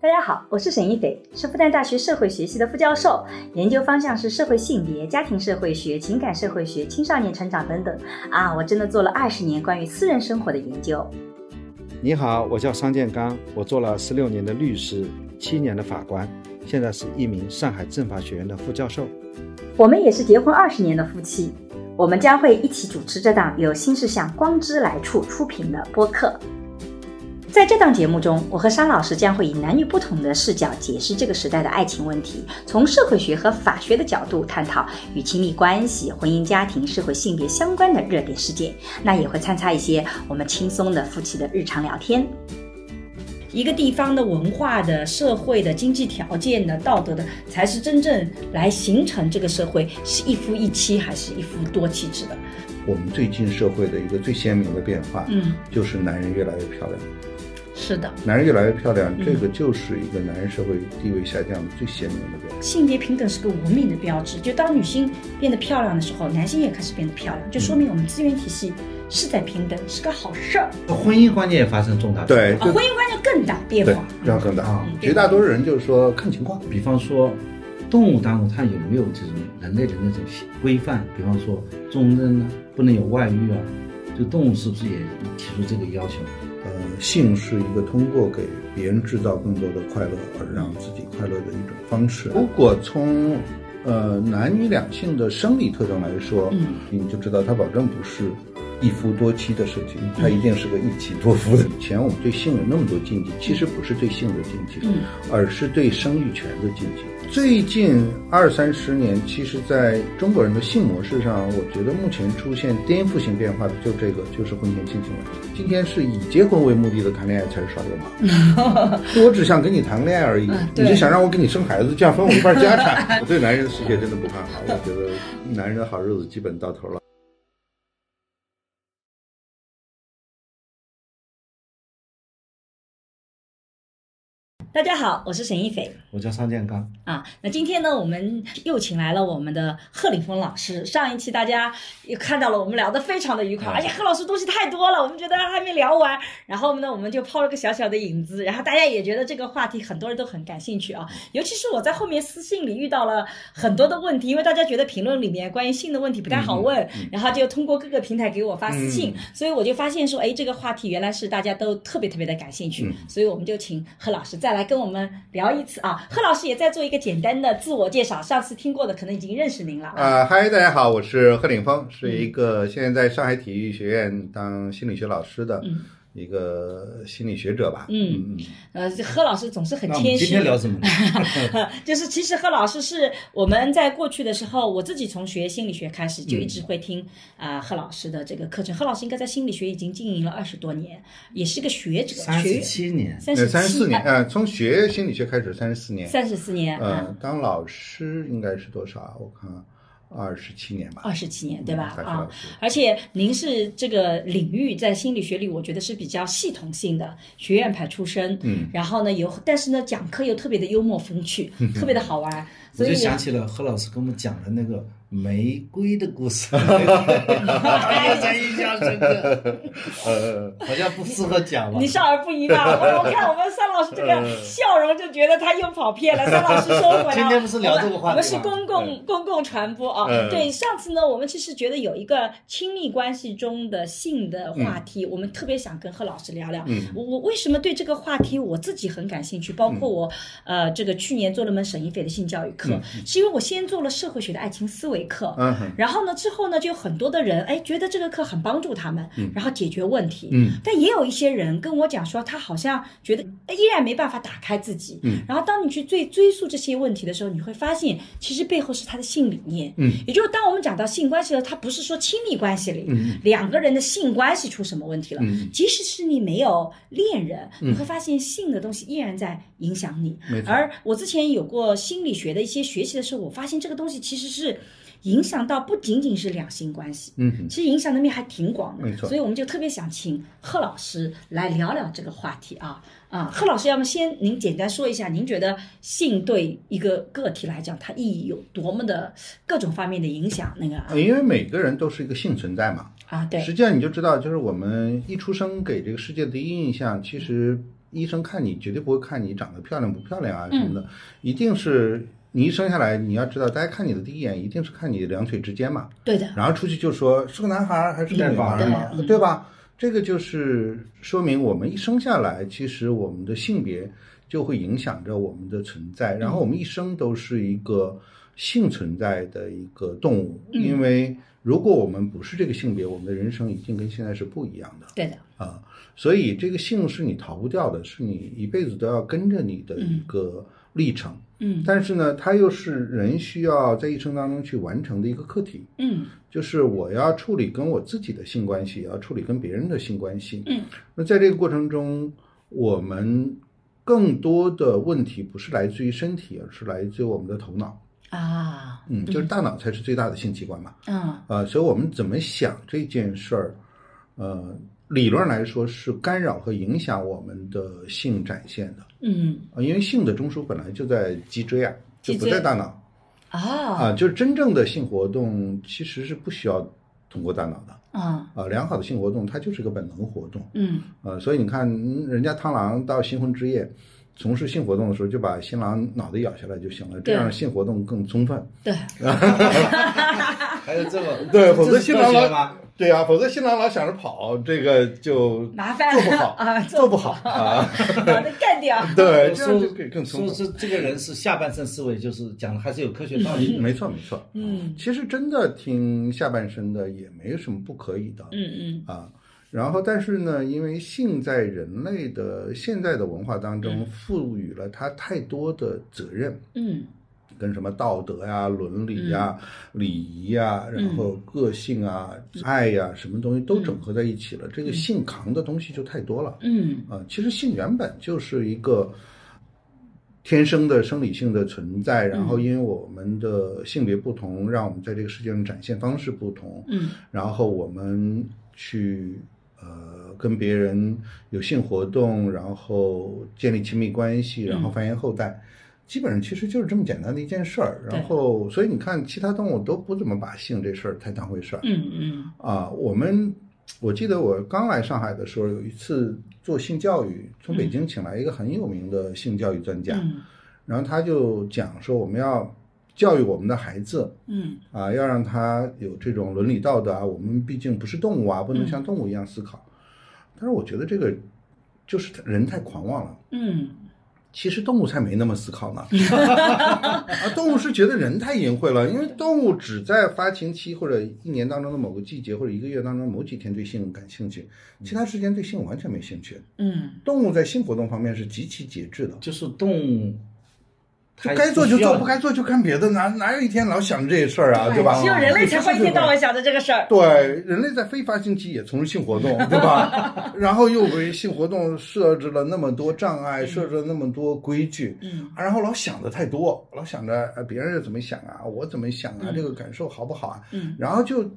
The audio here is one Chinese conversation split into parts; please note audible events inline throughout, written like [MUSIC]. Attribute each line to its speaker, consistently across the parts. Speaker 1: 大家好，我是沈一斐，是复旦大学社会学系的副教授，研究方向是社会性别、家庭社会学、情感社会学、青少年成长等等。啊，我真的做了二十年关于私人生活的研究。
Speaker 2: 你好，我叫商建刚，我做了十六年的律师，七年的法官，现在是一名上海政法学院的副教授。
Speaker 1: 我们也是结婚二十年的夫妻，我们将会一起主持这档由新世相光之来处出品的播客。在这档节目中，我和商老师将会以男女不同的视角解释这个时代的爱情问题，从社会学和法学的角度探讨与亲密关系、婚姻家庭、社会性别相关的热点事件。那也会参差一些我们轻松的夫妻的日常聊天。一个地方的文化的、社会的、经济条件的、道德的，才是真正来形成这个社会是一夫一妻还是一夫多妻制的。
Speaker 3: 我们最近社会的一个最鲜明的变化，
Speaker 1: 嗯，
Speaker 3: 就是男人越来越漂亮，
Speaker 1: 是的，
Speaker 3: 男人越来越漂亮，
Speaker 1: 嗯
Speaker 3: 这个就是一个男人社会地位下降的最鲜明的变化。
Speaker 1: 性别平等是个文明的标志。就当女性变得漂亮的时候，男性也开始变得漂亮，就说明我们资源体系是在平等，是个好事儿。
Speaker 4: 婚姻观念也发生重大变
Speaker 3: 对
Speaker 4: 化。
Speaker 1: 啊，婚姻观就更大变
Speaker 3: 对
Speaker 1: 化。，
Speaker 3: 要更大
Speaker 4: 嗯。
Speaker 3: 绝大多数人就是说看情况，
Speaker 4: 比方说，动物当中它有没有这种人类的那种规范？比方说忠贞啊，不能有外遇啊，就动物是不是也提出这个要求？
Speaker 3: 呃，性是一个通过给别人制造更多的快乐而让自己快乐的一种方式。如果从呃男女两性的生理特征来说，
Speaker 1: 嗯
Speaker 3: 你就知道它保证不是一夫多妻的事情，它一定是个一妻多夫的。以前我们对性有那么多禁忌，其实不是对性的禁忌，
Speaker 1: 嗯
Speaker 3: 而是对生育权的禁忌。最近二三十年，其实在中国人的性模式上，我觉得目前出现颠覆性变化的就这个，就是婚前性行为。今天是以结婚为目的的谈恋爱才是耍流氓，
Speaker 1: [LAUGHS]
Speaker 3: 我只想跟你谈个恋爱而已， [LAUGHS]
Speaker 1: 嗯对
Speaker 3: 你是想让我给你生孩子，这样分我一半家产。我对男人的世界真的不看好，我觉得男人的好日子基本到头
Speaker 1: [LAUGHS]
Speaker 3: 了。
Speaker 1: 大家好，我是沈一斐。
Speaker 4: 我叫商建刚，
Speaker 1: 啊，那今天呢，我们又请来了我们的贺领峰老师。上一期大家也看到了，我们聊得非常的愉快，而哎且贺老师东西太多了，我们觉得还没聊完。然后呢，我们就抛了个小小的引子，然后大家也觉得这个话题很多人都很感兴趣啊。尤其是我在后面私信里遇到了很多的问题，因为大家觉得评论里面关于性的问题不太好问，然后就通过各个平台给我发私信， [LAUGHS] 所以我就发现说，哎，这个话题原来是大家都特别特别的感兴趣，
Speaker 4: 嗯
Speaker 1: 所以我们就请贺老师再来跟我们聊一次啊。贺老师也在做一个简单的自我介绍，上次听过的可能已经认识您了。
Speaker 3: 啊，嗨，大家好，我是贺领峰，是一个现在在上海体育学院当心理学老师的
Speaker 1: 嗯
Speaker 3: 一个心理学者吧。
Speaker 1: 嗯
Speaker 3: 嗯嗯。
Speaker 1: 呃，贺老师总是很
Speaker 4: 那我们
Speaker 1: 谦
Speaker 4: 今
Speaker 1: 虚，
Speaker 4: 天聊什么呢？
Speaker 1: [LAUGHS] 就是其实贺老师是我们在过去的时候，我自己从学心理学开始就一直会听
Speaker 4: 嗯
Speaker 1: 啊、贺老师的这个课程。贺老师应该在心理学已经经营了二十多年，也是个学者，
Speaker 4: 三
Speaker 1: 学
Speaker 4: 十七年，嗯
Speaker 1: 三
Speaker 3: 呃，
Speaker 1: 十
Speaker 3: 三十四年，呃，从学心理学开始，三十四年，
Speaker 1: 三十四年，嗯啊
Speaker 3: 呃，当老师应该是多少啊？我看二十七年吧，嗯
Speaker 1: 二十七年，对吧？
Speaker 4: 嗯
Speaker 3: 大学
Speaker 1: 啊
Speaker 3: 老，师。
Speaker 1: 而且您是这个领域在心理学里，我觉得是比较系统性的学院派出身，
Speaker 3: 嗯，
Speaker 1: 然后呢有，但是呢讲课又特别的幽默风趣，特别的好玩，
Speaker 4: 我
Speaker 1: 所以
Speaker 4: 就想起了何老师跟我们讲的那个玫瑰的故
Speaker 1: [LAUGHS]
Speaker 4: 事，大家印象深
Speaker 1: [LAUGHS]
Speaker 4: 刻，
Speaker 3: 呃，
Speaker 4: 好像不适合讲吧
Speaker 1: 你？少儿不宜吧？我我看我们三老师这个笑容，就觉得他又跑偏了。三老师收回来。
Speaker 4: 嗯 [LAUGHS] 今天不是聊这个话
Speaker 1: 我
Speaker 4: 题吗嗯
Speaker 1: 们是公共公共传播啊。
Speaker 3: 嗯
Speaker 1: 对，上次呢，我们其实觉得有一个亲密关系中的性的话
Speaker 4: 嗯
Speaker 1: 题，我们特别想跟贺老师聊聊。
Speaker 3: 嗯
Speaker 1: 我我为什么对这个话题我自己很感兴趣？包
Speaker 4: 嗯
Speaker 1: 括我、呃，这个去年做了门沈一斐的性教育课，是因为我先做了社会学的爱情思维课，
Speaker 3: 嗯哼
Speaker 1: 然后呢，之后呢，就有很多的人哎觉得这个课很帮助他们，然后解决问题。
Speaker 3: 嗯，
Speaker 1: 但也有一些人跟我讲说，他好像觉得哎依然没办法打开自己。
Speaker 3: 嗯，
Speaker 1: 然后当你去追追溯这些问题的时候，你会发现其实背后是他的性理念。
Speaker 3: 嗯，
Speaker 1: 也就是当我们讲到性关系的时候，它不是说亲密关系里、两个人的性关系出什么问题了，
Speaker 3: 嗯
Speaker 1: 即使是你没有恋人，你会发现性的东西依然在影响你。
Speaker 3: 没错
Speaker 1: 而我之前有过心理学的一些学习的时候，我发现这个东西其实是影响到不仅仅是两性关系，
Speaker 3: 嗯哼，
Speaker 1: 其实影响的面还挺广的
Speaker 3: 没。错
Speaker 1: 所以我们就特别想请贺老师来聊聊这个话题啊啊！贺老师，要么先您简单说一下，您觉得性对一个个体来讲，它意义有多么的各种方面的影响？那个啊
Speaker 3: 呃因为每个人都是一个性存在嘛，
Speaker 1: 啊，对
Speaker 3: 实，际上你就知道，就是我们一出生给这个世界的第一印象，其实医生看你绝对不会看你长得漂亮不漂亮啊什么
Speaker 1: 嗯
Speaker 3: 的，一定是你一生下来，你要知道，大家看你的第一眼一定是看你的两腿之间嘛，
Speaker 1: 对的，
Speaker 3: 然后出去就说是个男孩儿还是个女孩儿嘛，
Speaker 1: 对
Speaker 3: 对吧？这个就是说明我们一生下来，其实我们的性别就会影响着我们的存在，然后我们一生都是一个性存在的一个动物，因为如果我们不是这个性别，我们的人生一定跟现在是不一样的。
Speaker 1: 对的，
Speaker 3: 啊，所以这个性是你逃不掉的，是你一辈子都要跟着你的一个历程。
Speaker 1: 嗯
Speaker 3: 但是呢，它又是人需要在一生当中去完成的一个课题，
Speaker 1: 嗯
Speaker 3: 就是我要处理跟我自己的性关系，也要处理跟别人的性关系。
Speaker 1: 嗯，
Speaker 3: 那在这个过程中，我们更多的问题不是来自于身体，而是来自于我们的头脑。
Speaker 1: 啊，
Speaker 3: 嗯，就是大脑才是最大的性器官嘛。
Speaker 1: 嗯
Speaker 3: 啊，所以我们怎么想这件事儿，呃，理论来说是干扰和影响我们的性展现的
Speaker 1: 嗯
Speaker 3: 啊，因为性的中枢本来就在脊椎啊，就
Speaker 1: 脊
Speaker 3: 不
Speaker 1: 椎
Speaker 3: 在大脑
Speaker 1: 啊
Speaker 3: 啊，就是真正的性活动其实是不需要通过大脑的
Speaker 1: 啊
Speaker 3: 啊，良好的性活动它就是个本能活动
Speaker 1: 嗯
Speaker 3: 啊，所以你看嗯人家螳螂到新婚之夜。从事性活动的时候，就把新郎脑袋咬下来就行了，这
Speaker 1: 对啊
Speaker 3: 样性活动更充分。
Speaker 1: 对，
Speaker 4: 还有 [LAUGHS] 这么
Speaker 3: 对
Speaker 4: 这
Speaker 3: 否则
Speaker 4: 这是
Speaker 3: 新郎
Speaker 4: 科学
Speaker 3: 老
Speaker 4: 吗
Speaker 3: 对呀、否则新郎老想着跑，这个就
Speaker 1: 麻烦
Speaker 3: 做不好
Speaker 1: 啊
Speaker 3: 做不好
Speaker 1: [LAUGHS]
Speaker 3: 啊。
Speaker 1: 把它干掉，
Speaker 3: 对，这样
Speaker 4: 说
Speaker 3: 就可以更
Speaker 4: 说
Speaker 3: 充分。
Speaker 4: 是这个人是下半身思维，就是讲的还是有科学道理的。
Speaker 3: 嗯没错，没错。
Speaker 1: 嗯
Speaker 3: 其实真的听下半身的也没有什么不可以的
Speaker 1: 嗯
Speaker 3: 啊。然后，但是呢，因为性在人类的现在的文化当中赋予了它太多的责任，
Speaker 1: 嗯嗯
Speaker 3: 跟什么道德呀、伦理呀、礼仪呀，然后个性啊、爱呀，什么东西都整合在一起了。这个性扛的东西就太多了。
Speaker 1: 嗯
Speaker 3: 啊，其实性原本就是一个天生的生理性的存在，然后因为我们的性别不同，让我们在这个世界上展现方式不同，
Speaker 1: 嗯
Speaker 3: 然后我们去呃跟别人有性活动，然后建立亲密关系，
Speaker 1: 嗯
Speaker 3: 然后繁衍后代。基本上其实就是这么简单的一件事儿，然
Speaker 1: 对
Speaker 3: 后所以你看，其他动物都不怎么把性这事儿太当回事儿，
Speaker 1: 嗯
Speaker 3: 啊，我们我记得我刚来上海的时候，有一次做性教育，从北京请来一个很有名的性教育专家，
Speaker 1: 嗯
Speaker 3: 然后他就讲说我们要教育我们的孩子
Speaker 1: 嗯
Speaker 3: 啊，要让他有这种伦理道德啊，我们毕竟不是动物啊，不
Speaker 1: 嗯
Speaker 3: 能像动物一样思考。但是我觉得这个就是人太狂妄了。
Speaker 1: 嗯
Speaker 3: 其实动物才没那么思
Speaker 1: [LAUGHS]
Speaker 3: 考呢，啊，动物是觉得人太淫秽了，因为动物只在发情期或者一年当中的某个季节或者一个月当中某几天对性感兴趣，其他时间对性完全没兴趣。
Speaker 1: 嗯
Speaker 3: 动物在性活动方面是极其节制的，
Speaker 4: 就是动物，
Speaker 3: 就
Speaker 4: 它
Speaker 3: 该做就
Speaker 4: 需要
Speaker 3: 做，不该做就干别的，哪哪有一天老想着这些事儿啊，对吧？
Speaker 1: 只有哎人类才会一天到晚想着这个事儿，
Speaker 3: 对，人类在非发性期也从事性活动，对吧？然后又为性活动设置了那么多障碍，设置了那么多规矩，啊
Speaker 1: 嗯，
Speaker 3: 然后老想的太多，老想着呃别人是怎么想啊，我怎么想啊，这个感受好不好啊？
Speaker 1: 嗯，
Speaker 3: 然后就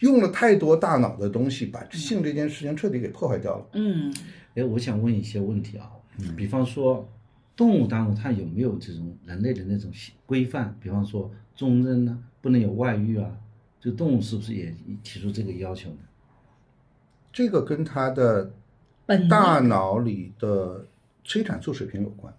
Speaker 3: 用了太多大脑的东西，把性这件事情彻底给破坏掉了。
Speaker 1: 嗯
Speaker 4: 哎，我想问一些问题啊，比方说，动物当中它有没有这种人类的那种习规范？比方说忠贞呢，不能有外遇啊，这动物是不是也提出这个要求呢？
Speaker 3: 这个跟他的
Speaker 1: 本
Speaker 3: 大脑里的催产素水平有关。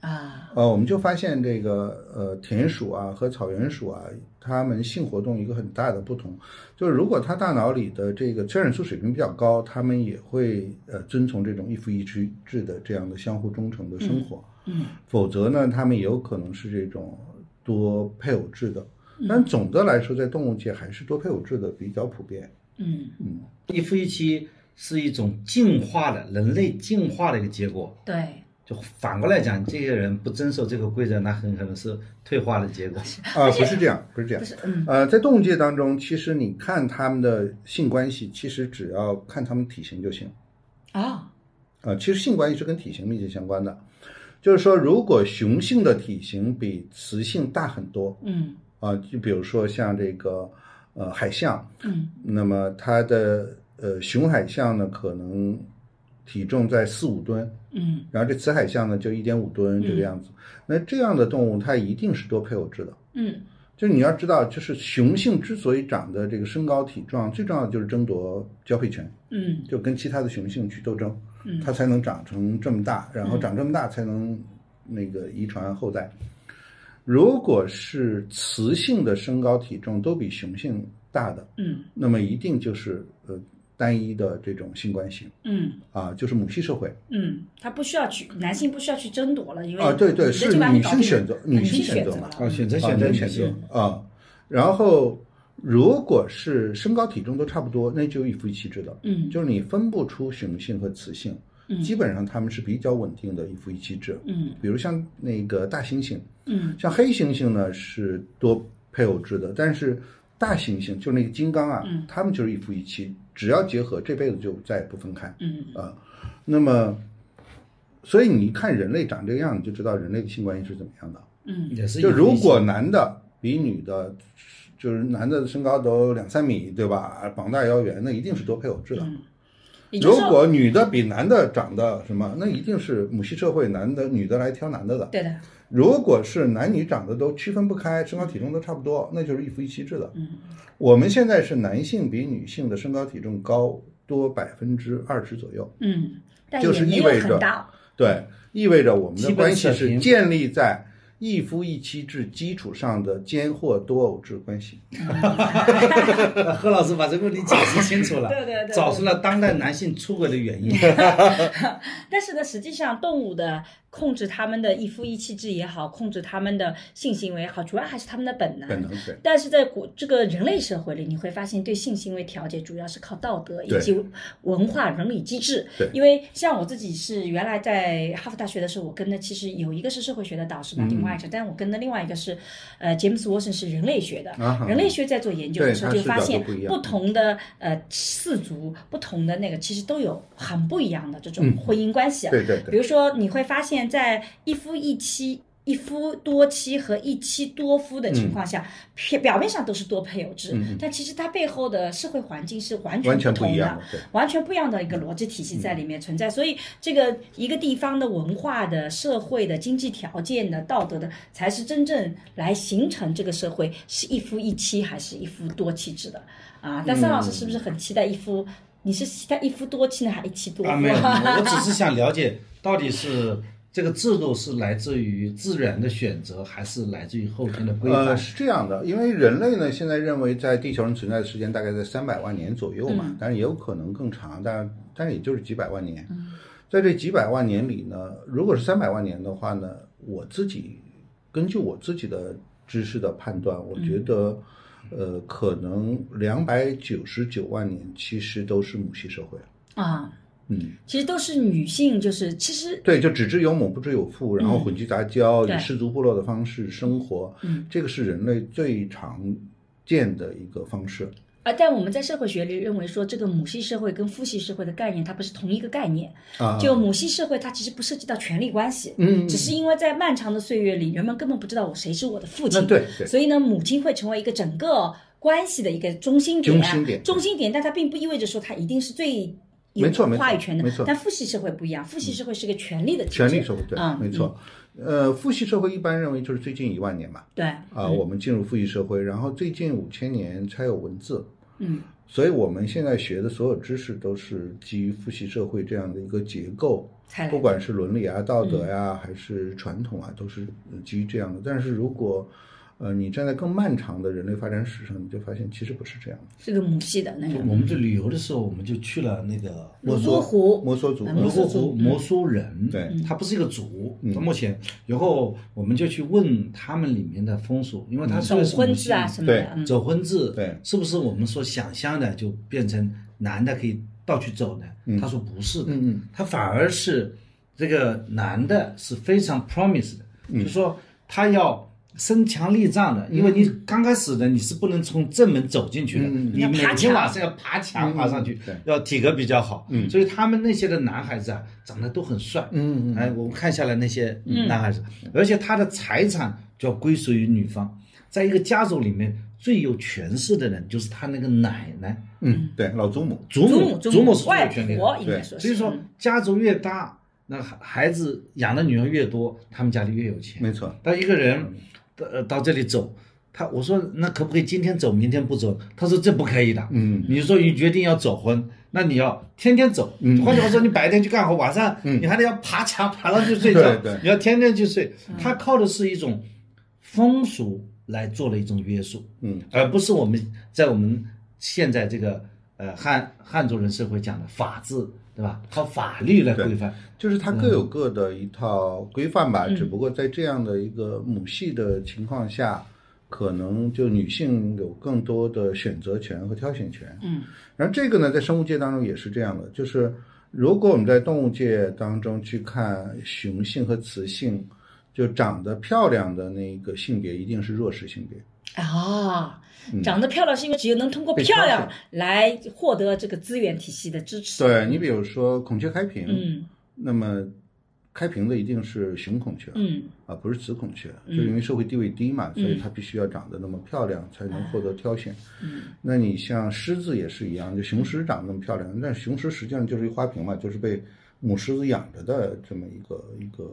Speaker 1: 啊，
Speaker 3: 呃，我们就发现这个呃田鼠啊和草原鼠啊，它们性活动一个很大的不同，就是如果它大脑里的这个催产素水平比较高，它们也会呃遵从这种一夫一妻制的这样的相互忠诚的生活，
Speaker 1: 嗯
Speaker 3: 否则呢，它们也有可能是这种多配偶制的。
Speaker 1: 嗯
Speaker 3: 但总的来说，在动物界还是多配偶制的比较普
Speaker 1: [LAUGHS]
Speaker 3: 遍。
Speaker 1: 嗯，
Speaker 3: 嗯，
Speaker 4: 一夫一妻是一种进化的人类进化的一个结果。
Speaker 1: 对，
Speaker 4: 就反过来讲，这些人不遵守这个规则，那很可能是退化的结果。
Speaker 3: 啊、不是这样，不是这样
Speaker 1: 不。是嗯
Speaker 3: 呃，在动物界当中，其实你看它们的性关系，其实只要看它们体型就行。
Speaker 1: 啊
Speaker 3: 呃，其实性关系是跟体型密切相关的，就是说，如果雄性的体型比雌性大很多
Speaker 1: 嗯
Speaker 3: 啊、就比如说像这个呃海象，
Speaker 1: 嗯
Speaker 3: 那么它的呃雄海象呢，可能体重在四五吨，
Speaker 1: 嗯
Speaker 3: 然后这雌海象呢就一点五吨这个样子。那这样的动物，它一定是多配偶制的。
Speaker 1: 嗯
Speaker 3: 就是你要知道，就是雄性之所以长得这个身高体壮，最重要的就是争夺交配权，
Speaker 1: 嗯
Speaker 3: 就跟其他的雄性去斗争。
Speaker 1: 嗯
Speaker 3: 它才能长成这么大，然后长这么大才能那个遗传后代。如果是雌性的身高体重都比雄性大的，
Speaker 1: 嗯
Speaker 3: 那么一定就是呃单一的这种性关系
Speaker 1: 嗯
Speaker 3: 啊，就是母系社会
Speaker 1: 嗯，他不需要去，男性不需要去争夺了，因为
Speaker 3: 啊，对对，
Speaker 1: 你
Speaker 3: 是
Speaker 1: 就把你
Speaker 3: 女
Speaker 1: 搞
Speaker 3: 性
Speaker 1: 定
Speaker 3: 选择
Speaker 1: 了，
Speaker 3: 女性
Speaker 1: 性
Speaker 3: 选
Speaker 1: 择
Speaker 3: 择嘛，
Speaker 1: 了
Speaker 4: 啊，选择
Speaker 3: 啊
Speaker 4: 选择
Speaker 3: 女
Speaker 4: 女
Speaker 3: 选择
Speaker 4: 性，
Speaker 3: 啊，然后如果是身高体重都差不多，那就一夫一妻制了。
Speaker 1: 嗯
Speaker 3: 就是你分不出雄性和雌性，
Speaker 1: 嗯
Speaker 3: 基本上他们是比较稳定的一夫一妻制。
Speaker 1: 嗯
Speaker 3: 比如像那个大猩猩，
Speaker 1: 嗯
Speaker 3: 像黑猩猩呢是多配偶制的，但是大猩猩就是那个金刚啊
Speaker 1: 嗯，
Speaker 3: 他们就是一夫一妻，只要结合，这辈子就再也不分开。
Speaker 1: 嗯
Speaker 3: 啊，那么，所以你一看人类长这个样，你就知道人类的性关系是怎么样的。
Speaker 1: 嗯
Speaker 4: 也是
Speaker 3: 就
Speaker 4: 一夫
Speaker 3: 如
Speaker 4: 一妻 [LAUGHS]
Speaker 3: 果男的比女的，就是男的身高都两三米，对吧？膀大腰圆，那一定是多配偶制的。
Speaker 1: 嗯，也就
Speaker 3: 如
Speaker 1: 是说
Speaker 3: 果女的比男的长得什么，那一定是母系社会，男的女的来挑男的的。
Speaker 1: 对的，
Speaker 3: 如果是男女长得都区分不开，身高体重都差不多，那就是一夫一妻制的。
Speaker 1: 嗯
Speaker 3: 我们现在是男性比女性的身高体重高多百分之二十左右。
Speaker 1: 嗯，但
Speaker 3: 就
Speaker 1: 也
Speaker 3: 是
Speaker 1: 没
Speaker 3: 意
Speaker 1: 有
Speaker 3: 味着
Speaker 1: 很大，
Speaker 3: 对，意味着我们的
Speaker 4: 基本
Speaker 3: 关系
Speaker 4: 水
Speaker 3: 是
Speaker 4: 平
Speaker 3: 建立在一夫一妻制基础上的间或多偶制关系。
Speaker 4: 那贺老师把这个问题解释清楚了，
Speaker 1: 对对对对
Speaker 4: 找出了当代男性出轨的原因。
Speaker 1: 但是呢，实际上动物的控制它们的一夫一妻制也好，控制它们的性行为也好，主要还是它们的本能。
Speaker 3: 本能对，
Speaker 1: 但是在古这个人类社会里，你会发现对性行为调节主要是靠道德以
Speaker 3: 对
Speaker 1: 及文化伦理机制
Speaker 3: 对。
Speaker 1: 因为像我自己是原来在哈佛大学的时候，我跟的其实有一个是社会学的导师
Speaker 3: 嗯
Speaker 1: 嘛，另外一个，但我跟的另外一个是，呃，杰姆斯沃森是人类学的。
Speaker 3: 啊哈
Speaker 1: 人类学在做研究的
Speaker 3: 对
Speaker 1: 时候，
Speaker 3: 它
Speaker 1: 就发
Speaker 3: 视角
Speaker 1: 现
Speaker 3: 都不一样
Speaker 1: 不同的呃氏族、不同的那个其实都有很不一样的这
Speaker 3: 嗯
Speaker 1: 种婚姻关系啊。
Speaker 3: 对对
Speaker 1: 比
Speaker 3: 对，
Speaker 1: 如说，你会发现在一夫一妻、一夫多妻和一妻多夫的情况下，表表面上都是多配偶制，
Speaker 3: 嗯嗯嗯
Speaker 1: 但其实它背后的社会环境是完全
Speaker 3: 完全
Speaker 1: 不
Speaker 3: 不
Speaker 1: 同
Speaker 3: 一
Speaker 1: 的。
Speaker 3: 样的。嗯对，
Speaker 1: 完全不一样的一个逻辑体系在里面存在，所以这个一个地方的文化的、社会的、经济条件的、道德的，才是真正来形成这个社会是一夫一妻还是一夫多妻制的啊？但桑老师是不是很期待一夫？你是期待一夫多妻呢，还是一妻多夫？
Speaker 4: 啊，没有，没有我只是想了解到底是这个制度是来自于自然的选择，还是来自于后天的规
Speaker 3: 呃，
Speaker 4: 范？
Speaker 3: 是这样的，因为人类呢，现在认为在地球上存在的时间大概在三百万年左右嘛，
Speaker 1: 嗯
Speaker 3: 但是也有可能更长，但但是也就是几百万年。
Speaker 1: 嗯
Speaker 3: 在这几百万年里呢，如果是三百万年的话呢，我自己根据我自己的知识的判断，我
Speaker 1: 嗯
Speaker 3: 觉得，呃，可能两百九十九万年其实都是母系社会。
Speaker 1: 啊，
Speaker 3: 嗯，
Speaker 1: 其实都是女性，就是其实
Speaker 3: 对，就只知有母不知有父，然后混居杂交，
Speaker 1: 嗯对
Speaker 3: 以氏族部落的方式生活，
Speaker 1: 嗯
Speaker 3: 这个是人类最常见的一个方式。
Speaker 1: 啊，但我们在社会学里认为说，这个母系社会跟父系社会的概念它不是同一个概念。
Speaker 3: 啊，
Speaker 1: 就母系社会，它其实不涉及到权力关系，
Speaker 3: 嗯
Speaker 1: 只是因为在漫长的岁月里，人们根本不知道我谁是我的父亲，
Speaker 3: 那对对
Speaker 1: 所以呢，母亲会成为一个整个关系的一个中心点，啊
Speaker 3: 中心点
Speaker 1: 中心点但它并不意味着说它一定是最有
Speaker 3: 没错没错
Speaker 1: 话语权的，
Speaker 3: 没错嗯
Speaker 1: 但父系社会不一样，父系社会是个权力的体制
Speaker 3: 权力社会对，
Speaker 1: 嗯
Speaker 3: 没错。呃，父系社会一般认为就是最近一万年嘛，
Speaker 1: 对，
Speaker 3: 啊，我们进入父系社会，然后最近五千年才有文字，
Speaker 1: 嗯
Speaker 3: 所以我们现在学的所有知识都是基于父系社会这样的一个结构
Speaker 1: 才来，的
Speaker 3: 不管是伦理啊、道德呀、
Speaker 1: 嗯
Speaker 3: 还是传统啊，都是呃基于这样的。但是如果呃，你站在更漫长的人类发展史上，你就发现其实不是这样的。
Speaker 1: 是个母系的那
Speaker 4: 就
Speaker 1: 个
Speaker 4: 我们去旅游的时候，我们就去了那个
Speaker 1: 泸
Speaker 3: 摩梭
Speaker 1: 沽湖，
Speaker 3: 摩梭族
Speaker 1: 啊
Speaker 4: 泸
Speaker 3: 嗯
Speaker 1: 摩
Speaker 4: 沽
Speaker 1: 梭
Speaker 4: 湖
Speaker 1: 族，嗯
Speaker 4: 摩梭人，
Speaker 3: 对嗯
Speaker 4: 它不是一个族。到目前，然后我们就去问他们里面的风俗，因为它虽
Speaker 1: 走
Speaker 4: 然是
Speaker 1: 婚
Speaker 4: 母
Speaker 1: 制啊
Speaker 4: 系
Speaker 1: 什么的
Speaker 3: 对，
Speaker 1: 嗯
Speaker 4: 走婚制，
Speaker 3: 嗯对
Speaker 4: 是不是我们所想象的就变成男的可以到处走呢？他说不是的，
Speaker 3: 嗯嗯
Speaker 4: 他反而是这个男的是非常 promise 的，
Speaker 3: 嗯
Speaker 4: 就说他要。身强力壮的，因为你刚开始的你是不能从正门走进去的，
Speaker 3: 嗯
Speaker 4: 你
Speaker 1: 要
Speaker 4: 每
Speaker 1: 爬墙
Speaker 4: 天晚上要爬墙爬上去，
Speaker 3: 对嗯
Speaker 4: 要体格比较好。所以他们那些的男孩子啊，长得都很帅。
Speaker 3: 嗯嗯
Speaker 4: 哎，我们看下来那些
Speaker 1: 嗯
Speaker 4: 男孩子，而且他的财产就要归属于女方。在一个家族里面最有权势的人就是他那个奶奶、
Speaker 3: 嗯，对，老祖母，
Speaker 4: 祖
Speaker 1: 母、
Speaker 4: 母、
Speaker 1: 祖
Speaker 4: 祖
Speaker 1: 母
Speaker 4: 是最
Speaker 1: 外
Speaker 4: 有权利
Speaker 1: 婆
Speaker 4: 的。
Speaker 1: 应该说是，
Speaker 4: 所以说，嗯家族越大，那孩孩子养的女儿越多，他们家里越有钱。
Speaker 3: 没错。
Speaker 4: 但一个人到呃到这里走，他我说那可不可以今天走，明天不走？他说这不可以的。
Speaker 3: 嗯
Speaker 4: 你说你决定要走婚，那你要天天走，
Speaker 3: 嗯
Speaker 4: 换句话说，你白天去干活，晚上
Speaker 3: 嗯
Speaker 4: 你还得要爬墙爬上去睡觉，
Speaker 3: 对对嗯
Speaker 4: 你要天天去睡。它靠的是一种风俗来做了一种约束，
Speaker 3: 嗯，
Speaker 4: 而不是我们在我们现在这个呃汉汉族人社会讲的法治，对吧？靠法律来规范。
Speaker 3: 就是
Speaker 1: 嗯
Speaker 3: 它各有各的一套规范吧，只不过在这样的一个母系的情况下，可能就女性有更多的选择权和挑选权。
Speaker 1: 嗯，
Speaker 3: 然后这个呢，在生物界当中也是这样的，就是如果我们在动物界当中去看雄性和雌性，就长得漂亮的那个性别一定是弱势性别。
Speaker 1: 啊
Speaker 3: 嗯，
Speaker 1: 长得漂亮是因为只有能通过
Speaker 3: 被
Speaker 1: 漂
Speaker 3: 挑
Speaker 1: 亮来获得这个资源体系的支持。
Speaker 3: 对你比如说孔雀开屏，
Speaker 1: 嗯
Speaker 3: 那么开屏的一定是雄孔雀，
Speaker 1: 嗯
Speaker 3: 啊，不是雌孔雀，就
Speaker 1: 嗯
Speaker 3: 是因为社会地位低嘛，所以
Speaker 1: 嗯啊
Speaker 3: 它必须要长得那么漂亮才能获得挑选。
Speaker 1: 嗯
Speaker 3: 那你像狮子也是一样，就雄狮长得那么漂亮，但雄狮实际上就是一花瓶嘛，就是被母狮子养着的这么一个一
Speaker 1: [LAUGHS]
Speaker 3: 个。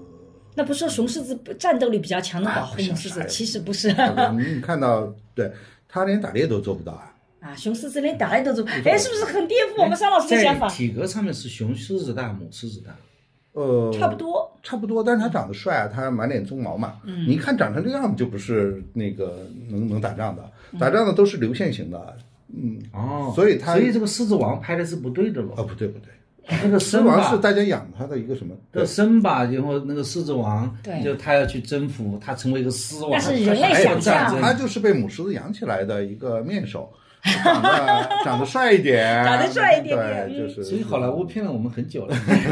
Speaker 1: 那不是说雄狮子战斗力比较强能保护母狮
Speaker 3: 哎
Speaker 1: 子
Speaker 3: 不是，
Speaker 1: 其实不是
Speaker 3: 你看到，对它连打猎都做不到啊。
Speaker 1: 啊，雄狮子连打猎都做不，哎，是不是很颠覆我们沙老师的想
Speaker 4: 在
Speaker 1: 法？
Speaker 4: 体格上面是雄狮子大，母狮子大，
Speaker 3: 呃，
Speaker 1: 差不多，
Speaker 3: 差不多，但是他长得帅啊，他满脸鬃毛嘛，
Speaker 1: 嗯
Speaker 3: 你一看长成这样就不是那个能能打仗的，
Speaker 1: 嗯
Speaker 3: 打仗的都是流线型的，嗯，
Speaker 4: 哦，
Speaker 3: 所以它
Speaker 4: 所以这个狮子王拍的是不对的
Speaker 3: 啊
Speaker 4: 咯，
Speaker 3: 不对不对，
Speaker 4: 那个
Speaker 3: 狮
Speaker 4: 身
Speaker 1: 啊
Speaker 3: 王是
Speaker 4: 吧，
Speaker 3: 大家养他的一个什么？
Speaker 4: 那个身吧，然后那个狮子王，
Speaker 1: 对
Speaker 4: 就他要去征服，他成为一个狮王，
Speaker 1: 那是人类
Speaker 4: 他还
Speaker 1: 哎
Speaker 4: 有
Speaker 1: 想象啊
Speaker 4: 战争
Speaker 3: 哎他就是被母狮子养起来的一个面首，长得长得帅一点，
Speaker 1: [LAUGHS] 长得帅一点点嗯
Speaker 3: 对，就
Speaker 4: [LAUGHS]
Speaker 3: 是。
Speaker 4: 所以好莱坞骗了我们很久了。
Speaker 3: [LAUGHS]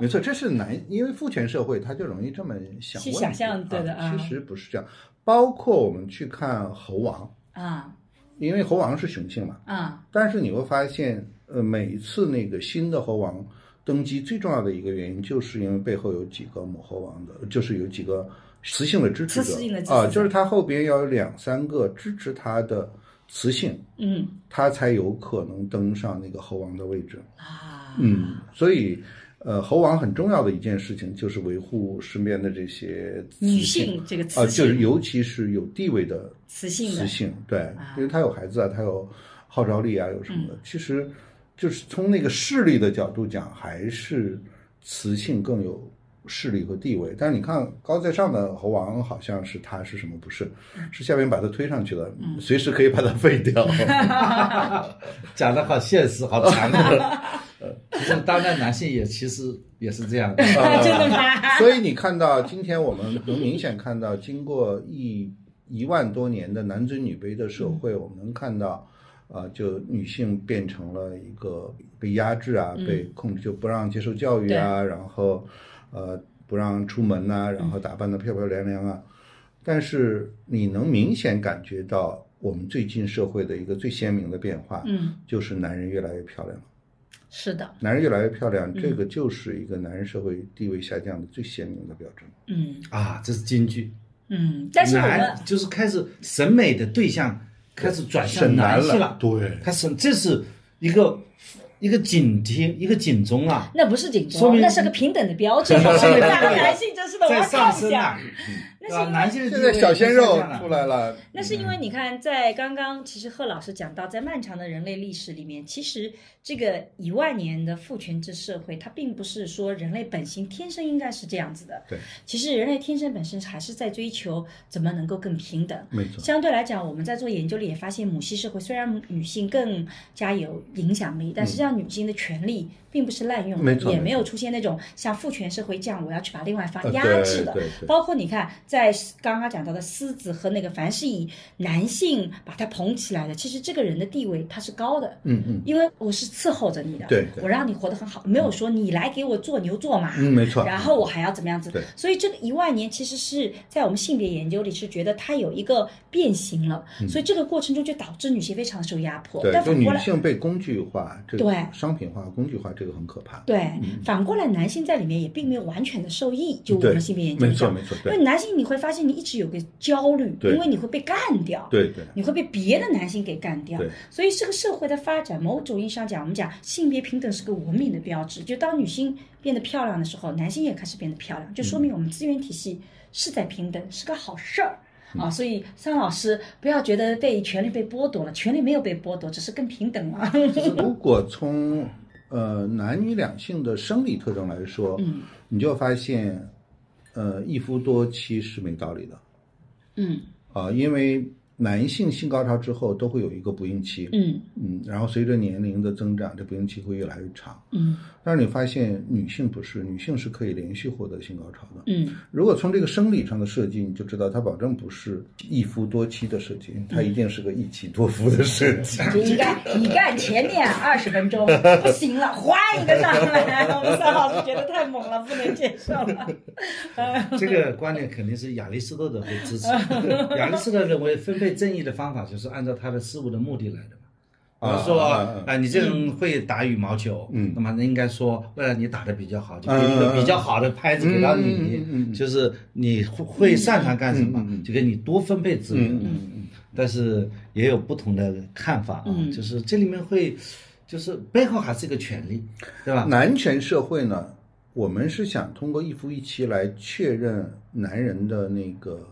Speaker 3: 没错，这是男，因为父权社会他就容易这么想
Speaker 1: 去
Speaker 3: 问题，
Speaker 1: 想象对的
Speaker 3: 啊
Speaker 1: 啊
Speaker 3: 其实不是这样，包括我们去看猴王，
Speaker 1: 啊
Speaker 3: 因为猴王是雄性嘛，
Speaker 1: 啊
Speaker 3: 但是你会发现，呃，每一次那个新的猴王登基，最重要的一个原因，就是因为背后有几个母猴王的，就是有几个雌性的支
Speaker 1: 雌
Speaker 3: 持
Speaker 1: 性的支持
Speaker 3: 者
Speaker 1: 者
Speaker 3: 啊，就是他后边要有两三个支持他的雌性，
Speaker 1: 嗯
Speaker 3: 他才有可能登上那个猴王的位置。
Speaker 1: 啊
Speaker 3: 嗯，所以，呃，猴王很重要的一件事情就是维护身边的这些雌
Speaker 1: 女性这个
Speaker 3: 啊、
Speaker 1: 雌
Speaker 3: 就是
Speaker 1: 性
Speaker 3: 尤其是有地位的
Speaker 1: 雌性的
Speaker 3: 雌性，对，因为他有孩子啊，他有号召力啊，有什
Speaker 1: 嗯
Speaker 3: 么的。其实就是从那个势力的角度讲，还是雌性更有势力和地位。但是你看高在上的猴王，好像是他是什么？不是，
Speaker 1: 嗯
Speaker 3: 是下面把他推上去了，随时可以把他废掉。
Speaker 4: 讲的好现实，好残 [LAUGHS] 酷。其实当代男性也其实也是这样
Speaker 3: [LAUGHS]
Speaker 4: 的，
Speaker 1: [LAUGHS] 真的吗？
Speaker 3: 所以你看到今天我们能明显看到，经过一一万多年的男尊女卑的社会，我们能看到，呃，就女性变成了一个被压制啊，被控制，就不让接受教育啊，然后，呃，不让出门呐、然后打扮的漂漂亮亮啊。但是你能明显感觉到，我们最近社会的一个最鲜明的变化，
Speaker 1: 嗯，
Speaker 3: 就是男人越来越漂亮了。
Speaker 1: 是的，
Speaker 3: 男人越来越漂亮，这个就是一个男人社会地位下降的最鲜明的表征。
Speaker 1: 嗯
Speaker 4: 啊，这是京剧。
Speaker 1: 嗯，但是我
Speaker 4: 男
Speaker 1: 们
Speaker 4: 就是开始审美的对象开始转向
Speaker 3: 沈南
Speaker 4: 男性
Speaker 3: 了，，对，
Speaker 4: 他审这是一个一个警惕，一个警钟啊，
Speaker 1: 那不是紧
Speaker 4: 说
Speaker 1: 张，
Speaker 4: 明
Speaker 1: 那是个平等的标
Speaker 4: [LAUGHS]
Speaker 1: 志。
Speaker 4: 说明
Speaker 1: 大家男性真是的，我
Speaker 4: 在
Speaker 1: 要
Speaker 4: 上
Speaker 1: 看一
Speaker 4: 升
Speaker 1: 下
Speaker 4: 啊。，
Speaker 1: 那
Speaker 4: 对
Speaker 1: 是
Speaker 4: 吧？
Speaker 1: 因为
Speaker 4: 男性的
Speaker 3: 现
Speaker 4: 地位
Speaker 3: 在小鲜肉
Speaker 4: 下降了 [LAUGHS]
Speaker 3: 出来了，
Speaker 1: 那是因为你看，在刚刚其实贺老师讲到，在漫长的人类历史里面，其实这个一万年的父权制社会，它并不是说人类本性天生应该是这样子的。
Speaker 3: 对，
Speaker 1: 其实人类天生本身还是在追求怎么能够更平等。
Speaker 3: 没错，
Speaker 1: 相对来讲，我们在做研究里也发现，母系社会虽然女性更加有影响力，但实际上女性的权利并不是滥用的，
Speaker 3: 嗯没错
Speaker 1: 也
Speaker 3: 没
Speaker 1: 没有出现那种像父权社会这样，我要去把另外一方
Speaker 3: 呃
Speaker 1: 压
Speaker 3: 对
Speaker 1: 制的。
Speaker 3: 对对
Speaker 1: 包括你看，在刚刚讲到的狮子和那个，凡是以男性把它捧起来的，其实这个人的地位他是高的。
Speaker 3: 嗯嗯
Speaker 1: 因为我是伺候着你的，
Speaker 3: 对对嗯
Speaker 1: 我让你活得很好，没有说你来给我做牛做马，
Speaker 3: 嗯，没错，
Speaker 1: 然后我还要怎么样子
Speaker 3: 对？
Speaker 1: 所以这个一万年其实是在我们性别研究里是觉得它有一个变形了，所以这个过程中就导致女性非常受压迫。
Speaker 3: 嗯对，
Speaker 1: 但
Speaker 3: 就
Speaker 1: 反过
Speaker 3: 女
Speaker 1: 来，
Speaker 3: 性被工具化，这
Speaker 1: 对
Speaker 3: 个商品化、工具化，这个很可怕。
Speaker 1: 对，反过来男性在里面也并没有完全的受益。就我
Speaker 3: 对
Speaker 1: 们性别研究
Speaker 3: 没错
Speaker 1: 讲，
Speaker 3: 没错，
Speaker 1: 因
Speaker 3: 对
Speaker 1: 为男性你会发现你一直有个焦虑，
Speaker 3: 对
Speaker 1: 因为你会被干掉。
Speaker 3: 对对
Speaker 1: 你会被别的男性给干掉
Speaker 3: 对，
Speaker 1: 所以这个社会的发展，某种意义上讲，我们讲性别平等是个文明的标志。就当女性变得漂亮的时候，男性也开始变得漂亮，就说明我们资源体系是在平等，是个好事儿。啊。所以桑老师不要觉得被权利被剥夺了，权利没有被剥夺，只是更平等了。
Speaker 3: 如果从呃男女两性的生理特征来说，
Speaker 1: 嗯
Speaker 3: 你就发现，呃，一夫多妻是没道理的
Speaker 1: 嗯
Speaker 3: 啊、因为男性性高潮之后都会有一个不孕期，
Speaker 1: 嗯
Speaker 3: 嗯，然后随着年龄的增长，这不孕期会越来越长。
Speaker 1: 嗯
Speaker 3: 但是你发现女性不是，女性是可以连续获得性高潮的。
Speaker 1: 嗯
Speaker 3: 如果从这个生理上的设计，你就知道它保证不是一夫多妻的设计，它一定是个一妻多夫的设计。 [LAUGHS]
Speaker 1: 就应该你干前面二十分钟不行了，换一个上来。我们桑老师觉得太猛了，不能接受了。
Speaker 4: 这个观点肯定是亚里士多德被 [LAUGHS] 支持。亚里士多德认为分配正义的方法就是按照他的事物的目的来的嘛。比
Speaker 3: 啊
Speaker 4: 如说
Speaker 3: 啊啊
Speaker 4: 啊，你这人会打羽毛球，
Speaker 3: 嗯
Speaker 4: 那么应该说，为了你打的比较好，就给一个比较好的拍子给到
Speaker 3: 嗯嗯嗯嗯
Speaker 4: 你
Speaker 3: 嗯，
Speaker 4: 就是你会会擅长干什么
Speaker 3: 嗯嗯嗯，
Speaker 4: 就给你多分配资源
Speaker 3: 嗯。
Speaker 4: 但是也有不同的看法啊
Speaker 1: 嗯，
Speaker 4: 就是这里面会，就是背后还是一个权利，对吧？
Speaker 3: 男权社会呢，我们是想通过一夫一妻来确认男人的那个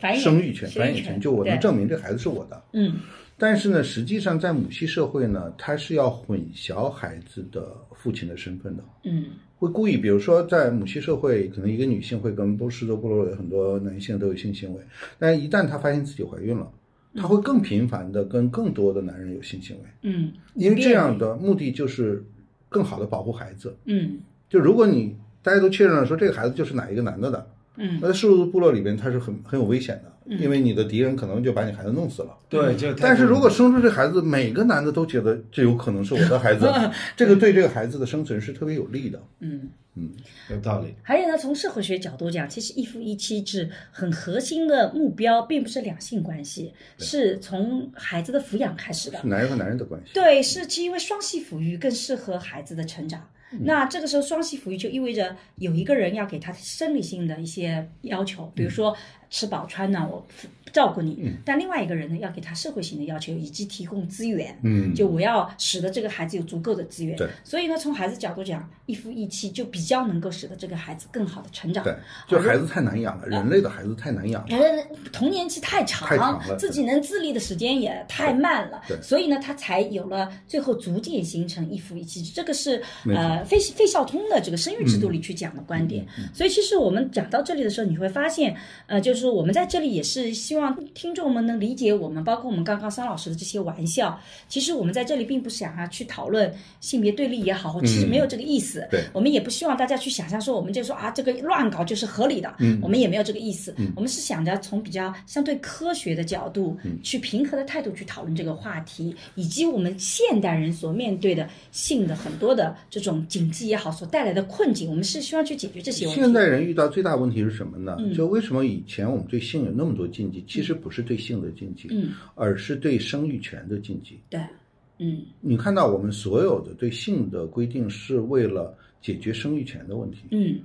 Speaker 1: 繁
Speaker 3: 呃
Speaker 1: 衍
Speaker 3: 生育权、
Speaker 1: 生育
Speaker 3: 繁衍
Speaker 1: 权
Speaker 3: 权，就我
Speaker 1: 对
Speaker 3: 能证明这孩子是我的。
Speaker 1: 嗯
Speaker 3: 但是呢，实际上在母系社会呢，他是要混淆孩子的父亲的身份的。
Speaker 1: 嗯
Speaker 3: 会故意，比如说在母系社会，可能一个女性会跟不施多部落有很多男性都有性行为，但一旦她发现自己怀孕了，她会更频繁的跟更多的男人有性行为，
Speaker 1: 嗯
Speaker 3: 因为这样的目的就是更好的保护孩子。
Speaker 1: 嗯
Speaker 3: 就如果你大家都确认了说这个孩子就是哪一个男的的，
Speaker 1: 嗯
Speaker 3: 那在氏族部落里边他是很很有危险的，
Speaker 1: 嗯
Speaker 3: 因为你的敌人可能就把你孩子弄死了。
Speaker 4: 对，就
Speaker 3: 但是如果生出这孩子，每个男的都觉得这有可能是我
Speaker 1: [LAUGHS]
Speaker 3: 的孩子，这个对这个孩子的生存是特别有利的。
Speaker 1: 嗯。
Speaker 4: 有道理。
Speaker 1: 还有呢，从社会学角度讲，其实一夫一妻制很核心的目标，并不是两性关系，是从孩子的抚养开始的
Speaker 3: 是。男人和男人的关系。
Speaker 1: 对，是因为双系抚育更适合孩子的成长。那这个时候，双系抚育就意味着有一个人要给他生理性的一些要求，比如说吃饱穿暖，我照顾你；但另外一个人呢，要给他社会性的要求，以及提供资源。
Speaker 3: 嗯
Speaker 1: 就我要使得这个孩子有足够的资源
Speaker 3: 对。
Speaker 1: 所以呢，从孩子角度讲，一夫一妻就比较能够使得这个孩子更好的成长。
Speaker 3: 对，就孩子太难养了，人类的孩子太难养了。
Speaker 1: 觉得童年期太长，
Speaker 3: 太长了
Speaker 1: 自己能自立的时间也太慢了
Speaker 3: 对，对
Speaker 1: 所以呢，他才有了最后逐渐形成一夫一妻制。这个是
Speaker 3: 没错
Speaker 1: 呃费费孝通的这个生育制度里去讲的观点。
Speaker 3: 嗯
Speaker 1: 所以其实我们讲到这里的时候，你会发现，呃，就是我们在这里也是希望听众们能理解我们，包括我们刚刚桑老师的这些玩笑。其实我们在这里并不想啊去讨论性别对立也好，其实没
Speaker 3: 嗯
Speaker 1: 有这个意思。
Speaker 3: 对
Speaker 1: 我们也不希望大家去想象说我们就说啊这个乱搞就是合理的，
Speaker 3: 嗯
Speaker 1: 我们也没有这个意思，我们是想着从比较相对科学的角度，
Speaker 3: 嗯
Speaker 1: 去平和的态度去讨论这个话题，以及我们现代人所面对的性的很多的这种禁忌也好所带来的困境，我们是希望去解决这些问题。
Speaker 3: 现在人遇到最大问题是什么呢？
Speaker 1: 嗯
Speaker 3: 就为什么以前我们对性有那么多禁忌？其实不是对性的禁忌，
Speaker 1: 嗯，
Speaker 3: 而是对生育权的禁忌。
Speaker 1: 对，嗯
Speaker 3: 你看到我们所有的对性的规定是为了解决生育权的问题，
Speaker 1: 嗯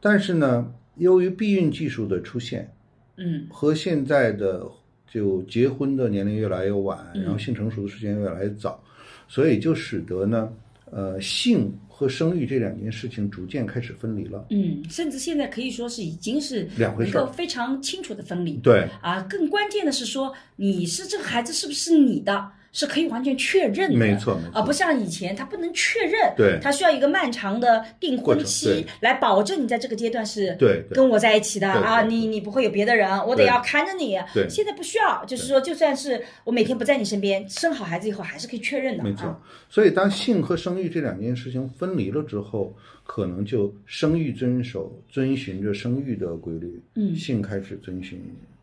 Speaker 3: 但是呢，由于避孕技术的出现
Speaker 1: 嗯
Speaker 3: 和现在的就结婚的年龄越来越晚，
Speaker 1: 嗯
Speaker 3: 然后性成熟的时间越来越早，所以就使得呢，呃，性和生育这两件事情逐渐开始分离了。
Speaker 1: 嗯，甚至现在可以说是已经是
Speaker 3: 两回
Speaker 1: 能
Speaker 3: 事儿
Speaker 1: 够非常清楚的分离。
Speaker 3: 对，
Speaker 1: 啊，更关键的是说，你是这个孩子是不是你的，是可以完全确认的。
Speaker 3: 没错没错
Speaker 1: 啊，不像以前他不能确认，
Speaker 3: 对
Speaker 1: 他需要一个漫长的订
Speaker 3: 过
Speaker 1: 婚
Speaker 3: 程
Speaker 1: 期
Speaker 3: 对
Speaker 1: 来保证你在这个阶段是
Speaker 3: 对对
Speaker 1: 跟我在一起的
Speaker 3: 对对
Speaker 1: 啊，
Speaker 3: 对
Speaker 1: 你你不会有别的人，我得
Speaker 3: 对
Speaker 1: 要看着你。
Speaker 3: 对
Speaker 1: 现在不需要，就是说，就算是我每天不在你身边，生好孩子以后还是可以确认的。
Speaker 3: 没错
Speaker 1: 啊，。
Speaker 3: 所以当性和生育这两件事情分离了之后，可能就生育遵守遵循着生育的规律，
Speaker 1: 嗯
Speaker 3: 性开始遵循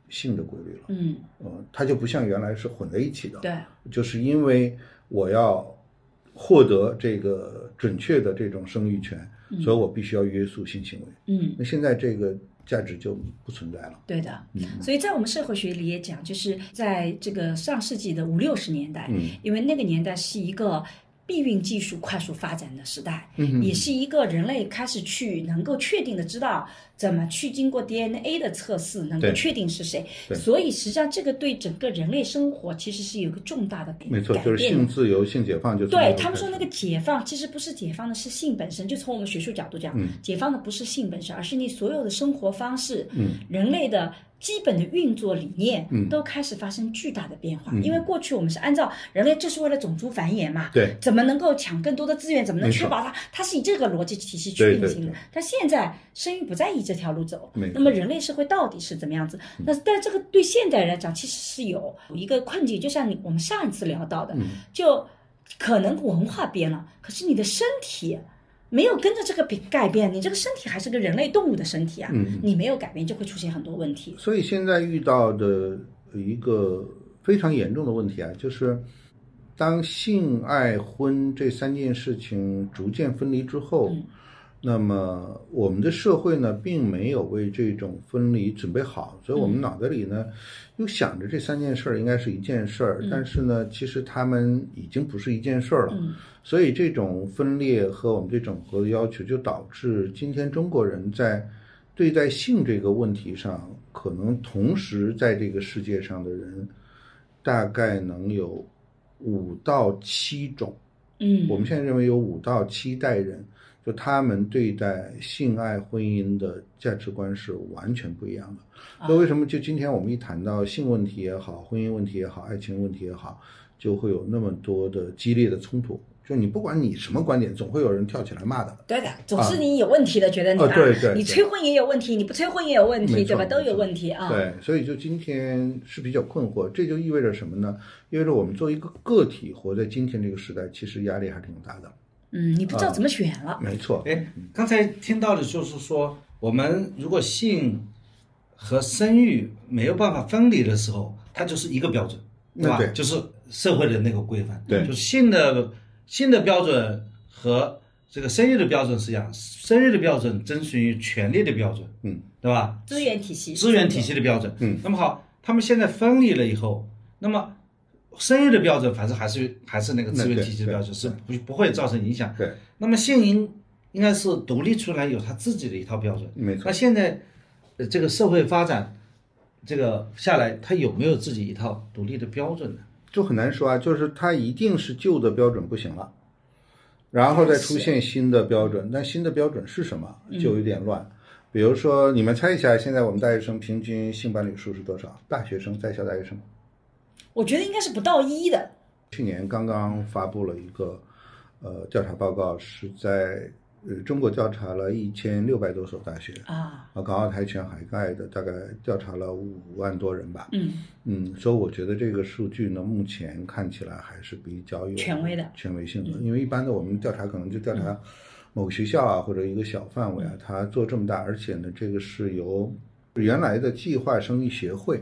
Speaker 3: 性的规律了。
Speaker 1: 嗯，
Speaker 3: 嗯，它就不像原来是混在一起的。
Speaker 1: 对，
Speaker 3: 就是因为我要获得这个准确的这种生育权，所以我必须要约束性行为。
Speaker 1: 嗯。
Speaker 3: 那现在这个价值就不存在了。
Speaker 1: 对的，
Speaker 3: 嗯
Speaker 1: 所以在我们社会学里也讲，就是在这个上世纪的五六十年代，
Speaker 3: 嗯
Speaker 1: 因为那个年代是一个避孕技术快速发展的时代，
Speaker 3: 嗯
Speaker 1: 也是一个人类开始去能够确定的知道怎么去经过 DNA 的测试能够
Speaker 3: 对
Speaker 1: 确定是谁。
Speaker 3: 对
Speaker 1: 所以实际上这个对整个人类生活其实是有一个重大的改
Speaker 3: 没错，
Speaker 1: 改
Speaker 3: 就是
Speaker 1: 变
Speaker 3: 性
Speaker 1: 的
Speaker 3: 自由、性解放，就从
Speaker 1: 对
Speaker 3: 那个
Speaker 1: 他们
Speaker 3: 开
Speaker 1: 说
Speaker 3: 始
Speaker 1: 那个解放其实不是解放的是性本身，就从我们学术角度讲，
Speaker 3: 嗯
Speaker 1: 解放的不是性本身，而是你所有的生活方式，
Speaker 3: 嗯
Speaker 1: 人类的。基本的运作理念
Speaker 3: 嗯
Speaker 1: 都开始发生巨大的变化，
Speaker 3: 嗯
Speaker 1: 因为过去我们是按照人类就是为了种族繁衍嘛，
Speaker 3: 对
Speaker 1: 怎么能够抢更多的资源，怎么能
Speaker 3: 没错
Speaker 1: 确保它？它是以这个逻辑体系去
Speaker 3: 对
Speaker 1: 运
Speaker 3: 对
Speaker 1: 行的
Speaker 3: 对。
Speaker 1: 但现在生育不再以这条路走
Speaker 3: 没，
Speaker 1: 那么
Speaker 3: 错嗯
Speaker 1: 人类社会到底是怎么样子？那但这个对现代人来讲，其实是有有一个困境，就像你我们上一次聊到
Speaker 3: 嗯
Speaker 1: 的，就可能文化变了，可是你的身体没有跟着这个变改变，你这个身体还是个人类动物的身体啊，
Speaker 3: 嗯
Speaker 1: 你没有改变就会出现很多问题。
Speaker 3: 所以现在遇到的一个非常严重的问题啊，就是当性爱婚这三件事情逐渐分离之后，
Speaker 1: 嗯
Speaker 3: 那么我们的社会呢，并没有为这种分离准备好，所以我
Speaker 1: 嗯
Speaker 3: 们脑袋里呢，又想着这三件事儿应该是一件事儿，
Speaker 1: 嗯
Speaker 3: 但是呢，其实他们已经不是一件事儿了。
Speaker 1: 嗯
Speaker 3: 所以这种分裂和我们对整合的要求，就导致今天中国人在对待性这个问题上，可能同时在这个世界上的人，大概能有五到七种。
Speaker 1: 嗯，
Speaker 3: 我们现在认为有五到七代人，就他们对待性爱、婚姻的价值观是完全不一样
Speaker 1: 啊
Speaker 3: 的。所以为什么就今天我们一谈到性问题也好，婚姻问题也好，爱情问题也好，就会有那么多的激烈的冲突？就你不管你什么观点，总会有人跳起来骂的。
Speaker 1: 对的，总是你有问题的，觉得你
Speaker 3: 啊
Speaker 1: 啊
Speaker 3: 对对
Speaker 1: 你
Speaker 3: 对
Speaker 1: 催婚也有问题，你不催婚也有问题，
Speaker 3: 没
Speaker 1: 对吧？
Speaker 3: 错
Speaker 1: 都有
Speaker 3: 没错
Speaker 1: 问题啊。
Speaker 3: 对，所以就今天是比较困惑，这就意味着什么呢？意味着我们作为一个个体活在今天这个时代，其实压力还挺大的。
Speaker 1: 嗯，你不知道怎么选了。
Speaker 3: 没错，
Speaker 4: 哎，刚才听到的就是说，我们如果性和生育没有办法分离的时候，它就是一个标准，对吧？
Speaker 3: 嗯对
Speaker 4: 就是社会的那个规范，
Speaker 3: 对
Speaker 4: 就是性的性的标准和这个生育的标准是一样，生育的标准遵循于权利的标准，
Speaker 3: 嗯，
Speaker 4: 对吧？
Speaker 1: 资源体系，
Speaker 4: 资源体系的标准。
Speaker 3: 嗯，
Speaker 4: 那么好，他们现在分离了以后，那么生育的标准反正还是还是那个资源体系的标准，
Speaker 3: 那对
Speaker 4: 是不不会造成影响。
Speaker 3: 对，
Speaker 4: 那么性应应该是独立出来，有他自己的一套标准。
Speaker 3: 没错
Speaker 4: 那现在呃这个社会发展，这个下来，他有没有自己一套独立的标准呢？
Speaker 3: 就很难说啊，就是它一定是旧的标准不行了，然后再出现新的标准，但新的标准是什么就有点乱。比如说，你们猜一下，现在我们大学生平均性伴侣数是多少？大学生在校大学生，
Speaker 1: 我觉得应该是不到一的。
Speaker 3: 去年刚刚发布了一个呃调查报告，是在呃中国调查了一千六百多所大学，
Speaker 1: 啊，
Speaker 3: 啊，港澳台全涵盖的大概调查了五万多人吧。
Speaker 1: 嗯
Speaker 3: 嗯，所以我觉得这个数据呢，目前看起来还是比较有
Speaker 1: 权威的嗯
Speaker 3: 权威性的。因为一般的我们调查可能就调查某个学校啊，或者一个小范
Speaker 1: 嗯
Speaker 3: 围啊，它做这么大，而且呢，这个是由原来的计划生育协会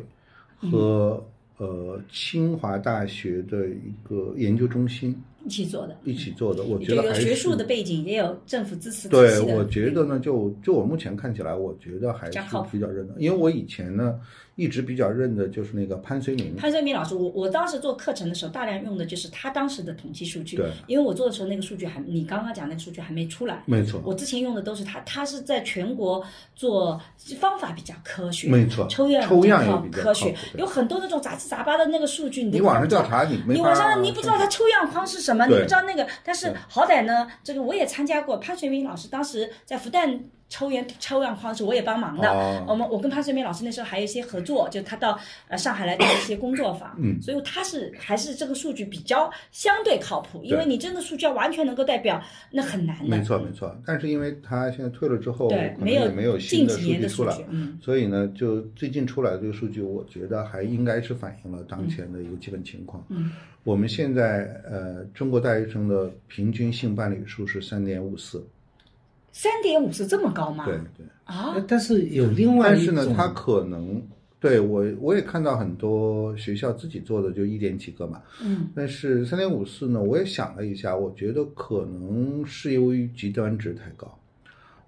Speaker 1: 嗯
Speaker 3: 和呃清华大学的一个研究中心
Speaker 1: 一起做的，
Speaker 3: 一起做的，我
Speaker 1: 就
Speaker 3: 觉得
Speaker 1: 有
Speaker 3: 还是
Speaker 1: 学术的背景，也有政府支持体
Speaker 3: 对
Speaker 1: 系，的嗯
Speaker 3: 我觉得呢，就就我目前看起来，我觉得还
Speaker 1: 比
Speaker 3: 是
Speaker 1: 较靠谱
Speaker 3: 比较认的，因为我以前呢一直比较认的就是那个潘绥铭，
Speaker 1: 嗯潘绥铭老师，我我当时做课程的时候，大量用的就是他当时的统计数据。
Speaker 3: 对
Speaker 1: 因为我做的时候那个数据还，你刚刚讲那个数据还没出来。
Speaker 3: 没错，
Speaker 1: 我之前用的都是他，他是在全国做方法比较科学，
Speaker 3: 没错
Speaker 1: 抽样
Speaker 3: 抽样也
Speaker 1: 靠
Speaker 3: 比较
Speaker 1: 科
Speaker 3: 靠
Speaker 1: 学
Speaker 3: 谱，对
Speaker 1: 有很多那种杂七杂八的那个数据，你都
Speaker 3: 你网
Speaker 1: 搞
Speaker 3: 上
Speaker 1: 不懂
Speaker 3: 调查你没
Speaker 1: 你
Speaker 3: 法
Speaker 1: 晚上你不知道他抽样框是什么，你
Speaker 3: 对
Speaker 1: 不知道那个，但是
Speaker 3: 对
Speaker 1: 好歹呢，这个我也参加过潘绥铭老师当时在复旦抽样抽样框时，我也帮忙的。
Speaker 3: 哦
Speaker 1: 我们我跟潘绥铭老师那时候还有一些合作，就他到呃上海来做一些工作坊，
Speaker 3: 嗯
Speaker 1: 所以他是还是这个数据比较相对靠谱，因为
Speaker 3: 对
Speaker 1: 你真的数据要完全能够代表，那很难的。
Speaker 3: 没错没错，但是因为他现在退了之后，
Speaker 1: 对，
Speaker 3: 可能
Speaker 1: 有
Speaker 3: 也没有
Speaker 1: 近
Speaker 3: 新的
Speaker 1: 几
Speaker 3: 数
Speaker 1: 年
Speaker 3: 据
Speaker 1: 的
Speaker 3: 出
Speaker 1: 数
Speaker 3: 来
Speaker 1: 据，，嗯。
Speaker 3: 所以呢，就最近出来的这个数据，我觉得还应该是反映了当前的一个基本情况。
Speaker 1: 嗯，
Speaker 3: 我们现在呃，中国大学生的平均性伴侣数是三点五四，
Speaker 1: 三点五是这么高吗？
Speaker 3: 对对。
Speaker 1: 啊，
Speaker 4: 呃但是有另外
Speaker 3: 但
Speaker 4: 一
Speaker 3: 是
Speaker 4: 种，
Speaker 3: 呢，他可能对我我也看到很多学校自己做的就一点几个嘛，
Speaker 1: 嗯
Speaker 3: 但是三点五四呢，我也想了一下，我觉得可能是由于极端值太高，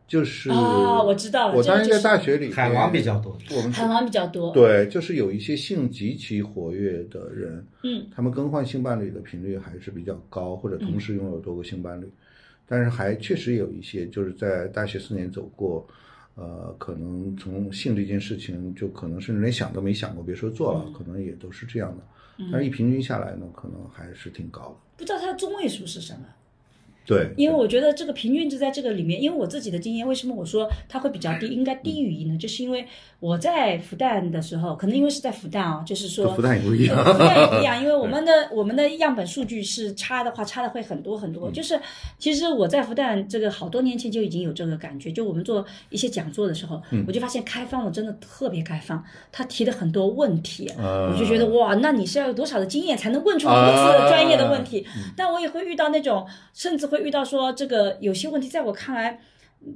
Speaker 3: 就是
Speaker 1: 哦我知道了
Speaker 3: 我
Speaker 1: 这个
Speaker 3: 当时
Speaker 1: 就
Speaker 3: 在
Speaker 1: 是
Speaker 3: 大学里面
Speaker 4: 海王比较多，
Speaker 3: 我们是
Speaker 1: 海王比较多。，
Speaker 3: 嗯对，就是有一些性极其活跃的人，
Speaker 1: 嗯，
Speaker 3: 他们更换性伴侣的频率还是比较高，或者同时拥有多个性伴侣，但是还确实有一些就是在大学四年走过，呃，可能从性这件事情，就可能甚至连想都没想过，别说做了，可能也都是这样的。
Speaker 1: 嗯
Speaker 3: 但是一平均下来呢，可能还是挺高的。
Speaker 1: 不知道它的中位数是什么。
Speaker 3: 对，
Speaker 1: 因为我觉得这个平均值在这个里面，因为我自己的经验，为什么我说它会比较低，
Speaker 3: 嗯
Speaker 1: 应该低于一呢？就是因为我在复旦的时候，可能因为是在复旦啊，就是说
Speaker 3: 跟复旦也不一样。
Speaker 1: 不太一
Speaker 3: [LAUGHS]
Speaker 1: 样，因为我们的我们的样本数据是差的话，差的会很多很多。
Speaker 3: 嗯
Speaker 1: 就是其实我在复旦这个好多年前就已经有这个感觉，就我们做一些讲座的时候，
Speaker 3: 嗯
Speaker 1: 我就发现开放了真的特别开放，他提的很多问题，
Speaker 3: 我
Speaker 1: 我就觉得哇，那你是要有多少的经验才能问
Speaker 3: 啊
Speaker 1: 出如此专业的问题？
Speaker 3: 嗯
Speaker 1: 但我也会遇到那种，甚至会遇到说这个有些问题，在我看来。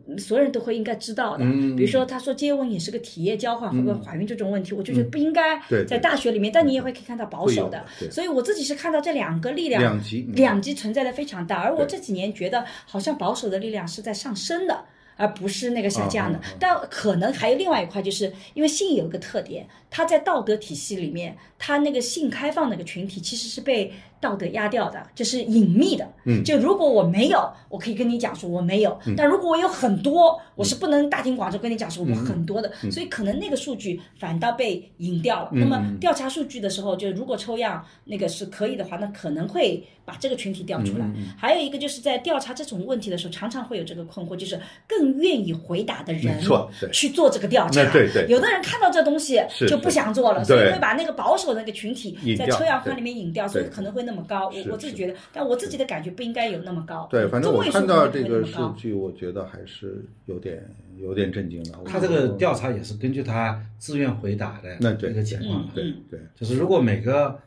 Speaker 1: 嗯所有人都会应该知道的，
Speaker 3: 嗯
Speaker 1: 比如说他说接吻也是个体液交换，会不会怀孕这种问题，我就觉得不应该
Speaker 3: 对对
Speaker 1: 在大学里面，但你也会可以看到保
Speaker 3: 会有
Speaker 1: 守
Speaker 3: 的
Speaker 1: 的，
Speaker 3: 对
Speaker 1: 所以我自己是看到这两个力量，
Speaker 3: 两级，嗯
Speaker 1: 两极存在的非常大，而我
Speaker 3: 对
Speaker 1: 这几年觉得好像保守的力量是在上升的。而不是那个下降的
Speaker 3: 啊啊啊，
Speaker 1: 但可能还有另外一块，就是因为性有一个特点，它在道德体系里面，它那个性开放那个群体其实是被道德压掉的，就是隐秘的。
Speaker 3: 嗯
Speaker 1: 就如果我没有，我可以跟你讲说我没有，但如果我有很多，我是不能大庭广众跟你讲说我很多的，所以可能那个数据反倒被隐掉了。那么调查数据的时候，就如果抽样那个是可以的话，那可能会把这个群体调出来。还有一个就是在调查这种问题的时候，常常会有这个困惑，就是更愿意回答的人
Speaker 3: 没错对
Speaker 1: 去做这个调查
Speaker 3: 那。对对
Speaker 1: 有的人看到这东西
Speaker 3: 是
Speaker 1: 就不想做了，
Speaker 3: 是
Speaker 1: 所以
Speaker 3: 对
Speaker 1: 会把那个保守的那个群体
Speaker 3: 引
Speaker 1: 在
Speaker 3: 掉
Speaker 1: 抽样框
Speaker 3: 对
Speaker 1: 里面引掉，所以
Speaker 3: 对
Speaker 1: 可能会那么高。我
Speaker 3: 是
Speaker 1: 我自己
Speaker 3: 是
Speaker 1: 觉得，但我自己的感觉不应该有那么高。
Speaker 3: 对，反正
Speaker 1: 中
Speaker 3: 我
Speaker 1: 位数
Speaker 3: 看
Speaker 1: 可能
Speaker 3: 到
Speaker 1: 不
Speaker 3: 这
Speaker 1: 会
Speaker 3: 个
Speaker 1: 那么
Speaker 3: 数
Speaker 1: 高
Speaker 3: 据，我觉得还是有点有点震惊了。我
Speaker 4: 他这个调，查也是根据他自愿回答的
Speaker 3: 那对
Speaker 4: 一个情况
Speaker 1: 嗯，
Speaker 3: 对对，
Speaker 4: 就是如果每个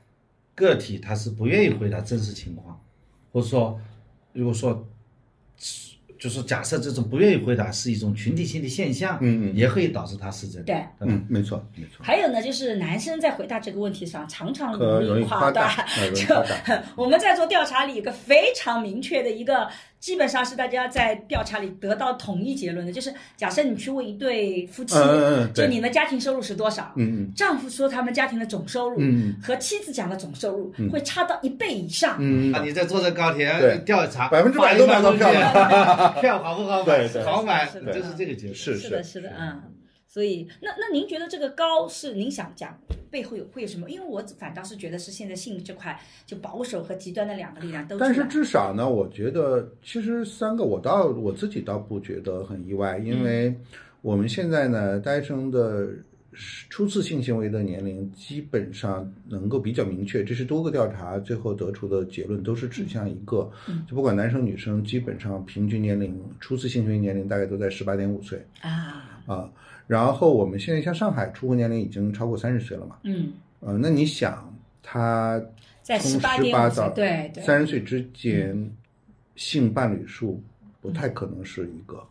Speaker 4: 个体他是不愿意回答真实情况，或者说，如果说，就是假设这种不愿意回答是一种群体性的现象，
Speaker 3: 嗯嗯
Speaker 4: 也可以导致他失真，
Speaker 1: 对
Speaker 4: 吧
Speaker 3: 嗯，没错没错，
Speaker 1: 还有呢，就是男生在回答这个问题上常常
Speaker 3: 可容易夸
Speaker 1: 夸
Speaker 3: 大，呃容易夸
Speaker 1: 就。
Speaker 3: 大
Speaker 1: [LAUGHS] 我们在做调查里有个非常明确的一个，基本上是大家在调查里得到统一结论的，就是假设你去问一对夫妻，
Speaker 3: 嗯嗯嗯
Speaker 1: 就
Speaker 3: 对
Speaker 1: 你们家庭收入是多少，
Speaker 3: 嗯嗯
Speaker 1: 丈夫说他们家庭的总收入、
Speaker 3: 嗯
Speaker 1: 和妻子讲的总收入、会差到一倍以上。
Speaker 3: 嗯
Speaker 4: 啊，你在坐着高铁
Speaker 3: 对
Speaker 4: 调查，
Speaker 3: 百分之百都买到票
Speaker 4: 了，票好不好买
Speaker 3: 对？对
Speaker 4: 好买，
Speaker 1: 是
Speaker 3: 的
Speaker 4: 就是这个结果。
Speaker 3: 是
Speaker 1: 是的，是的，嗯。所以，那那您觉得这个高是您想讲背后有会有什么？因为我反倒是觉得是现在性这块就保守和极端的两个力量都出啊来
Speaker 3: 但
Speaker 1: 了。
Speaker 3: 是至少呢，我觉得其实三个我倒我自己倒不觉得很意外，因为我们现在呢，大学生的初次性行为的年龄基本上能够比较明确，这是多个调查最后得出的结论，都是指向一个，就不管男生女生，基本上平均年龄初次性行为年龄大概都在十八点五岁
Speaker 1: 啊，
Speaker 3: 啊。然后我们现在像上海初婚年龄已经超过三十岁了嘛，
Speaker 1: 嗯，
Speaker 3: 呃，那你想他
Speaker 1: 在
Speaker 3: 从
Speaker 1: 十
Speaker 3: 十
Speaker 1: 八
Speaker 3: 八
Speaker 1: 点五岁
Speaker 3: 到，
Speaker 1: 对对，
Speaker 3: 三十岁之间，性伴侣数不太可能是一个。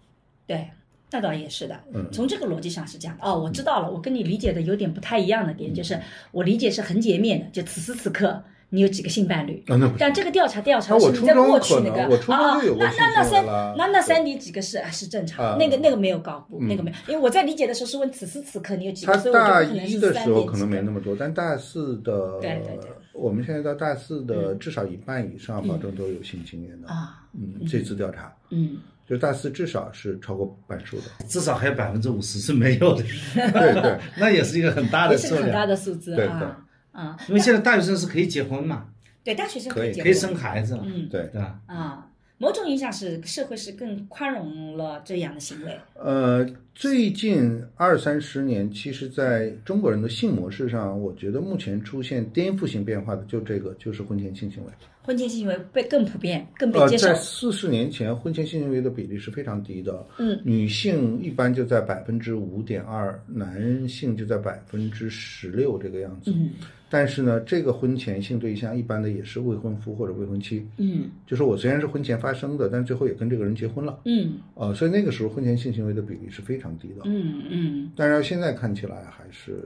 Speaker 1: 对，那倒也是的。
Speaker 3: 嗯
Speaker 1: 从这个逻辑上是这样的。哦，我知道了，我跟你理解的有点不太一样的点，
Speaker 3: 嗯
Speaker 1: 就是我理解是横截面的，就此时此刻你有几个性伴侣。
Speaker 3: 啊，那不
Speaker 1: 但这个调查调查
Speaker 3: 啊
Speaker 1: 是
Speaker 3: 我
Speaker 1: 你
Speaker 3: 初
Speaker 1: 在
Speaker 3: 中
Speaker 1: 过
Speaker 3: 可
Speaker 1: 去那
Speaker 3: 能
Speaker 1: 个
Speaker 3: 我初中
Speaker 1: 啊，
Speaker 3: 就有过
Speaker 1: 那
Speaker 3: 性
Speaker 1: 那那
Speaker 3: 行为
Speaker 1: 三
Speaker 3: 了
Speaker 1: 那那
Speaker 3: 啊对
Speaker 1: 三点几个是啊是正常，
Speaker 3: 啊
Speaker 1: 那个那个没有高估，
Speaker 3: 嗯
Speaker 1: 那个没有，因为我在理解的时候是问此时此刻你有几
Speaker 3: 他
Speaker 1: 个，所以我就
Speaker 3: 大
Speaker 1: 不可能
Speaker 3: 一
Speaker 1: 是
Speaker 3: 的
Speaker 1: 三
Speaker 3: 时候
Speaker 1: 点
Speaker 3: 可
Speaker 1: 几
Speaker 3: 能没
Speaker 1: 个
Speaker 3: 那。么多，但大四的
Speaker 1: 对对对，
Speaker 3: 我们现在到大四的至少一半以上，
Speaker 1: 嗯
Speaker 3: 保证都有性经验的。
Speaker 1: 啊，
Speaker 3: 嗯，这次调查
Speaker 1: 嗯，
Speaker 3: 就大四至少是超过半数的。
Speaker 4: 至少还有百分之五十是没有的，
Speaker 3: 对对，
Speaker 4: [LAUGHS] 那也是一个很大的
Speaker 1: 也是
Speaker 4: 数
Speaker 1: 个很大
Speaker 4: 量。
Speaker 1: 的数字
Speaker 3: 对
Speaker 1: 啊啊，
Speaker 4: 因为现在大学生是可以结婚嘛，
Speaker 1: 对，大学生
Speaker 3: 可以
Speaker 1: 结
Speaker 4: 可以
Speaker 1: 婚
Speaker 4: 生孩子了，
Speaker 1: 嗯
Speaker 3: 对
Speaker 4: 对吧？
Speaker 1: 啊，某种意义上是社会是更宽容了这样的行为。
Speaker 3: 呃，最近二三十年，其实在中国人的性模式上，我觉得目前出现颠覆性变化的，就这个，就是婚前性行为。
Speaker 1: 婚前性行为被更普遍、更被
Speaker 3: 呃，
Speaker 1: 接受
Speaker 3: 在。四十年前，婚前性行为的比例是非常低的，
Speaker 1: 嗯，
Speaker 3: 女性一般就在百分之五点二，男性就在百分之十六这个样子。
Speaker 1: 嗯
Speaker 3: 但是呢，这个婚前性对象一般的也是未婚夫或者未婚妻，
Speaker 1: 嗯
Speaker 3: 就是我虽然是婚前发生的，但最后也跟这个人结婚了，
Speaker 1: 嗯
Speaker 3: 呃，所以那个时候婚前性行为的比例是非常低的。
Speaker 1: 嗯嗯，
Speaker 3: 但是现在看起来还是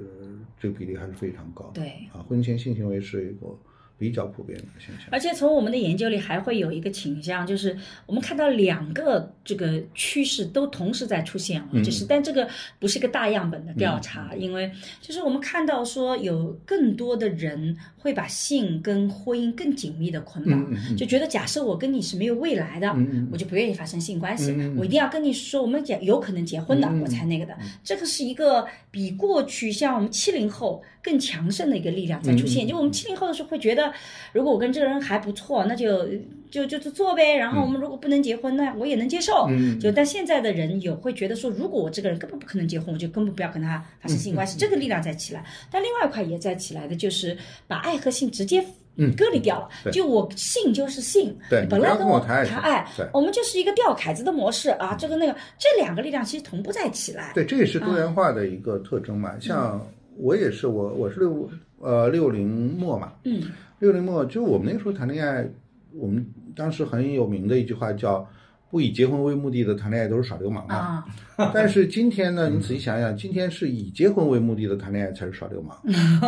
Speaker 3: 这个比例还是非常高的。
Speaker 1: 对
Speaker 3: 啊，婚前性行为是一个比较普遍的现象。
Speaker 1: 而且从我们的研究里还会有一个倾向，就是我们看到两个这个趋势都同时在出现啊，
Speaker 3: 嗯
Speaker 1: 就是但这个不是个大样本的调查，因为就是我们看到说有更多的人会把性跟婚姻更紧密的捆绑，
Speaker 3: 嗯嗯
Speaker 1: 就觉得假设我跟你是没有未来的，
Speaker 3: 嗯嗯
Speaker 1: 我就不愿意发生性关系，
Speaker 3: 嗯嗯
Speaker 1: 我一定要跟你说我们结有可能结婚的，
Speaker 3: 嗯嗯
Speaker 1: 我才那个的。这个是一个比过去像我们七零后更强盛的一个力量在出现。
Speaker 3: 嗯嗯
Speaker 1: 就我们七零后的时候会觉得，如果我跟这个人还不错，那就就就就做呗。然后我们如果不能结婚，那我也能接受。
Speaker 3: 嗯
Speaker 1: 就但现在的人有会觉得说，如果我这个人根本不可能结婚，我就根本不要跟他发生性
Speaker 3: 嗯
Speaker 1: 关系，这个力量在起来。但另外一块也在起来的，就是把爱和性直接
Speaker 3: 嗯
Speaker 1: 割离掉了。
Speaker 3: 对
Speaker 1: 就我性就是性，
Speaker 3: 对
Speaker 1: 你
Speaker 3: 你
Speaker 1: 本
Speaker 3: 不
Speaker 1: 来
Speaker 3: 要
Speaker 1: 跟
Speaker 3: 跟我谈
Speaker 1: 谈
Speaker 3: 爱情
Speaker 1: 爱
Speaker 3: 对，
Speaker 1: 我们就是一个吊凯子的模式啊。这个那个，这两个力量其实同步在起来。
Speaker 3: 对，这也是多
Speaker 1: 嗯
Speaker 3: 元化的一个特征嘛。像我也是，我我是六呃六零末嘛，
Speaker 1: 嗯，
Speaker 3: 六零末就我们那时候谈恋爱，我们当时很有名的一句话叫“不以结婚为目的的谈恋爱都是耍流氓”嘛。
Speaker 1: 啊，
Speaker 3: 但是今天
Speaker 1: 嗯
Speaker 3: 呢，你仔细想想，今天是以结婚为目的的谈恋爱才是耍流氓。 [LAUGHS]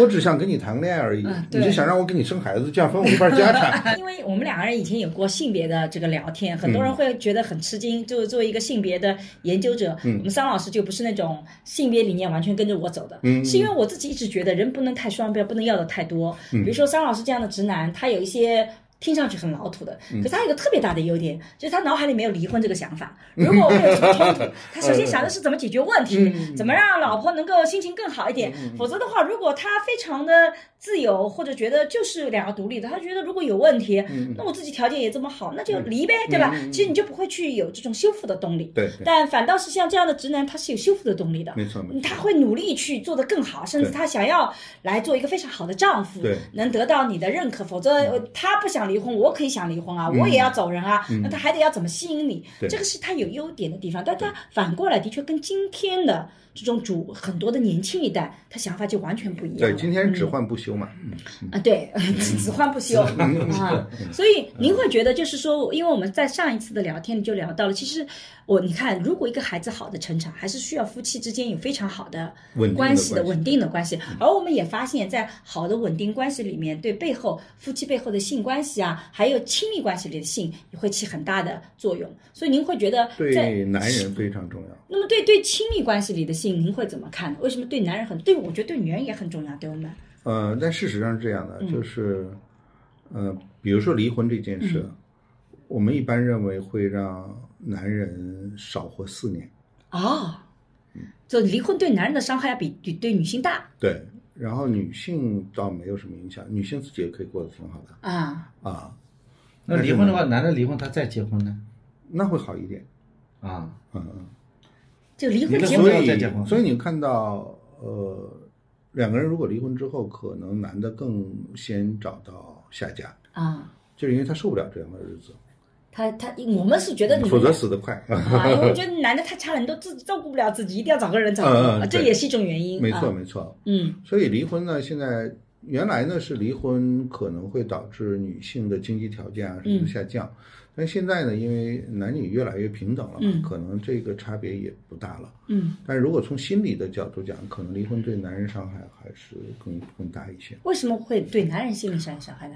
Speaker 3: 我只想跟你谈个恋爱而已
Speaker 1: 嗯，对
Speaker 3: 你是想让我跟你生孩子，这样分我一半家
Speaker 1: [LAUGHS]
Speaker 3: 产。
Speaker 1: 因为我们两个人以前有过性别的这个聊天，很
Speaker 3: 嗯
Speaker 1: 多人会觉得很吃惊。就作为一个性别的研究者，
Speaker 3: 嗯
Speaker 1: 我们桑老师就不是那种性别理念完全跟着我走的，
Speaker 3: 嗯嗯
Speaker 1: 是因为我自己一直觉得人不能太双标，不能要的太多。比如说桑老师这样的直男，他有一些。听上去很老土的，
Speaker 3: 嗯
Speaker 1: 可是他有一个特别大的优点，就是他脑海里没有离婚这个想法。
Speaker 3: 嗯
Speaker 1: 如果我们有什么冲
Speaker 3: [LAUGHS]
Speaker 1: 突，他首先想的是怎么解决问题，
Speaker 3: 嗯
Speaker 1: 怎么让老婆能够心情更好一点。否则的话，如果他非常的自由，或者觉得就是两个独立的，他觉得如果有问题，
Speaker 3: 嗯
Speaker 1: 那我自己条件也这么好，那就离呗，对吧？其实你就不会去有这种修复的动力。
Speaker 3: 对，对
Speaker 1: 但反倒是像这样的直男，他是有修复的动力的。
Speaker 3: 没错没错。
Speaker 1: 他嗯会努力去做得更好，甚至
Speaker 3: 对
Speaker 1: 他想要来做一个非常好的丈夫
Speaker 3: 对，嗯
Speaker 1: 能得到你的认可。否则呃他不想离婚，我可以想离婚啊，我也要走人啊。那他还得要怎么吸引你？
Speaker 3: 嗯对
Speaker 1: 这个是他有优点的地方，但他反过来的确跟今天的这种主很多的年轻一代，他想法就完全不一样了。
Speaker 3: 对，今天只换不休嘛。嗯
Speaker 1: 啊，对， [LAUGHS] 只换不休 [LAUGHS] 啊。所以您会觉得，就是说，因为我们在上一次的聊天里就聊到了，其实我你看，如果一个孩子好的成长，还是需要夫妻之间有非常好的
Speaker 3: 稳定的
Speaker 1: 关系的
Speaker 3: 关系嗯
Speaker 1: 稳定的关系。而我们也发现，在好的稳定关系里面，对背后夫妻背后的性关系啊，还有亲密关系里的性，也会起很大的作用。所以您会觉得在。
Speaker 3: 对男人非常重要。
Speaker 1: 那么对对亲密关系里的性，您会怎么看呢？为什么对男人很对？我觉得对女人也很重要，对我们。
Speaker 3: 呃，但事实上是这样的，
Speaker 1: 嗯
Speaker 3: 就是，呃，比如说离婚这件事，
Speaker 1: 嗯
Speaker 3: 我们一般认为会让男人少活四年，
Speaker 1: 哦，就离婚对男人的伤害要比比对女性大
Speaker 3: 对，然后女性倒没有什么影响，女性自己也可以过得挺好的
Speaker 1: 啊。
Speaker 3: 啊，
Speaker 4: 那离婚的话，男的离婚他再结婚呢？
Speaker 3: 那会好一点，
Speaker 4: 啊，
Speaker 3: 嗯嗯，
Speaker 1: 就离婚
Speaker 4: 你的
Speaker 1: 结
Speaker 4: 婚
Speaker 1: 婚
Speaker 3: 所
Speaker 4: 要再结
Speaker 3: 以
Speaker 4: 婚
Speaker 3: 所以你看到呃，两个人如果离婚之后，可能男的更先找到下家，
Speaker 1: 啊，
Speaker 3: 就是因为他受不了这样的日子，
Speaker 1: 他他我们是觉得你
Speaker 3: 否
Speaker 1: 们
Speaker 3: 则死得快。
Speaker 1: 啊，因为我觉得男的太差了，你都自己照顾不了自己，一定要找个人照顾，
Speaker 3: 嗯嗯
Speaker 1: 啊这
Speaker 3: 对
Speaker 1: 也是一种原因。
Speaker 3: [LAUGHS] 没错
Speaker 1: 啊，
Speaker 3: 没错，
Speaker 1: 嗯
Speaker 3: 所以离婚呢，现在原来呢是离婚可能会导致女性的经济条件啊什么的下降，但现在呢，因为男女越来越平等了嘛，
Speaker 1: 嗯
Speaker 3: 可能这个差别也不大了。
Speaker 1: 嗯，
Speaker 3: 但如果从心理的角度讲，可能离婚对男人伤害还是更更大一些。
Speaker 1: 为什么会对男人心理上有伤害呢？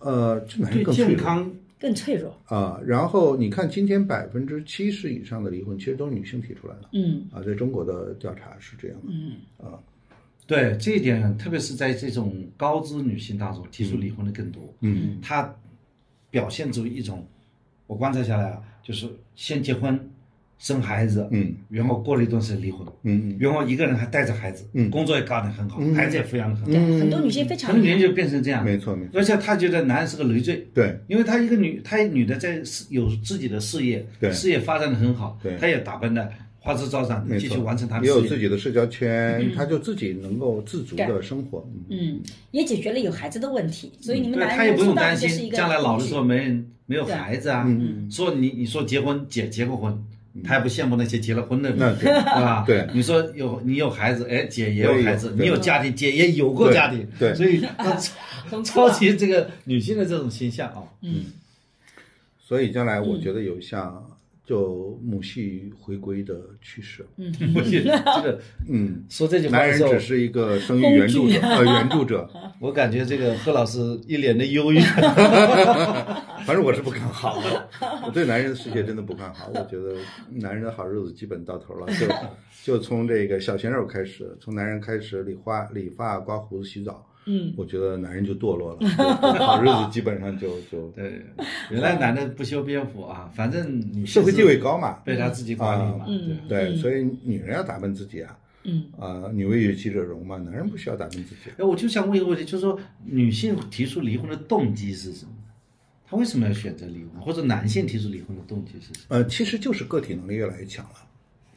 Speaker 3: 呃，这男人
Speaker 4: 对
Speaker 3: 更脆
Speaker 4: 健
Speaker 3: 弱
Speaker 4: 康
Speaker 1: 更脆弱。
Speaker 3: 啊、然后你看，今天百分之七十以上的离婚其实都是女性提出来的
Speaker 1: 嗯
Speaker 3: 啊，在中国的调查是这样的。
Speaker 1: 嗯
Speaker 4: 对这一点，特别是在这种高知女性当中，提出离婚的更多。
Speaker 3: 嗯，
Speaker 4: 她表现出一种，我观察下来啊，就是先结婚，生孩子，
Speaker 3: 嗯，
Speaker 4: 然后过了一段时间离婚，
Speaker 3: 嗯
Speaker 4: 然后一个人还带着孩子，
Speaker 3: 嗯
Speaker 4: 工作也干得很好，
Speaker 3: 嗯
Speaker 4: 孩子也抚养得很好，
Speaker 1: 对，很多女性非常
Speaker 4: 很多人就变成这样。
Speaker 3: 没错没错，
Speaker 4: 而且她觉得男人是个累赘，
Speaker 3: 对
Speaker 4: 因为她一个女，她女的在事有自己的事业
Speaker 3: 对，
Speaker 4: 事业发展的很好
Speaker 3: 对，
Speaker 4: 她也打扮的花枝招展的，
Speaker 3: 没
Speaker 4: 继
Speaker 3: 错
Speaker 4: 续完成她的
Speaker 3: 也
Speaker 4: 事业。
Speaker 3: 有自己的嗯社交圈，他就自己能够自足的生活。嗯
Speaker 1: 嗯，也解决了有孩子的问题，所以你们
Speaker 4: 嗯对
Speaker 1: 男
Speaker 4: 他也
Speaker 1: 人
Speaker 4: 不用
Speaker 1: 说到
Speaker 4: 担
Speaker 1: 底就是一
Speaker 4: 心
Speaker 1: 个
Speaker 4: 将来老的时候
Speaker 1: 工具
Speaker 4: 没人没有
Speaker 1: 对
Speaker 4: 孩子啊。
Speaker 3: 嗯
Speaker 4: 说你你说结婚结结过婚，他也不羡慕那些结了婚的
Speaker 3: 那
Speaker 4: 人
Speaker 3: 对
Speaker 4: 啊。
Speaker 3: 对
Speaker 4: 你说有你有孩子，哎，姐也
Speaker 3: 我也
Speaker 4: 有
Speaker 3: 有
Speaker 4: 孩子，
Speaker 3: 对
Speaker 4: 你有家庭，姐也有过
Speaker 3: 对
Speaker 4: 家庭，
Speaker 1: [LAUGHS]
Speaker 3: 对
Speaker 4: 所以他超
Speaker 1: 很酷
Speaker 4: 超
Speaker 1: 啊
Speaker 4: 级这个女性的这种形象啊，
Speaker 1: 嗯
Speaker 3: 所以将来我觉得有像就母系回归的趋势。
Speaker 1: 嗯，
Speaker 4: 我觉得这个
Speaker 3: 嗯，
Speaker 4: [LAUGHS] 说这句话
Speaker 3: 男
Speaker 4: 的
Speaker 3: 人
Speaker 4: 时候
Speaker 3: 只，是一个生育援助者，呃，援助者，
Speaker 4: 我感觉这个贺老师一脸的
Speaker 3: [LAUGHS]
Speaker 4: 忧郁。
Speaker 3: 反正我是不看好
Speaker 1: [LAUGHS]
Speaker 3: 的，我对男人的世界真的不看好。我觉得男人的好日子基本到头了，就就从这个小鲜肉开始，从男人开始理发、理发、刮胡子、洗澡，
Speaker 1: 嗯，
Speaker 3: 我觉得男人就
Speaker 1: [LAUGHS]
Speaker 3: 堕落了，就好日子基本上就就
Speaker 4: 对，原来男的不修边幅啊，反正女
Speaker 3: 社会地位啊高嘛，
Speaker 4: 被他自己管理嘛。
Speaker 1: 嗯
Speaker 4: 对
Speaker 3: 对，所以女人要打扮自己啊，
Speaker 1: 嗯，
Speaker 3: 啊，女为悦己者容嘛，男人不需要打扮自己。啊
Speaker 4: 哎，我就想问一个问题，就是说女性提出离婚的动机是什么？她为什么要选择离婚？或者男性提出离婚的动机是什么？
Speaker 3: 呃，其实就是个体能力越来越强了。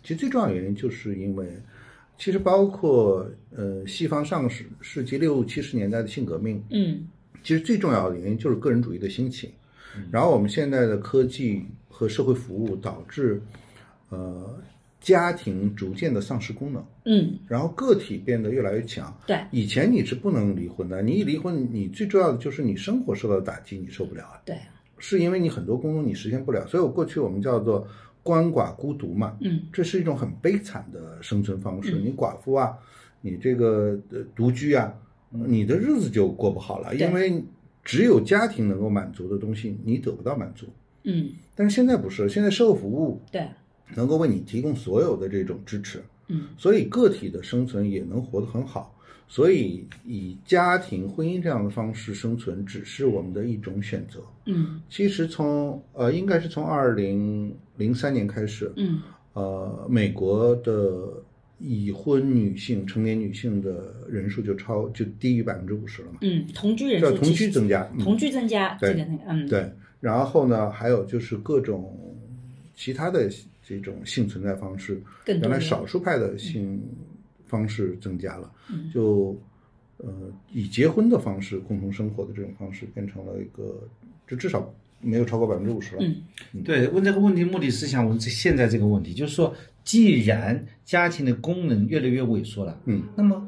Speaker 3: 其实最重要的原因就是因为，其实包括呃西方上世世纪六七十年代的性革命，
Speaker 1: 嗯，
Speaker 3: 其实最重要的原因就是个人主义的兴起。然后我们现在的科技和社会服务导致，呃，家庭逐渐的丧失功能，
Speaker 1: 嗯，
Speaker 3: 然后个体变得越来越强。
Speaker 1: 对，
Speaker 3: 以前你是不能离婚的，你一离婚，你最重要的就是你生活受到打击，你受不了啊。
Speaker 1: 对，
Speaker 3: 是因为你很多功能你实现不了，所以我过去我们叫做鳏寡孤独嘛，
Speaker 1: 嗯，
Speaker 3: 这是一种很悲惨的生存方式。你寡妇啊，你这个呃独居啊，你的日子就过不好了，
Speaker 1: 对
Speaker 3: 因为只有家庭能够满足的东西，你得不到满足。
Speaker 1: 嗯，
Speaker 3: 但是现在不是，现在社会服务
Speaker 1: 对，
Speaker 3: 能够为你提供所有的这种支持，
Speaker 1: 嗯，
Speaker 3: 所以个体的生存也能活得很好。所以以家庭、婚姻这样的方式生存，只是我们的一种选择。
Speaker 1: 嗯，
Speaker 3: 其实从呃，应该是从二零零三年开始，
Speaker 1: 嗯，
Speaker 3: 呃，美国的已婚女性、成年女性的人数就超就低于百分之五十了嘛，
Speaker 1: 嗯，同居人
Speaker 3: 叫
Speaker 1: 数
Speaker 3: 同
Speaker 1: 其
Speaker 3: 居
Speaker 1: 实
Speaker 3: 增加，嗯
Speaker 1: 同居增加，这
Speaker 3: 对
Speaker 1: 个那个，嗯，
Speaker 3: 对，然后呢，还有就是各种其他的这种性存在方式，
Speaker 1: 更多
Speaker 3: 原来
Speaker 1: 元
Speaker 3: 少数派的性方式增加了，就呃以结婚的方式共同生活的这种方式变成了一个，就至少没有超过百分之五十了。
Speaker 1: 嗯
Speaker 4: 对，问这个问题目的是想问这现在这个问题，就是说，既然家庭的功能越来越萎缩了，
Speaker 3: 嗯，
Speaker 4: 那么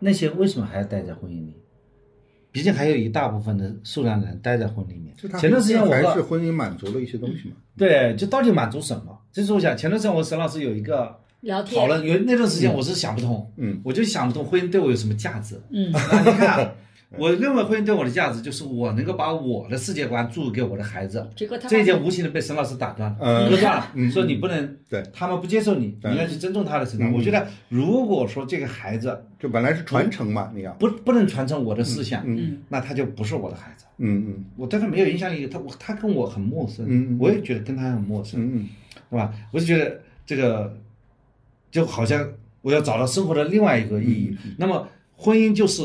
Speaker 4: 那些为什么还要待在婚姻里？毕竟还有一大部分的数量人待在婚姻里面
Speaker 3: 就他。
Speaker 4: 前段时间我
Speaker 3: 还是
Speaker 4: 和
Speaker 3: 婚姻满足了一些东西嘛。
Speaker 4: 对，就到底满足什么？这是我想，前段时间我和沈老师有一个
Speaker 1: 聊天
Speaker 4: 讨论，有那段时间我是想不通，
Speaker 3: 嗯，
Speaker 4: 我就想不通婚姻对我有什么价值。
Speaker 3: [LAUGHS]
Speaker 1: 嗯
Speaker 4: 那啊你看，我认为婚姻对我的价值就是我能够把我的世界观注入给我的孩子，
Speaker 1: 结果他
Speaker 4: 这一点无情的被沈老师打断了，
Speaker 3: 嗯
Speaker 4: 割断了，
Speaker 3: 嗯
Speaker 4: 说你不能，
Speaker 3: 对
Speaker 4: 他们不接受你，
Speaker 3: 对
Speaker 4: 你要去尊重他的成长。
Speaker 3: 嗯
Speaker 4: 我觉得，如果说这个孩子
Speaker 3: 就本来是传承嘛，你要，
Speaker 4: 不不能传承我的思想，
Speaker 1: 嗯
Speaker 4: 那他就不是我的孩子，
Speaker 3: 嗯嗯
Speaker 4: 我对他没有影响力，他我他跟我很陌
Speaker 3: 嗯
Speaker 4: 生
Speaker 3: 嗯，
Speaker 4: 我也觉得跟他很陌生，
Speaker 3: 嗯嗯，
Speaker 4: 对吧？我就觉得这个就好像我要找到生活的另外一个意
Speaker 3: 嗯
Speaker 4: 义。那么婚姻就是，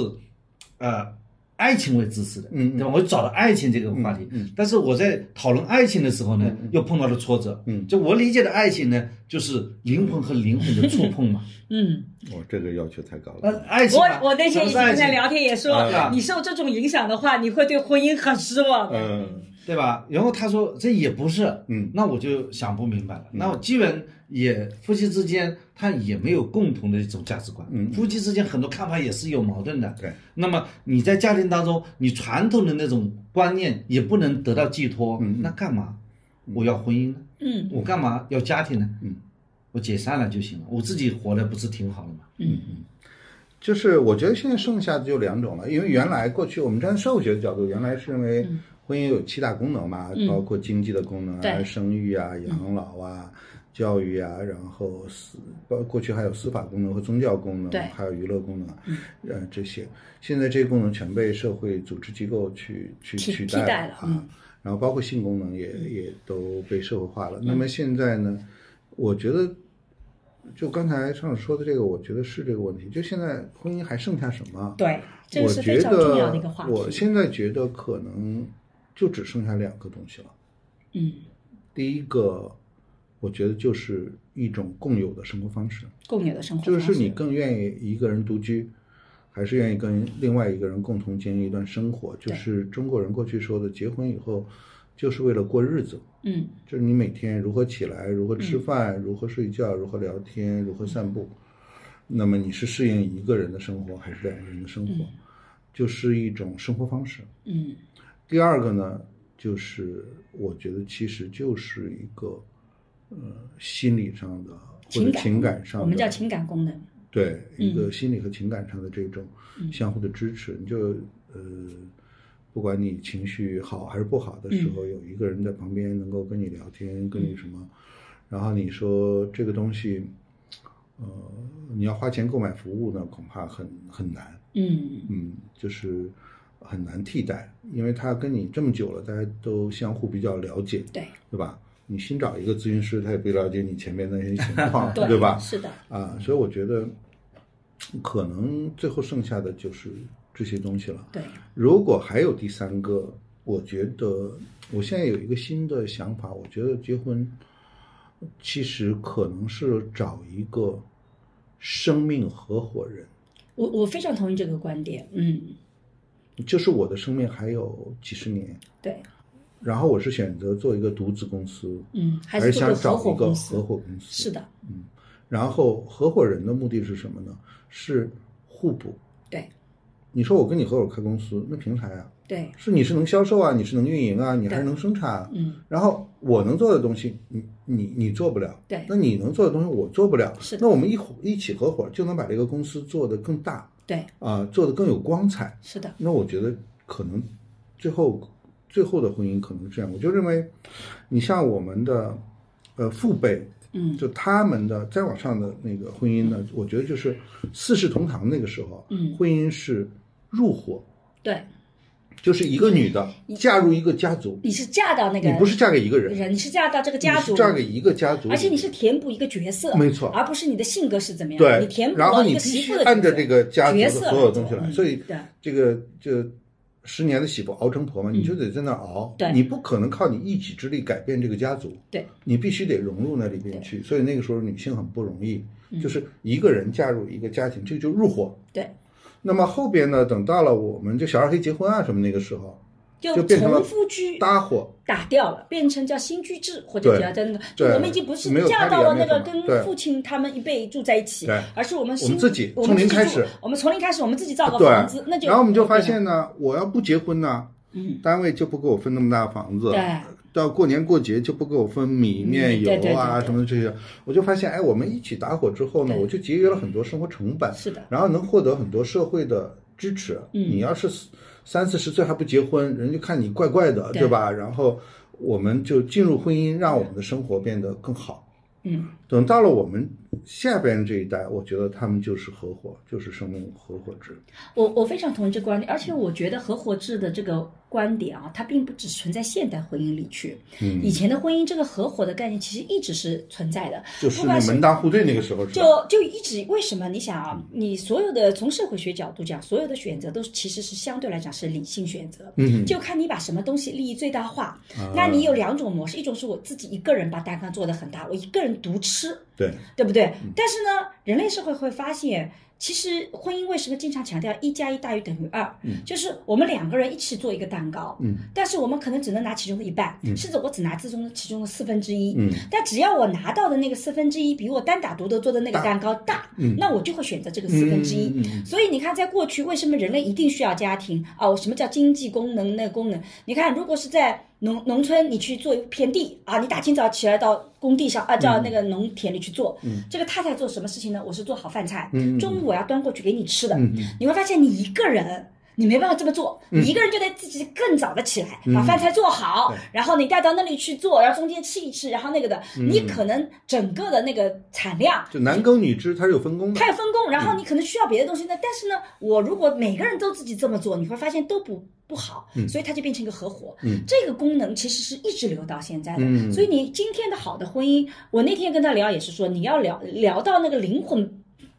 Speaker 4: 呃。爱情为支持的，
Speaker 3: 嗯嗯
Speaker 4: 对吧？我就找到爱情这个话题，
Speaker 3: 嗯嗯
Speaker 4: 但是我在讨论爱情的时候呢，又碰到了挫折。
Speaker 3: 嗯
Speaker 4: 就我理解的爱情呢，就是灵魂和灵魂的触碰
Speaker 3: [LAUGHS]
Speaker 4: 嘛。
Speaker 1: 嗯，
Speaker 3: 我哦这个要求太高
Speaker 4: 那
Speaker 3: 了。
Speaker 4: 爱情嘛，
Speaker 1: 我我那
Speaker 4: 什
Speaker 1: 天
Speaker 4: 么
Speaker 1: 一
Speaker 4: 是
Speaker 1: 直跟他
Speaker 4: 爱情，
Speaker 1: 聊天也说
Speaker 4: 啊，
Speaker 1: 你受这种影响的话，你会对婚姻很失望的。
Speaker 3: 嗯
Speaker 4: 对吧？然后他说这也不是，
Speaker 3: 嗯
Speaker 4: 那我就想不明白了。那我基本也夫妻之间他也没有共同的一种价值观，
Speaker 3: 嗯
Speaker 4: 夫妻之间很多看法也是有矛盾的。
Speaker 3: 对，
Speaker 4: 那么你在家庭当中，你传统的那种观念也不能得到寄托，
Speaker 3: 嗯嗯
Speaker 4: 那干嘛我要婚姻呢？
Speaker 1: 嗯
Speaker 4: 我干嘛要家庭呢？
Speaker 3: 嗯，
Speaker 4: 我解散了就行了，我自己活的不是挺好的吗？
Speaker 1: 嗯
Speaker 3: 就是我觉得现在剩下的就两种了，因为原来过去我们站在社会学的角度，原来是认为婚姻有七大功能嘛，
Speaker 1: 嗯
Speaker 3: 包括经济的功能啊、
Speaker 1: 对嗯
Speaker 3: 生育啊、养老啊、教育啊，然后司包过去还有司法功能和宗教功
Speaker 1: 对嗯
Speaker 3: 能，还有娱乐功能啊，呃这些，现在这些功能全被社会组织机构去去
Speaker 1: 替
Speaker 3: 取
Speaker 1: 替代
Speaker 3: 代
Speaker 1: 了
Speaker 3: 啊。
Speaker 1: 嗯
Speaker 3: 然后包括性功能也也都被社会化了。
Speaker 1: 嗯
Speaker 3: 那么现在呢，我觉得就刚才上老师说的这个，我觉得是这个问题。就现在婚姻还剩下什么？
Speaker 1: 对，这个
Speaker 3: 我
Speaker 1: 是
Speaker 3: 觉
Speaker 1: 非常重要的一个
Speaker 3: 得
Speaker 1: 话
Speaker 3: 我
Speaker 1: 题。
Speaker 3: 现在觉得可能就只剩下两个东西了。
Speaker 1: 嗯，
Speaker 3: 第一个，我觉得就是一种共有的生活方式，
Speaker 1: 共有的生活
Speaker 3: 就
Speaker 1: 方式
Speaker 3: 是你更愿意一个人独居。还是愿意跟另外一个人共同经营一段生活，就
Speaker 1: 对
Speaker 3: 是中国人过去说的，结婚以后就是为了过日子，
Speaker 1: 嗯
Speaker 3: 就是你每天如何起来，如何吃饭，如何睡觉，如何聊天，如何散步。那么你是适应一个人的生活，还是两个人的生活？就是一种生活方式。
Speaker 1: 嗯
Speaker 3: 第二个呢，就是我觉得其实就是一个呃心理上的或
Speaker 1: 情
Speaker 3: 者
Speaker 1: 感
Speaker 3: 情感上的，
Speaker 1: 我们叫情感功能，
Speaker 3: 对
Speaker 1: 嗯
Speaker 3: 一个心理和情感上的这种相互的支持，你就呃，不管你情绪好还是不好的时候，有一个人在旁边能够跟你聊天，跟你什么，然后你说这个东西，呃，你要花钱购买服务呢，恐怕很很难，
Speaker 1: 嗯
Speaker 3: 嗯，就是很难替代，因为他跟你这么久了，大家都相互比较了解，
Speaker 1: 对
Speaker 3: 对吧？你新找一个咨询师，他也不了解你前面那些情
Speaker 1: [LAUGHS]
Speaker 3: 况，对吧？
Speaker 1: 是的，
Speaker 3: 啊，所以我觉得可能最后剩下的就是这些东西了。
Speaker 1: 对，
Speaker 3: 如果还有第三个，我觉得我现在有一个新的想法，我觉得结婚其实可能是找一个生命合伙人，
Speaker 1: 我我非常同意这个观点，嗯，
Speaker 3: 就是我的生命还有几十年，
Speaker 1: 对，
Speaker 3: 然后我是选择做一个独资公司，
Speaker 1: 嗯，还
Speaker 3: 还
Speaker 1: 是做
Speaker 3: 想
Speaker 1: 个合
Speaker 3: 找
Speaker 1: 伙
Speaker 3: 一个
Speaker 1: 公司，
Speaker 3: 合伙公司，
Speaker 1: 是的，
Speaker 3: 嗯，然后合伙人的目的是什么呢？是互补。
Speaker 1: 对
Speaker 3: 你说我跟你合伙开公司，那凭啥呀？
Speaker 1: 对，
Speaker 3: 是你是能销售啊，你是能运营啊，你还是能生产啊。
Speaker 1: 嗯，
Speaker 3: 然后我能做的东西，你你你做不了，
Speaker 1: 对
Speaker 3: 那你能做的东西我做不了，
Speaker 1: 是的
Speaker 3: 那我们一伙一起合伙就能把这个公司做得更大
Speaker 1: 对，
Speaker 3: 啊、做得更有光彩。
Speaker 1: 是的，
Speaker 3: 那我觉得可能最后最后的婚姻可能是这样，我就认为，你像我们的呃父辈，
Speaker 1: 嗯
Speaker 3: 就他们的再往上的那个婚姻呢，我觉得就是四世同堂那个时候，啊
Speaker 1: 嗯
Speaker 3: 婚姻是入伙，
Speaker 1: 对，
Speaker 3: 就是一个女的嫁入一个家族，
Speaker 1: 你是嫁到那嗯个
Speaker 3: 你不是嫁给一个人，
Speaker 1: 人，你是嫁到这个
Speaker 3: 你
Speaker 1: 家
Speaker 3: 是
Speaker 1: 族，
Speaker 3: 嫁给一个家族里，
Speaker 1: 而且你是填补一个角色，
Speaker 3: 没错
Speaker 1: 而不是你的性格是怎么样，你
Speaker 3: 对
Speaker 1: 填，补
Speaker 3: 然后
Speaker 1: 了一
Speaker 3: 你
Speaker 1: 个
Speaker 3: 必
Speaker 1: 媳
Speaker 3: 须
Speaker 1: 妇的
Speaker 3: 按
Speaker 1: 角
Speaker 3: 照
Speaker 1: 色
Speaker 3: 这个家族
Speaker 1: 角
Speaker 3: 的
Speaker 1: 色
Speaker 3: 所有东西
Speaker 1: 来做
Speaker 3: 来，
Speaker 1: 嗯
Speaker 3: 所以
Speaker 1: 对
Speaker 3: 这个就十年的媳妇熬成婆嘛，你就得在那儿熬，
Speaker 1: 嗯对
Speaker 3: 你不可能靠你一己之力改变这个家族，
Speaker 1: 对，
Speaker 3: 你必须得融入那里边去，所以那个时候女性很不容易，
Speaker 1: 嗯
Speaker 3: 就是一个人嫁入一个家庭，这就入伙。
Speaker 1: 对，
Speaker 3: 那么后边呢，等到了我们这小二黑结婚啊什么那个时候，
Speaker 1: 就
Speaker 3: 就变成了
Speaker 1: 从夫居
Speaker 3: 搭伙，
Speaker 1: 打掉了，变成叫新居制或者
Speaker 3: 对
Speaker 1: 叫叫那个，就
Speaker 3: 对
Speaker 1: 我们已经不是
Speaker 3: 没有
Speaker 1: 嫁
Speaker 3: 差别
Speaker 1: 到了那
Speaker 3: 没
Speaker 1: 个
Speaker 3: 有什么对
Speaker 1: 跟父亲他们一辈住在一起
Speaker 3: 对，
Speaker 1: 而是我们
Speaker 3: 我
Speaker 1: 新
Speaker 3: 们自己
Speaker 1: 我们
Speaker 3: 从零
Speaker 1: 自己
Speaker 3: 开
Speaker 1: 住
Speaker 3: 始
Speaker 1: 我们从零开始，我们自己造个
Speaker 3: 对
Speaker 1: 哦房子，那就
Speaker 3: 然后我们就发现呢，我要不结婚呢，
Speaker 1: 嗯
Speaker 3: 单位就不给我分那么大房子，
Speaker 1: 对
Speaker 3: 到过年过节就不给我分米面
Speaker 1: 嗯对对
Speaker 3: 油啊
Speaker 1: 对对
Speaker 3: 什么这些，我就发现，哎，我们一起打火之后呢，
Speaker 1: 对
Speaker 3: 我就节约了很多生活成本，
Speaker 1: 是的，
Speaker 3: 然后能获得很多社会的支持。
Speaker 1: 嗯
Speaker 3: 你要是三四十岁还不结婚，人家看你怪怪的，
Speaker 1: 对
Speaker 3: 对吧？然后我们就进入婚姻，让我们的生活变得更好。
Speaker 1: 嗯，
Speaker 3: 等到了我们下边这一代，我觉得他们就是合伙，就是生命合伙制。
Speaker 1: 我我非常同意这个观点，而且我觉得合伙制的这个观点啊，它并不只存在现代婚姻里去，
Speaker 3: 嗯
Speaker 1: 以前的婚姻这个合伙的概念其实一直是存在的，
Speaker 3: 就是
Speaker 1: 不管
Speaker 3: 那
Speaker 1: 是
Speaker 3: 门当户对那个时候是吧？
Speaker 1: 就就一直为什么？你想
Speaker 3: 嗯
Speaker 1: 啊，你所有的从社会学角度讲，所有的选择都是其实是相对来讲是理性选择，
Speaker 3: 嗯
Speaker 1: 就看你把什么东西利益最大化。
Speaker 3: 啊
Speaker 1: 那你有两种模式，一种是我自己一个人把蛋糕做得很大，我一个人独吃，
Speaker 3: 对
Speaker 1: 对不对？
Speaker 3: 嗯
Speaker 1: 但是呢，人类社会会发现，其实婚姻为什么经常强调一加一大于等于二？就是我们两个人一起做一个蛋糕，
Speaker 3: 嗯
Speaker 1: 但是我们可能只能拿其中的一半，甚至我只拿其中的其中的四分之一。
Speaker 3: 嗯
Speaker 1: 但只要我拿到的那个四分之一比我单打独斗做的那个蛋糕大，
Speaker 3: 嗯
Speaker 1: 那我就会选择这个四分之一。
Speaker 3: 嗯嗯嗯嗯
Speaker 1: 所以你看，在过去为什么人类一定需要家庭啊？我什么叫经济功能那个功能？你看，如果是在农农村，你去做一片地啊，你大清早起来到工地
Speaker 3: 嗯
Speaker 1: 上啊，到那个农田里去做，这个太太做什么事情呢？我是做好饭菜，
Speaker 3: 嗯嗯嗯
Speaker 1: 中午我要端过去给你吃的。
Speaker 3: 嗯嗯
Speaker 1: 你会发现你一个人。你没办法这么做，你一个人就得自己更早的起来，把饭菜做好，
Speaker 3: 嗯对
Speaker 1: 然后你带到那里去做，然后中间吃一吃，然后那个的，
Speaker 3: 嗯
Speaker 1: 你可能整个的那个产量
Speaker 3: 就男耕女织，它是有分工的
Speaker 1: 它。有分工，然后你可能需要别的东西呢。但是呢，我如果每个人都自己这么做，你会发现都不不好，所以它就变成一个合伙。
Speaker 3: 嗯
Speaker 1: 这个功能其实是一直留到现在的。
Speaker 3: 嗯
Speaker 1: 所以你今天的好的婚姻，我那天跟他聊也是说，你要聊聊到那个灵魂。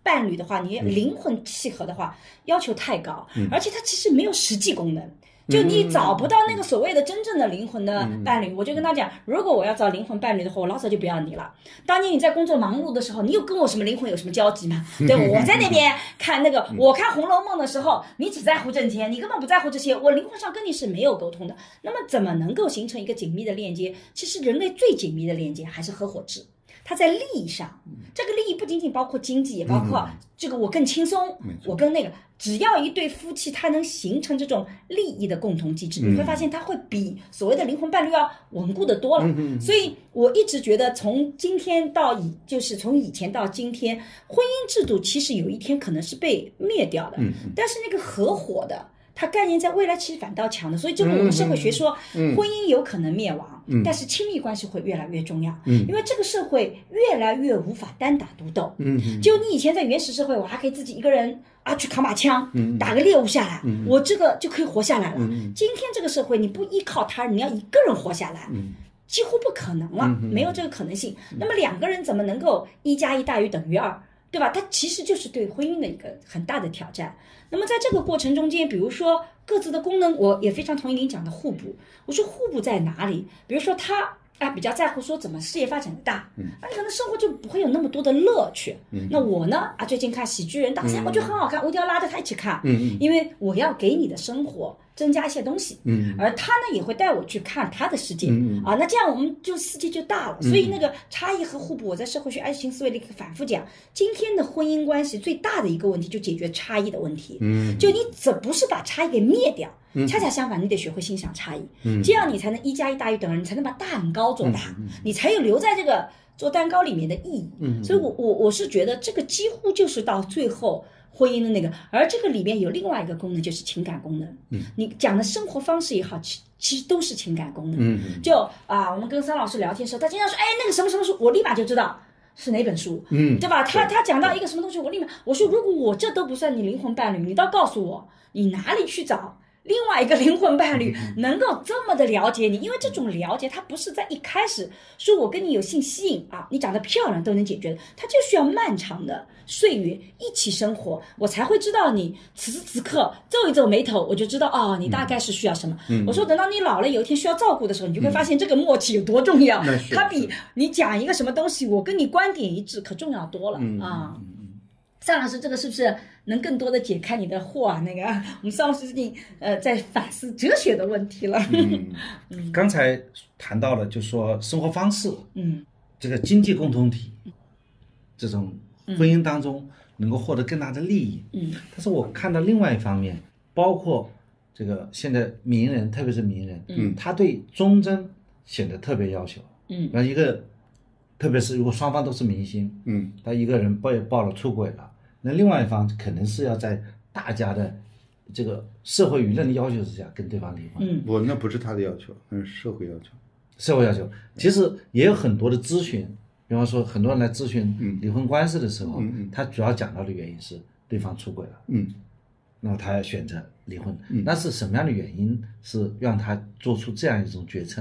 Speaker 1: 伴侣的话，
Speaker 3: 嗯
Speaker 1: 你灵魂契合的话，要求太高，而且它其实没有实际功能，
Speaker 3: 嗯
Speaker 1: 就你找不到那个所谓的真正的灵魂的伴侣。我就跟他讲，如果我要找灵魂伴侣的话，我老早就不要你了。当年你在工作忙碌的时候，你有跟我什么灵魂有什么交集吗？对吧，我在那边看那个，我看《红楼梦》的时候，你只在乎挣钱，你根本不在乎这些，我灵魂上跟你是没有沟通的。那么怎么能够形成一个紧密的链接？其实人类最紧密的链接还是合伙制。它在利益上，
Speaker 3: 嗯
Speaker 1: 这个利益不仅仅包括经济，也包括这个我更轻松
Speaker 3: 没，错
Speaker 1: 我跟那个，只要一对夫妻他能形成这种利益的共同机制，
Speaker 3: 嗯
Speaker 1: 你会发现它会比所谓的灵魂伴侣要稳固的多了。
Speaker 3: 嗯
Speaker 1: 所以我一直觉得，从今天到以，就是从以前到今天，婚姻制度其实有一天可能是被灭掉
Speaker 3: 嗯
Speaker 1: 的，但是那个合伙的。它概念在未来其实反倒强的，所以这个我们社会学说，
Speaker 3: 嗯
Speaker 1: 婚姻有可能灭亡，但是亲密关系会越来越重要，因为这个社会越来越无法单打独斗。
Speaker 3: 嗯
Speaker 1: 就你以前在原始社会，我还可以自己一个人啊去扛把枪，
Speaker 3: 嗯
Speaker 1: 打个猎物下来，我这个就可以活下来了。今天这个社会，你不依靠他人，你要一个人活下来，
Speaker 3: 嗯
Speaker 1: 几乎不可能了，没有这个可能性。那么两个人怎么能够一加一大于等于二？对吧？它其实就是对婚姻的一个很大的挑战。那么在这个过程中间，比如说各自的功能，我也非常同意您讲的互补。我说互补在哪里？比如说他啊比较在乎说怎么事业发展的大，啊可能生活就不会有那么多的乐趣。那我呢啊最近看喜剧人大赛，我觉得很好看，我一定要拉着他一起看，因为我要给你的生活增加一些东西。而他呢也会带我去看他的世界、啊，那这样我们就世界就大了。所以那个差异和互补，我在社会学爱情思维里反复讲，今天的婚姻关系最大的一个问题就解决差异的问题。
Speaker 3: 嗯
Speaker 1: 就你怎不是把差异给灭掉，恰恰相反，你得学会欣赏差异，这样你才能一加一大于等于二，你才能把蛋糕做大，你才有留在这个做蛋糕里面的意义。所以我我我是觉得这个几乎就是到最后。婚姻的那个，而这个里面有另外一个功能，就是情感功能。
Speaker 3: 嗯
Speaker 1: 你讲的生活方式也好，其其实都是情感功能。
Speaker 3: 嗯
Speaker 1: 就啊，我们跟桑老师聊天的时候，他经常说，哎，那个什么什么书，我立马就知道是哪本书，
Speaker 3: 嗯
Speaker 1: 对吧？他他讲到一个什么东西，我立马我说，如果我这都不算你灵魂伴侣，你倒告诉我，你哪里去找？另外一个灵魂伴
Speaker 3: 嗯
Speaker 1: 侣能够这么的了解你，因为这种了解，它不是在一开始说我跟你有性吸引啊，你长得漂亮都能解决的，它就需要漫长的岁月一起生活，我才会知道你此时此刻皱一皱眉头，我就知道哦，你
Speaker 3: 嗯
Speaker 1: 大概是需要什么。我说等到你老了有一天需要照顾的时候，你就会发现这个默契有多重要，
Speaker 3: 嗯那是
Speaker 1: 它比你讲一个什么东西，我跟你观点一致可重要多了、
Speaker 4: 嗯
Speaker 1: 啊。尚老师，这个是不是能更多的解开你的惑啊？那个， [LAUGHS] 我们尚老师最近呃在反思哲学的问题了。
Speaker 3: 嗯
Speaker 4: 刚才谈到了，就说生活方式，
Speaker 1: 嗯
Speaker 4: 这个经济共同体，这种婚姻当中能够获得更大的利益。
Speaker 1: 嗯
Speaker 4: 但是我看到另外一方面，包括这个现在名人，特别是名人，
Speaker 1: 嗯
Speaker 4: 他对忠贞显得特别要求。
Speaker 1: 嗯
Speaker 4: 那一个，特别是如果双方都是明星，
Speaker 3: 嗯
Speaker 4: 他一个人被爆了出轨了，那另外一方可能是要在大家的这个社会舆论的要求之下跟对方离婚。
Speaker 1: 嗯
Speaker 3: 我那不是他的要求，那是社会要求。
Speaker 4: 社会要求，其实也有很多的咨询，比方说很多人来咨询离婚官司的时候，他主要讲到的原因是对方出轨了，
Speaker 3: 嗯，
Speaker 4: 那么他要选择离婚，那是什么样的原因是让他做出这样一种决策？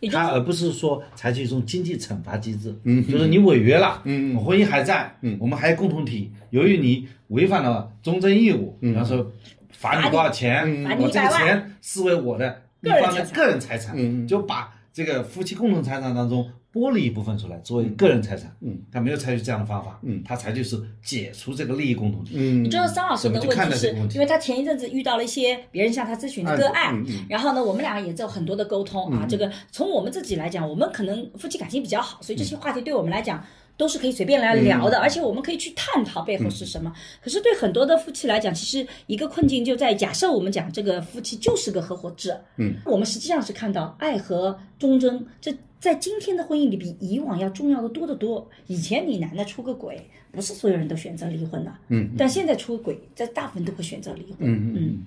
Speaker 1: 也就是
Speaker 4: 他而不是说采取一种经济惩罚机制，嗯，就是你违约了，嗯，婚姻还在，嗯，我们还有共同体，由于你违反了忠贞义务，比方说罚你多少钱，
Speaker 1: 罚你
Speaker 4: 我这个
Speaker 1: 100万
Speaker 4: 钱视为我的一
Speaker 1: 个人
Speaker 4: 方的
Speaker 1: 财产
Speaker 4: 个人财产，就把这个夫妻共同财产当中剥离一部分出来作为个人财产，嗯，他没有采取这样的方法，嗯，他采取是解除这个利益共同体，
Speaker 3: 嗯
Speaker 1: 你知道桑老师的
Speaker 4: 怎么去看
Speaker 1: 问题
Speaker 4: 待这
Speaker 1: 是
Speaker 4: 个问，题啊
Speaker 1: 因为他前一阵子遇到了一些别人向他咨询的个案
Speaker 3: 嗯嗯，
Speaker 1: 然后呢，我们俩也做很多的沟通
Speaker 3: 嗯
Speaker 1: 啊。这个从我们自己来讲，我们可能夫妻感情比较好，所以这些话题对我们来讲都是可以随便来聊
Speaker 3: 嗯
Speaker 1: 的，而且我们可以去探讨背后是什么。可是对很多的夫妻来讲，其实一个困境就在假设我们讲这个夫妻就是个合伙制，
Speaker 3: 嗯，
Speaker 1: 我们实际上是看到爱和忠贞这。在今天的婚姻里，比以往要重要的多得多。以前你男的出个轨，不是所有人都选择离婚的，
Speaker 3: 嗯
Speaker 1: 但现在出轨，在大部分都会选择离婚。嗯嗯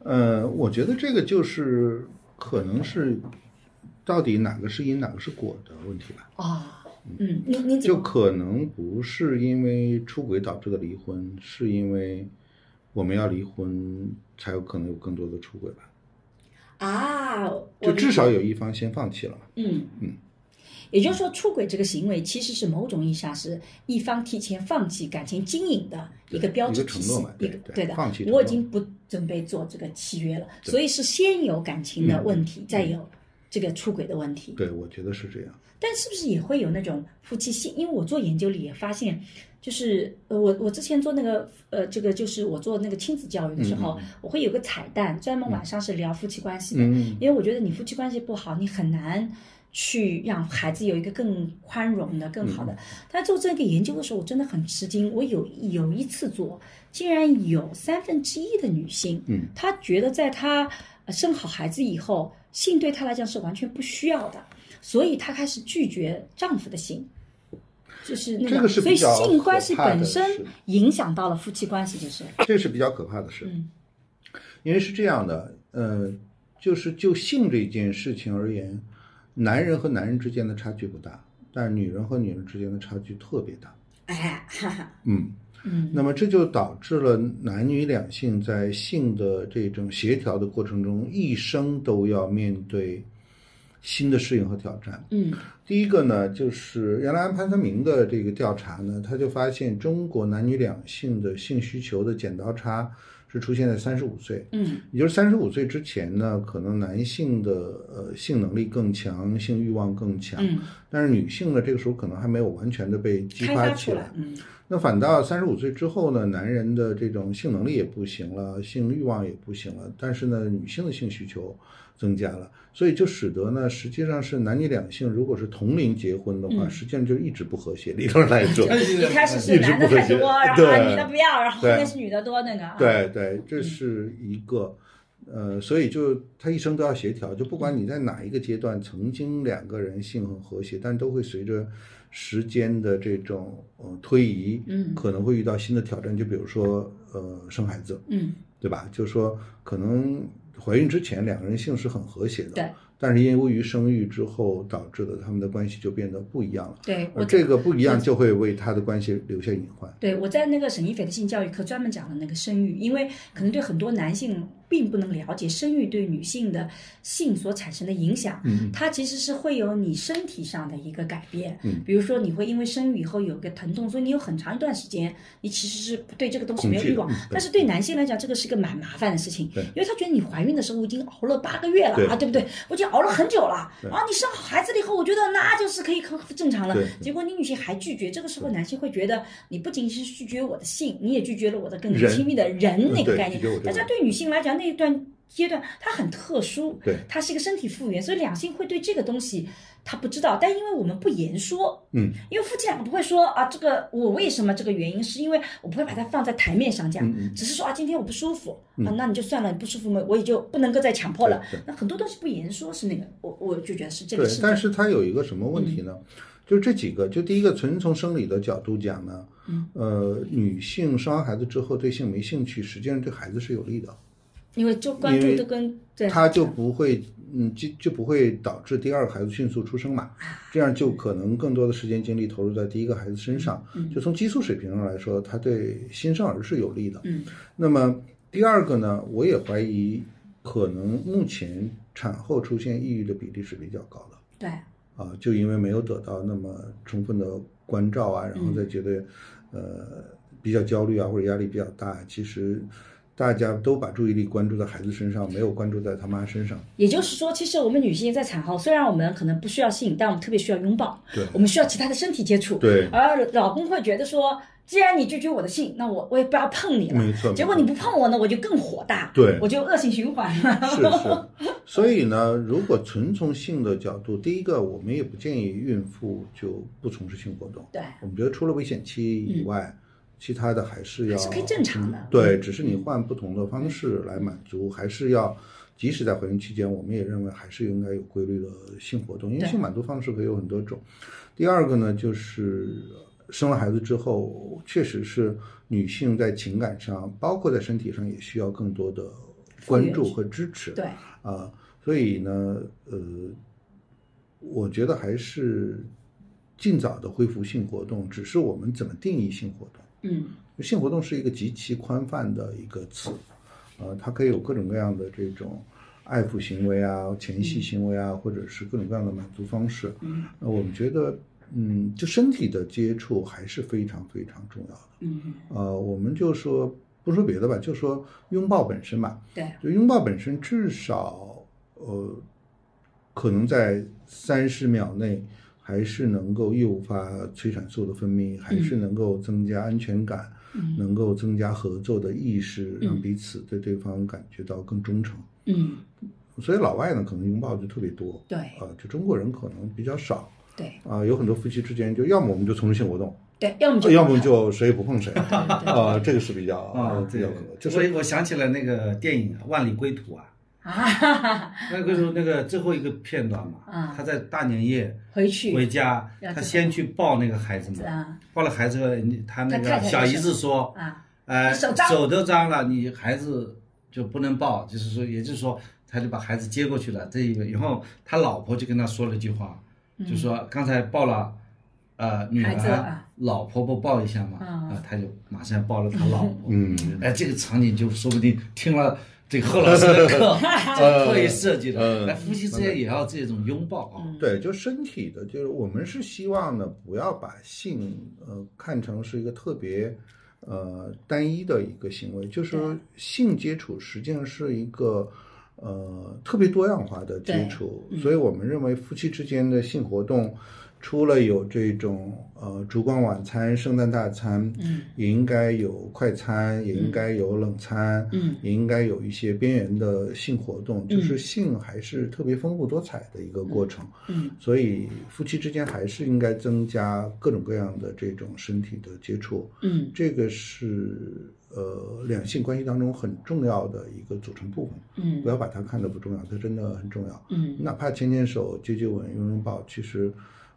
Speaker 3: 呃，我觉得这个就是可能是到底哪个是因哪个是果的问题吧，
Speaker 1: 啊，嗯，你你怎
Speaker 3: 就
Speaker 1: 么
Speaker 3: 可能不是因为出轨导致的离婚，是因为我们要离婚才有可能有更多的出轨吧，
Speaker 1: 啊？
Speaker 3: 就
Speaker 1: 我
Speaker 3: 至少有一方先放弃了嘛。
Speaker 1: 嗯嗯，也就是说，出轨这个行为其实是某种意义上是一方提前放弃感情经营的一个标志
Speaker 3: 一个
Speaker 1: 体
Speaker 3: 承
Speaker 1: 系
Speaker 3: 诺嘛，
Speaker 1: 一
Speaker 3: 对
Speaker 1: 个
Speaker 3: 对
Speaker 1: 对的
Speaker 3: 放弃。承诺
Speaker 1: 我已经不准备做这个契约了，所以是先有感情的问题，再有这个出轨的问题。
Speaker 3: 嗯对，我觉得是这样。
Speaker 1: 但是不是也会有那种夫妻性？因为我做研究里也发现，就是呃，我我之前做那个呃，这个就是我做那个亲子教育
Speaker 3: 嗯
Speaker 1: 的时候，我会有嗯
Speaker 3: 嗯
Speaker 1: 个彩蛋，专门晚上是聊夫妻关系的，因为我觉得你夫妻关系不好，你很难去让孩子有一个更宽容的、更好
Speaker 3: 嗯
Speaker 1: 的。他做这个研究的时候，我真的很吃惊。我有有一次做，竟然有三分之一的女性，
Speaker 3: 嗯，
Speaker 1: 她觉得在她呃生好孩子以后，性对她来讲是完全不需要的，所以她开始拒绝丈夫的性。就是那
Speaker 3: 这个是
Speaker 1: 所以
Speaker 3: 比较
Speaker 1: 性
Speaker 3: 可
Speaker 1: 关系
Speaker 3: 怕的
Speaker 1: 本身
Speaker 3: 事
Speaker 1: 影响到了夫妻关系，就是
Speaker 3: 这是比较可怕的事。
Speaker 1: 嗯
Speaker 3: 因为是这样的，呃，就是就性这件事情而言，男人和男人之间的差距不大，但是女人和女人之间的差距特别大。
Speaker 1: 哎，哈哈，
Speaker 3: 嗯，
Speaker 1: 嗯
Speaker 3: 那么这就导致了男女两性在性的这种协调的过程中，一生都要面对新的适应和挑战。
Speaker 1: 嗯
Speaker 3: 第一个呢，就是原来安潘三明的这个调查呢，他就发现中国男女两性的性需求的剪刀差是出现在三十五岁，
Speaker 1: 嗯
Speaker 3: 也就是三十五岁之前呢，可能男性的呃性能力更强，性欲望更强，
Speaker 1: 嗯，
Speaker 3: 但是女性呢，这个时候可能还没有完全的被激
Speaker 1: 开
Speaker 3: 发
Speaker 1: 发
Speaker 3: 起
Speaker 1: 出
Speaker 3: 来。
Speaker 1: 来，嗯
Speaker 3: 那反倒三十五岁之后呢，男人的这种性能力也不行了，性欲望也不行了，但是呢，女性的性需求增加了，所以就使得呢，实际上是男女两性如果是同龄结婚的话，
Speaker 1: 嗯
Speaker 3: 实际上就一直不和谐。理论上来
Speaker 1: [LAUGHS]
Speaker 3: 说，
Speaker 1: 一开始
Speaker 3: 一
Speaker 1: 是
Speaker 3: 直
Speaker 1: 男
Speaker 3: 不
Speaker 1: 的
Speaker 3: 和
Speaker 1: 太
Speaker 3: 谐
Speaker 1: 多，然后啊
Speaker 3: 对
Speaker 1: 女的不要，然后后
Speaker 3: 对
Speaker 1: 面是女的多那个啊，
Speaker 3: 对对，这是一个，呃，所以就他一生都要协调，就不管你在哪一个阶段，曾经两个人性很和谐，但都会随着时间的这种呃推移，
Speaker 1: 嗯
Speaker 3: 可能会遇到新的挑战，就比如说呃生孩子，
Speaker 1: 嗯
Speaker 3: 对吧？就说可能怀孕之前两个人性是很和谐的，
Speaker 1: 对，
Speaker 3: 但是因为于生育之后导致的他们的关系就变得不一样了，
Speaker 1: 对我嗯
Speaker 3: 而呃这个不一样就会为他的关系留下隐患。
Speaker 1: 对，我在那个沈一斐的性教育课专门讲了那个生育，因为可能对很多男性并不能了解生育对女性的性所产生的影响，
Speaker 3: 嗯
Speaker 1: 它其实是会有你身体上的一个改变，
Speaker 3: 嗯
Speaker 1: 比如说你会因为生育以后有一个疼痛，所以你有很长一段时间你其实是对这个东西没有
Speaker 3: 恐惧
Speaker 1: 欲
Speaker 3: 的
Speaker 1: 望
Speaker 3: 嗯对，
Speaker 1: 但是对男性来讲，这个是一个蛮麻烦的事情，
Speaker 3: 对
Speaker 1: 因为他觉得你怀孕的时候我已经熬了八个月了
Speaker 3: 对
Speaker 1: 啊，对不对？我已经熬了很久了，
Speaker 3: 对
Speaker 1: 然后你生好孩子了以后，我觉得那就是可以康复正常了
Speaker 3: 对，
Speaker 1: 结果你女性还拒绝，这个时候男性会觉得你不仅是拒绝我的性，你也拒绝了我的更
Speaker 3: 人
Speaker 1: 亲密的人那
Speaker 3: 嗯
Speaker 1: 个
Speaker 3: 对
Speaker 1: 概
Speaker 3: 拒绝我
Speaker 1: 念
Speaker 3: 这。个
Speaker 1: 大家对女性来讲那一段阶段它很特殊，
Speaker 3: 对
Speaker 1: 它是一个身体复原，所以两性会对这个东西他不知道，但因为我们不言说，
Speaker 3: 嗯，
Speaker 1: 因为夫妻两个不会说啊，这个我为什么这个原因，是因为我不会把它放在台面上讲，
Speaker 3: 嗯嗯
Speaker 1: 只是说啊，今天我不舒服、啊，那你就算了，你不舒服嘛，我也就不能够再强迫了
Speaker 3: 对对。
Speaker 1: 那很多东西不言说是那个，我我就觉得是这个嗯
Speaker 3: 对
Speaker 1: 是，
Speaker 3: 但是它有一个什么问题呢？就这几个，就第一个，纯从生理的角度讲呢，
Speaker 1: 嗯
Speaker 3: 呃，女性生完孩子之后对性没兴趣，实际上对孩子是有利的，
Speaker 1: 因为就关
Speaker 3: 因
Speaker 1: 注
Speaker 3: 为
Speaker 1: 都跟对
Speaker 3: 她就不会，嗯，就就不会导致第二个孩子迅速出生
Speaker 1: 啊
Speaker 3: 嘛，这样就可能更多的时间精力投入在第一个孩子身上，
Speaker 1: 嗯
Speaker 3: 就从激素水平上来说，它对新生儿是有利的。
Speaker 1: 嗯
Speaker 3: 那么第二个呢，我也怀疑，可能目前产后出现抑郁的比例是比较高的。
Speaker 1: 对
Speaker 3: 啊，就因为没有得到那么充分的关照啊，然后
Speaker 1: 嗯
Speaker 3: 再觉得、呃比较焦虑啊，或者压力比较大，其实大家都把注意力关注在孩子身上，没有关注在他妈身上。
Speaker 1: 也就是说，其实我们女性在产后，虽然我们可能不需要性，但我们特别需要拥抱，
Speaker 3: 对
Speaker 1: 我们需要其他的身体接触。
Speaker 3: 对
Speaker 1: 而呃老公会觉得说，既然你拒绝我的性，那我我也不要碰你了。
Speaker 3: 没错没
Speaker 1: 结果
Speaker 3: 错
Speaker 1: 你不碰我呢，我就更火大，
Speaker 3: 对
Speaker 1: 我就恶性循环了。
Speaker 3: 是是，所以呢，如果纯从性的角度，第一个我们也不建议孕妇就不从事性活动，
Speaker 1: 对，
Speaker 3: 我们觉得除了危险期以外，其他的还是要
Speaker 1: 嗯
Speaker 3: 嗯
Speaker 1: 还是可以正常的嗯
Speaker 3: 对，只是你换不同的方式来满足，还是要。即使在怀孕期间，我们也认为还是应该有规律的性活动，因为
Speaker 1: 对
Speaker 3: 性满足方式可以有很多种。第二个呢，就是生了孩子之后，确实是女性在情感上，包括在身体上，也需要更多的关注和支持。
Speaker 1: 对，
Speaker 3: 啊，所以呢，呃，我觉得还是尽早的恢复性活动，只是我们怎么定义性活动。
Speaker 1: 嗯
Speaker 3: 性活动是一个极其宽泛的一个词，呃，它可以有各种各样的这种爱抚行为啊、前戏行为啊，或者是各种各样的满足方式。
Speaker 1: 嗯
Speaker 3: 那我们觉得，嗯，就身体的接触还是非常非常重要的。
Speaker 1: 嗯，
Speaker 3: 呃，我们就说不说别的吧，就说拥抱本身吧。
Speaker 1: 对，
Speaker 3: 就拥抱本身，至少呃，可能在三十秒内，还是能够诱发催产素的分泌，还是能够增加安全感，
Speaker 1: 嗯
Speaker 3: 能够增加合作的意识，
Speaker 1: 嗯
Speaker 3: 让彼此对对方感觉到更忠诚。
Speaker 1: 嗯
Speaker 3: 所以老外呢可能拥抱就特别多，
Speaker 1: 对
Speaker 3: 啊、就中国人可能比较少
Speaker 1: 对
Speaker 3: 啊、有很多夫妻之间就要么我们就从事性活动，
Speaker 1: 对，要么就
Speaker 3: 啊要么就谁也不碰谁，
Speaker 1: 对对对
Speaker 3: 啊、这个是比较
Speaker 4: 啊，
Speaker 3: 比
Speaker 4: 对
Speaker 3: 较可能，，就
Speaker 4: 就是我我想起来那个电影啊《万里归途》啊，
Speaker 1: 啊， [LAUGHS]
Speaker 4: 那个时候那个最后一个片段
Speaker 1: 嗯
Speaker 4: 嘛，他在大年夜
Speaker 1: 回去
Speaker 4: 回家
Speaker 1: 要，知
Speaker 4: 他
Speaker 1: 道
Speaker 4: 先去抱那个孩子嘛，
Speaker 1: 啊
Speaker 4: 抱了孩子，你他那
Speaker 1: 他太
Speaker 4: 个
Speaker 1: 太也
Speaker 4: 小姨
Speaker 1: 是
Speaker 4: 子说，
Speaker 1: 啊，
Speaker 4: 呃，
Speaker 1: 手脏
Speaker 4: 都脏了，你孩子就不能抱，就是说，也就是说，他就把孩子接过去了。这一个，然后他老婆就跟他说了一句话，就说刚才抱了，呃，女
Speaker 1: 嗯孩子
Speaker 4: 儿
Speaker 1: 啊，
Speaker 4: 老婆不抱一下嘛，
Speaker 1: 嗯
Speaker 4: 啊，他就马上抱了他老婆。
Speaker 3: 嗯，
Speaker 4: 哎，这个场景就说不定听了这个贺老师
Speaker 1: [LAUGHS]
Speaker 4: 的课，就特意设计的。
Speaker 3: 嗯
Speaker 4: 哎，夫妻之间也要这种拥抱
Speaker 1: 嗯
Speaker 4: 啊。
Speaker 3: 对，就身体的，就是我们是希望呢，不要把性呃看成是一个特别呃单一的一个行为，就是说性接触实际上是一个呃特别多样化的接触，
Speaker 1: 嗯
Speaker 3: 所以我们认为夫妻之间的性活动。除了有这种呃烛光晚餐、圣诞大餐，
Speaker 1: 嗯，
Speaker 3: 也应该有快餐，也应该有冷餐，
Speaker 1: 嗯，
Speaker 3: 也应该有一些边缘的性活动，就是性还是特别丰富多彩的一个过程。
Speaker 1: 嗯，
Speaker 3: 所以夫妻之间还是应该增加各种各样的这种身体的接触，
Speaker 1: 嗯
Speaker 3: 这个是呃两性关系当中很重要的一个组成部分。
Speaker 1: 嗯
Speaker 3: 不要把它看得不重要，它真的很重要。
Speaker 1: 嗯
Speaker 3: 哪怕牵牵手、接接吻、拥拥抱，其实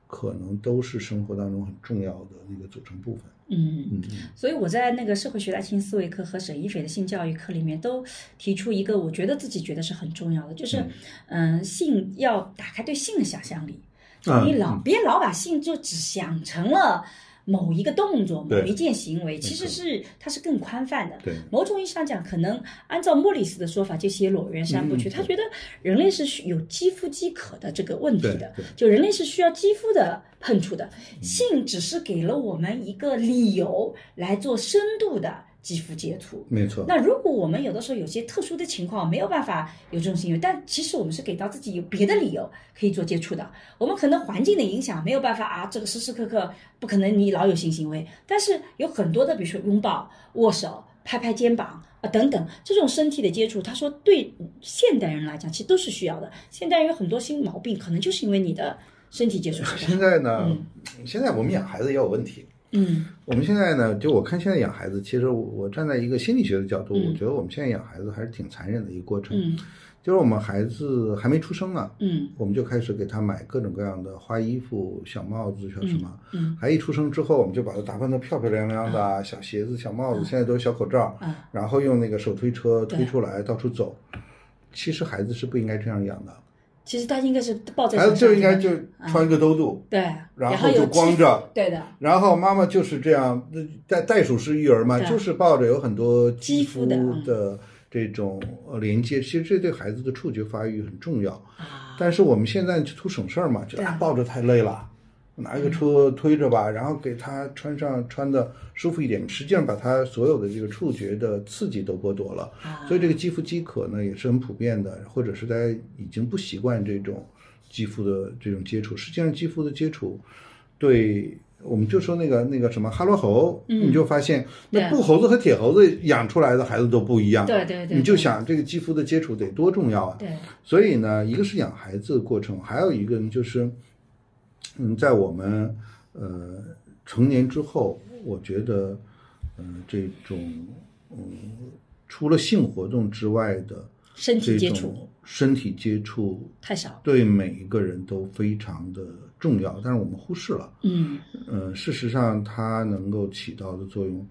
Speaker 3: 可能都是生活当中很重要的那个组成部分。
Speaker 1: 嗯，
Speaker 3: 嗯，
Speaker 1: 所以我在那个社会学爱情思维课和沈一斐的性教育课里面都提出一个，我觉得自己觉得是很重要的，就是嗯、性要打开对性的想象力，就
Speaker 3: 嗯
Speaker 1: 你老、别老把性就只想成了。某一个动作，某
Speaker 3: 对
Speaker 1: 一件行为，其实
Speaker 3: 错
Speaker 1: 是它是更宽泛的。
Speaker 3: 啊对
Speaker 1: 某种意义上讲，可能按照莫里斯的说法，就写裸猿三
Speaker 3: 嗯
Speaker 1: 部曲，他觉得人类是需有肌肤饥渴的这个问题的
Speaker 3: 对对，嗯
Speaker 1: 就人类是需要肌肤的碰触的，性只是给了我们一个理由来做深度的肌肤接触。
Speaker 3: 没错。
Speaker 1: 那如果我们有的时候有些特殊的情况没有办法有这种行为，但其实我们是给到自己有别的理由可以做接触的。我们可能环境的影响没有办法啊，这个时时刻刻不可能你老有性行为，但是有很多的，比如说拥抱、握手、拍拍肩膀。啊，等等，这种身体的接触，他说对现代人来讲，其实都是需要的。现代人有很多新毛病，可能就是因为你的身体接触不
Speaker 3: 现
Speaker 1: 到。
Speaker 3: 在呢，现在我们养孩子也有问题。
Speaker 1: 嗯
Speaker 3: 我们现在呢，就我看现在养孩子，其实我我站在一个心理学的角度，
Speaker 1: 嗯
Speaker 3: 我觉得我们现在养孩子还是挺残忍的一个过程。
Speaker 1: 嗯
Speaker 3: 就是我们孩子还没出生呢，
Speaker 1: 嗯
Speaker 3: 我们就开始给他买各种各样的花衣服、小帽子、小什么。
Speaker 1: 嗯
Speaker 3: 还一出生之后，我们就把他打扮得漂漂亮亮的，啊小鞋子、小帽子，现在都是小口罩，
Speaker 1: 啊
Speaker 3: 然后用那个手推车
Speaker 1: 嗯对
Speaker 3: 推出来到处走。其实孩子是不应该这样养的，
Speaker 1: 其实他应该是抱在
Speaker 3: 孩子
Speaker 1: 身上
Speaker 3: 就应该
Speaker 1: 的
Speaker 3: 就穿个兜肚，
Speaker 1: 对，
Speaker 3: 然
Speaker 1: 后
Speaker 3: 后就
Speaker 1: 有
Speaker 3: 光
Speaker 1: 肌
Speaker 3: 着
Speaker 1: 对的，
Speaker 3: 然后妈妈就是这样，那袋袋鼠式育儿嘛，
Speaker 1: 对
Speaker 3: 就是抱着有很多
Speaker 1: 肌
Speaker 3: 肌
Speaker 1: 肤
Speaker 3: 肤
Speaker 1: 的
Speaker 3: 的这种呃连接，其实这对孩子的触觉发育很重要。
Speaker 1: 啊，
Speaker 3: 但是我们现在就图省事儿嘛，就
Speaker 1: 对嗯
Speaker 3: 啊抱着太累了，拿一个车推着吧，然后给他穿上穿的舒服一点，实际上把他所有的这个触觉的刺激都剥夺了，
Speaker 1: 啊
Speaker 3: 所以这个肌肤饥渴呢也是很普遍的，或者是大家已经不习惯这种肌肤的这种接触，实际上肌肤的接触对。我们就说那个那个什么哈罗猴，
Speaker 1: 嗯
Speaker 3: 你就发现
Speaker 1: 对
Speaker 3: 那布猴子和铁猴子养出来的孩子都不一样。
Speaker 1: 对对对
Speaker 3: 你就
Speaker 1: 对
Speaker 3: 想这个肌肤的接触得多重要啊！
Speaker 1: 对，
Speaker 3: 所以呢，一个是养孩子的过程，还有一个呢就是，嗯，在我们呃成年之后，我觉得，嗯、这种嗯，除了性活动之外的
Speaker 1: 身体
Speaker 3: 这
Speaker 1: 接触
Speaker 3: 种身体接触，
Speaker 1: 太少，
Speaker 3: 对每一个人都非常的重要，但是我们忽视了。
Speaker 1: 嗯
Speaker 3: 呃，事实上它能够起到的作用，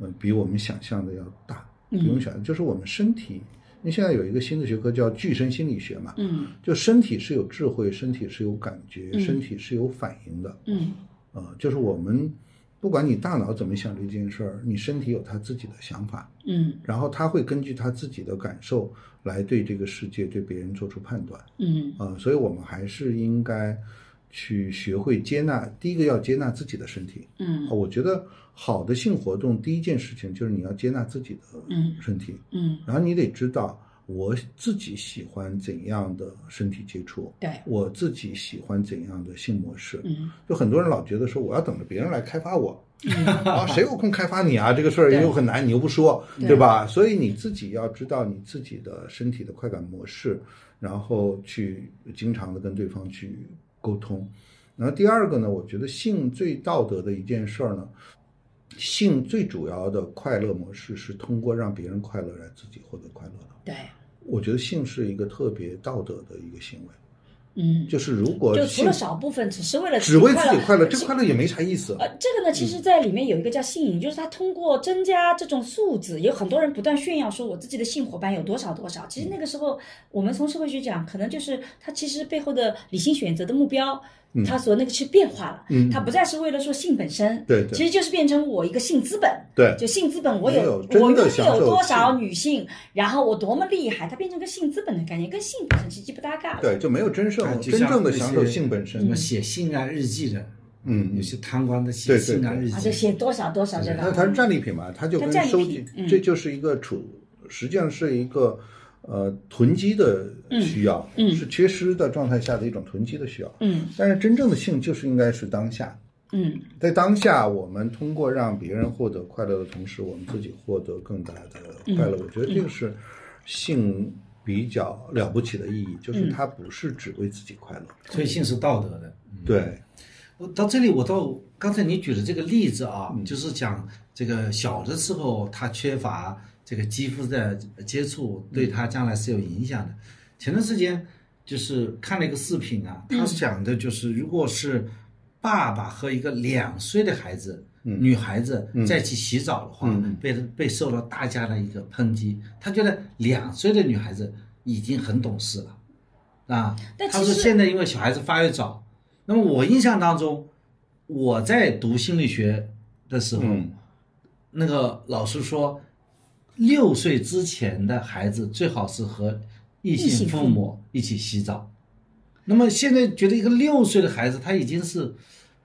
Speaker 3: 呃，比我们想象的要大。
Speaker 1: 嗯
Speaker 3: 不用想，就是我们身体，因为现在有一个新的学科叫具身心理学嘛，
Speaker 1: 嗯
Speaker 3: 就身体是有智慧，身体是有感觉，
Speaker 1: 嗯
Speaker 3: 身体是有反应的。
Speaker 1: 嗯
Speaker 3: 呃，就是我们不管你大脑怎么想这件事儿，你身体有他自己的想法，
Speaker 1: 嗯
Speaker 3: 然后他会根据他自己的感受来对这个世界、对别人做出判断。
Speaker 1: 嗯
Speaker 3: 啊，所以我们还是应该去学会接纳。第一个要接纳自己的身体。啊
Speaker 1: 嗯
Speaker 3: 我觉得好的性活动，第一件事情就是你要接纳自己
Speaker 1: 嗯
Speaker 3: 的身体，
Speaker 1: 嗯，
Speaker 3: 然后你得知道我自己喜欢怎样的身体接触，
Speaker 1: 对，
Speaker 3: 我自己喜欢怎样的性模式。
Speaker 1: 嗯
Speaker 3: 就很多人老觉得说我要等着别人来开发我，啊，谁有空开发你啊？这个事儿
Speaker 1: 对
Speaker 3: 又很难，你又不说，对吧？所以你自己要知道你自己的身体的快感模式，然后去经常的跟对方去沟通。然后第二个呢，我觉得性最道德的一件事儿呢，性最主要的快乐模式是通过让别人快乐来自己获得快乐的。
Speaker 1: 对，
Speaker 3: 我觉得性是一个特别道德的一个行为，
Speaker 1: 嗯，
Speaker 3: 就是如果
Speaker 1: 就除
Speaker 3: 性
Speaker 1: 了少部分只是为了
Speaker 3: 只为自己
Speaker 1: 快
Speaker 3: 快乐，这嗯快乐也没啥意思。
Speaker 1: 呃，这个呢，其实在里面有一个叫性瘾，就是它通过增加这种素质，有很多人不断炫耀说我自己的性伙伴有多少多少。其
Speaker 3: 嗯
Speaker 1: 实那个时候，我们从社会学讲，可能就是它其实背后的理性选择的目标，它所那个去变化了，
Speaker 3: 嗯
Speaker 1: 它不再是为了说性本身，
Speaker 3: 对对
Speaker 1: 其实就是变成我一个性资本，
Speaker 3: 对
Speaker 1: 就性资本，我
Speaker 3: 没
Speaker 1: 有
Speaker 3: 有真
Speaker 1: 我拥
Speaker 3: 的享
Speaker 1: 有
Speaker 3: 受
Speaker 1: 多少
Speaker 3: 性
Speaker 1: 女性，然后我多么厉害，它变成个性资本的概念，跟性本身其实不搭嘎了。
Speaker 3: 对，就没有真正、
Speaker 4: 啊看就
Speaker 3: 真
Speaker 4: 像
Speaker 3: 正的
Speaker 4: 那
Speaker 3: 享
Speaker 4: 些
Speaker 3: 受性本
Speaker 4: 什
Speaker 1: 嗯
Speaker 3: 身
Speaker 4: 么。写性爱日记的，
Speaker 3: 嗯
Speaker 4: 有些贪官的写
Speaker 3: 对对
Speaker 4: 性爱
Speaker 3: 对
Speaker 4: 日
Speaker 1: 啊，就
Speaker 4: 记，
Speaker 1: 写多少多少这个，
Speaker 3: 那它是战利品嘛，它就跟
Speaker 1: 它战利
Speaker 3: 收集
Speaker 1: 品，嗯
Speaker 3: 这就是一个储，实际上是一个呃囤积的需要，
Speaker 1: 嗯嗯
Speaker 3: 是缺失的状态下的一种囤积的需要。
Speaker 1: 嗯
Speaker 3: 但是真正的性就是应该是当下，
Speaker 1: 嗯，
Speaker 3: 在当下，我们通过让别人获得快乐的同时，我们自己获得更大的快乐。我觉得这个是性比较了不起的意义，就是它不是只为自己快乐。
Speaker 4: 所以性是道德的。
Speaker 3: 对，
Speaker 4: 我到这里，我到刚才你举的这个例子啊，
Speaker 1: 嗯
Speaker 4: 就是讲这个小的时候他缺乏这个肌肤的接触，对
Speaker 1: 嗯
Speaker 4: 他将来是有影响的。前段时间就是看了一个视频啊，
Speaker 1: 嗯
Speaker 4: 他讲的就是如果是爸爸和一个两岁的孩子。
Speaker 1: 嗯
Speaker 4: 女孩子在一起洗澡的话，被被受到大家的一个抨击，他觉得两岁的女孩子已经很懂事了，啊，
Speaker 1: 但
Speaker 4: 他
Speaker 1: 其
Speaker 4: 说
Speaker 1: 实
Speaker 4: 现在因为小孩子发育早，那么我印象当中，我在读心理学的时候，
Speaker 3: 嗯
Speaker 4: 那个老师说，六岁之前的孩子最好是和异
Speaker 1: 异性
Speaker 4: 性
Speaker 1: 父
Speaker 4: 父母一起洗澡。那么现在觉得一个六岁的孩子他已经是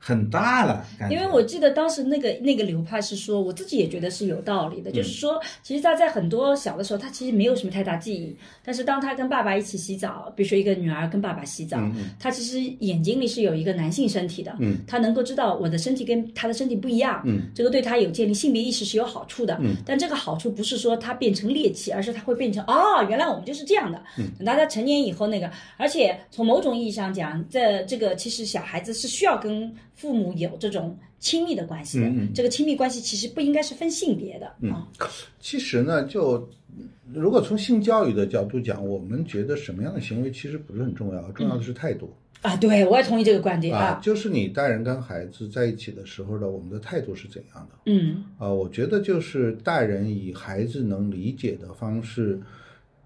Speaker 4: 很大了，感觉
Speaker 1: 因为我记得当时那个那个流派是说，我自己也觉得是有道
Speaker 3: 嗯
Speaker 1: 理的，就是说，其实他在很多小的时候，他其实没有什么太大记忆，但是当他跟爸爸一起洗澡，比如说一个女儿跟爸爸洗澡，他其实眼睛里是有一个男性身体的，
Speaker 3: 嗯
Speaker 1: 他能够知道我的身体跟他的身体不一样，
Speaker 3: 嗯
Speaker 1: 这个对他有建立性别意识是有好处的，
Speaker 3: 嗯
Speaker 1: 但这个好处不是说他变成猎奇，而是他会变成哦，原来我们就是这样的。
Speaker 3: 嗯
Speaker 1: 等到他成年以后，那个，而且从某种意义上讲，这这个其实小孩子是需要跟父母有这种亲密的关系的，
Speaker 3: 嗯嗯
Speaker 1: 这个亲密关系其实不应该是分性别的啊、
Speaker 3: 其实呢，就如果从性教育的角度讲，我们觉得什么样的行为其实不是很重要，重要的是态度。
Speaker 1: 啊！对，我也同意这个观点
Speaker 3: 啊
Speaker 1: 啊，，
Speaker 3: 就是你大人跟孩子在一起的时候呢，我们的态度是怎样的？
Speaker 1: 嗯
Speaker 3: 啊，我觉得就是大人以孩子能理解的方式，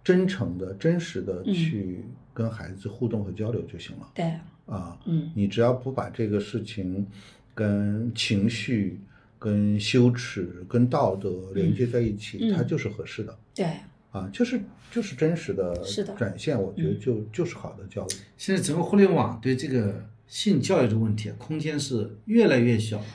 Speaker 3: 真诚的、真实的
Speaker 1: 嗯
Speaker 3: 去跟孩子互动和交流就行了。
Speaker 1: 对，
Speaker 3: 啊，
Speaker 1: 嗯
Speaker 3: 你只要不把这个事情跟情绪、跟羞耻、跟道德连接在一起，
Speaker 1: 嗯
Speaker 3: 它就是合适的。
Speaker 1: 对，
Speaker 3: 啊，就是就是真实的
Speaker 1: 是的嗯
Speaker 3: 展现，我觉得就就是好的教育。
Speaker 4: 现在整个互联网对这个性教育的问题啊，空间是越来越小了。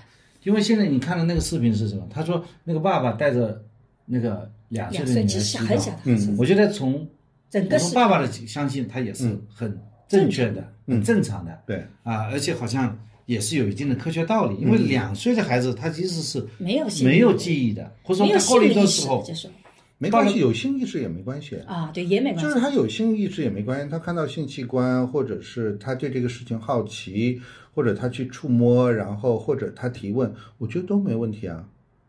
Speaker 4: 因为现在你看的那个视频是什么？他说那个爸爸带着那个两岁
Speaker 1: 两
Speaker 4: 的女
Speaker 1: 岁其
Speaker 4: 儿洗
Speaker 1: 实
Speaker 4: 澡，
Speaker 1: 很小的，
Speaker 3: 嗯
Speaker 4: 我觉得从
Speaker 1: 整
Speaker 4: 我
Speaker 1: 个
Speaker 4: 从
Speaker 1: 是
Speaker 4: 爸爸的相信他也是
Speaker 3: 嗯
Speaker 4: 很正确的、很正常的
Speaker 3: 对，
Speaker 4: 啊，而且好像也是有一定的科学道理。因为
Speaker 3: 嗯
Speaker 4: 两岁的孩子他其实是
Speaker 1: 没有性
Speaker 4: 没有记忆的，或者
Speaker 1: 嗯没
Speaker 4: 说
Speaker 1: 有性
Speaker 4: 他过了一
Speaker 1: 别
Speaker 4: 段
Speaker 1: 意
Speaker 4: 时
Speaker 1: 识，
Speaker 4: 候，
Speaker 1: 就是
Speaker 3: 没关系，有性意识也没关系。
Speaker 1: 啊，对，也没关
Speaker 3: 就
Speaker 1: 系
Speaker 3: 是，他有性意识也没关系，他看到性器官，或者是他对这个事情好奇，或者他去触摸，然后或者他提问，我觉得都没问题啊。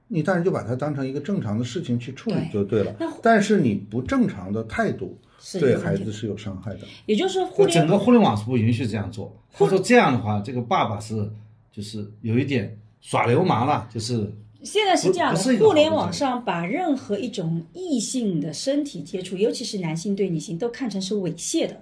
Speaker 3: 你当然就把它当成一个正常的事情去处理
Speaker 1: 对
Speaker 3: 就对了
Speaker 1: 那。
Speaker 3: 但是你不正常的态度
Speaker 1: 是
Speaker 3: 对
Speaker 1: 有问
Speaker 3: 孩
Speaker 1: 题
Speaker 3: 子
Speaker 1: 的
Speaker 3: 是有伤害的。
Speaker 1: 也就是说，互
Speaker 4: 我
Speaker 1: 联
Speaker 4: 整个互联网是不允许这样做。他说这样的话，这个爸爸是就是有一点耍流氓了，就是
Speaker 1: 现在是这样的
Speaker 4: 不不是一，个
Speaker 1: 互
Speaker 4: 好的
Speaker 1: 联网上把任何一种异性的身体接触，尤其是男性对女性，都看成是猥亵的，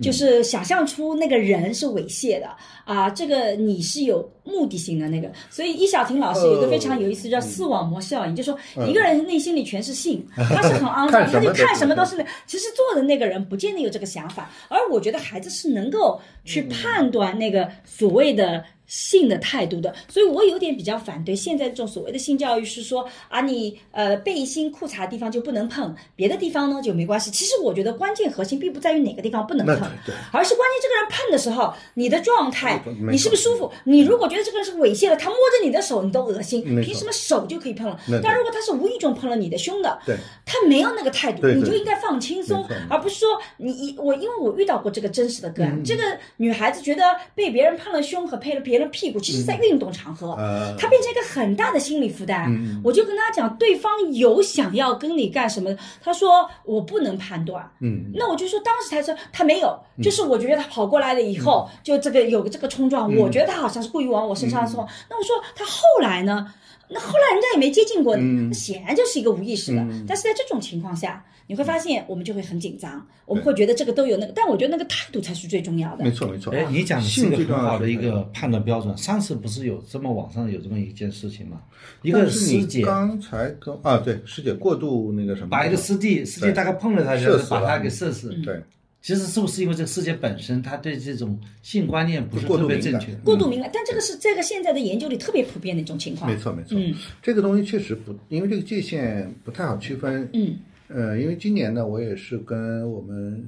Speaker 1: 就是想象出那个人是猥亵的啊，这个你是有目的性的那个。所以易小婷老师有一个非常有意思叫视网膜效应，就说一个人内心里全是性，他是很肮脏，他
Speaker 3: 看什么
Speaker 1: 就
Speaker 3: 都
Speaker 1: 看
Speaker 3: 是
Speaker 1: 什么都是那。其实做的那个人不见得有这个想法，而我觉得孩子是能够去
Speaker 3: 嗯
Speaker 1: 判断那个所谓的。性的态度的，所以我有点比较反对现在这种所谓的性教育，是说啊你呃背心裤衩地方就不能碰，别的地方呢就没关系。其实我觉得关键核心并不在于哪个地方不不能
Speaker 3: 那
Speaker 1: 碰，
Speaker 3: 对
Speaker 1: 而是关键这个人碰的时候，你的状态
Speaker 3: 没，错嗯
Speaker 1: 你是不是舒服？你如果觉得这个人是猥亵的，他摸着你的手，你都恶心，
Speaker 3: 没错
Speaker 1: 凭什么手就可以碰了
Speaker 3: 那？对
Speaker 1: 但如果他是无意中碰了你的胸的，
Speaker 3: 对
Speaker 1: 他没有那个态度，
Speaker 3: 对对
Speaker 1: 你就应该放轻松
Speaker 3: 没错，嗯
Speaker 1: 而不是说你一我，因为我遇到过这个真实的个案，这个女孩子觉得被别人碰了胸和拍了别人屁股，其实
Speaker 3: 嗯
Speaker 1: 在运动场合，
Speaker 3: 呃，
Speaker 1: 它变成一个很大的心理负担。
Speaker 3: 嗯
Speaker 1: 我就跟他讲，对方有想要跟你干什么，他说我不能判断。
Speaker 3: 嗯，
Speaker 1: 那我就说，当时他说他没有，就是我觉得他跑过来了以后，
Speaker 3: 嗯
Speaker 1: 就这个有这个冲撞，我觉得他好像是故意往我身上
Speaker 3: 嗯
Speaker 1: 冲。那我说他后来呢？那后来人家也没接近过你，
Speaker 3: 嗯
Speaker 1: 那显然就是一个无意识的。但是在这种情况下，你会发现我们就会很紧张，我们会觉得这个都有那个，但我觉得那个态度才是最重要的
Speaker 3: 没。错没错。
Speaker 4: 哎，你讲的是
Speaker 3: 性
Speaker 4: 一个
Speaker 3: 最
Speaker 4: 很
Speaker 3: 重要
Speaker 4: 好的一
Speaker 3: 是这
Speaker 4: 个判断标准。上次不是有这么网上有这么一件事情吗？一
Speaker 3: 但
Speaker 4: 个
Speaker 3: 是你
Speaker 4: 师姐
Speaker 3: 刚才跟啊，对，师姐过度那个什么，
Speaker 4: 把一个师弟，师弟大概碰了他一下就
Speaker 3: 射，死
Speaker 4: 把
Speaker 3: 了
Speaker 4: 他给嗯射死。
Speaker 1: 嗯
Speaker 3: 对，
Speaker 4: 其实是不是因为这个师姐本身她对这种性观念不是
Speaker 3: 过
Speaker 4: 特
Speaker 3: 度
Speaker 4: 别
Speaker 3: 敏
Speaker 4: 正
Speaker 3: 感
Speaker 4: 确？
Speaker 1: 过度敏感，但这个是这个现在的研究里特别普遍的一种情况。
Speaker 3: 没错没错
Speaker 1: 嗯，
Speaker 3: 这个东西确实不，因为这个界限不太好区分。
Speaker 1: 嗯，
Speaker 3: 呃，因为今年呢，我也是跟我们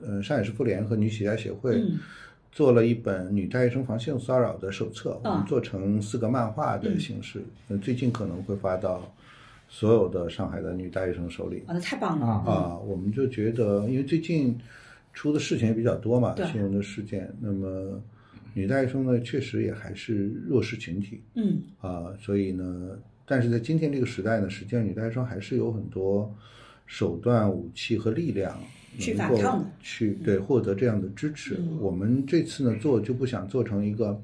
Speaker 3: 呃上海市妇联和女企业协会
Speaker 1: 嗯
Speaker 3: 做了一本女大学生防性骚扰的手册，我
Speaker 1: 啊嗯
Speaker 3: 们做成四个漫画的形式，呃，最近可能会发到所有的上海的女大学生手里。
Speaker 1: 啊，那太棒了
Speaker 4: 啊
Speaker 3: 啊，
Speaker 1: 嗯
Speaker 3: 我们就觉得，因为最近出的事情也比较多嘛
Speaker 1: 对，
Speaker 3: 新闻的事件，那么女大学生呢，确实也还是弱势群体
Speaker 1: 嗯，
Speaker 3: 啊，所以呢，但是在今天这个时代呢，实际上女大学生还是有很多手段、武器和力量。
Speaker 1: 去
Speaker 3: 能
Speaker 1: 反
Speaker 3: 够
Speaker 1: 抗的嗯
Speaker 3: 去对获得这样的支持。我们这次呢做就不想做成一个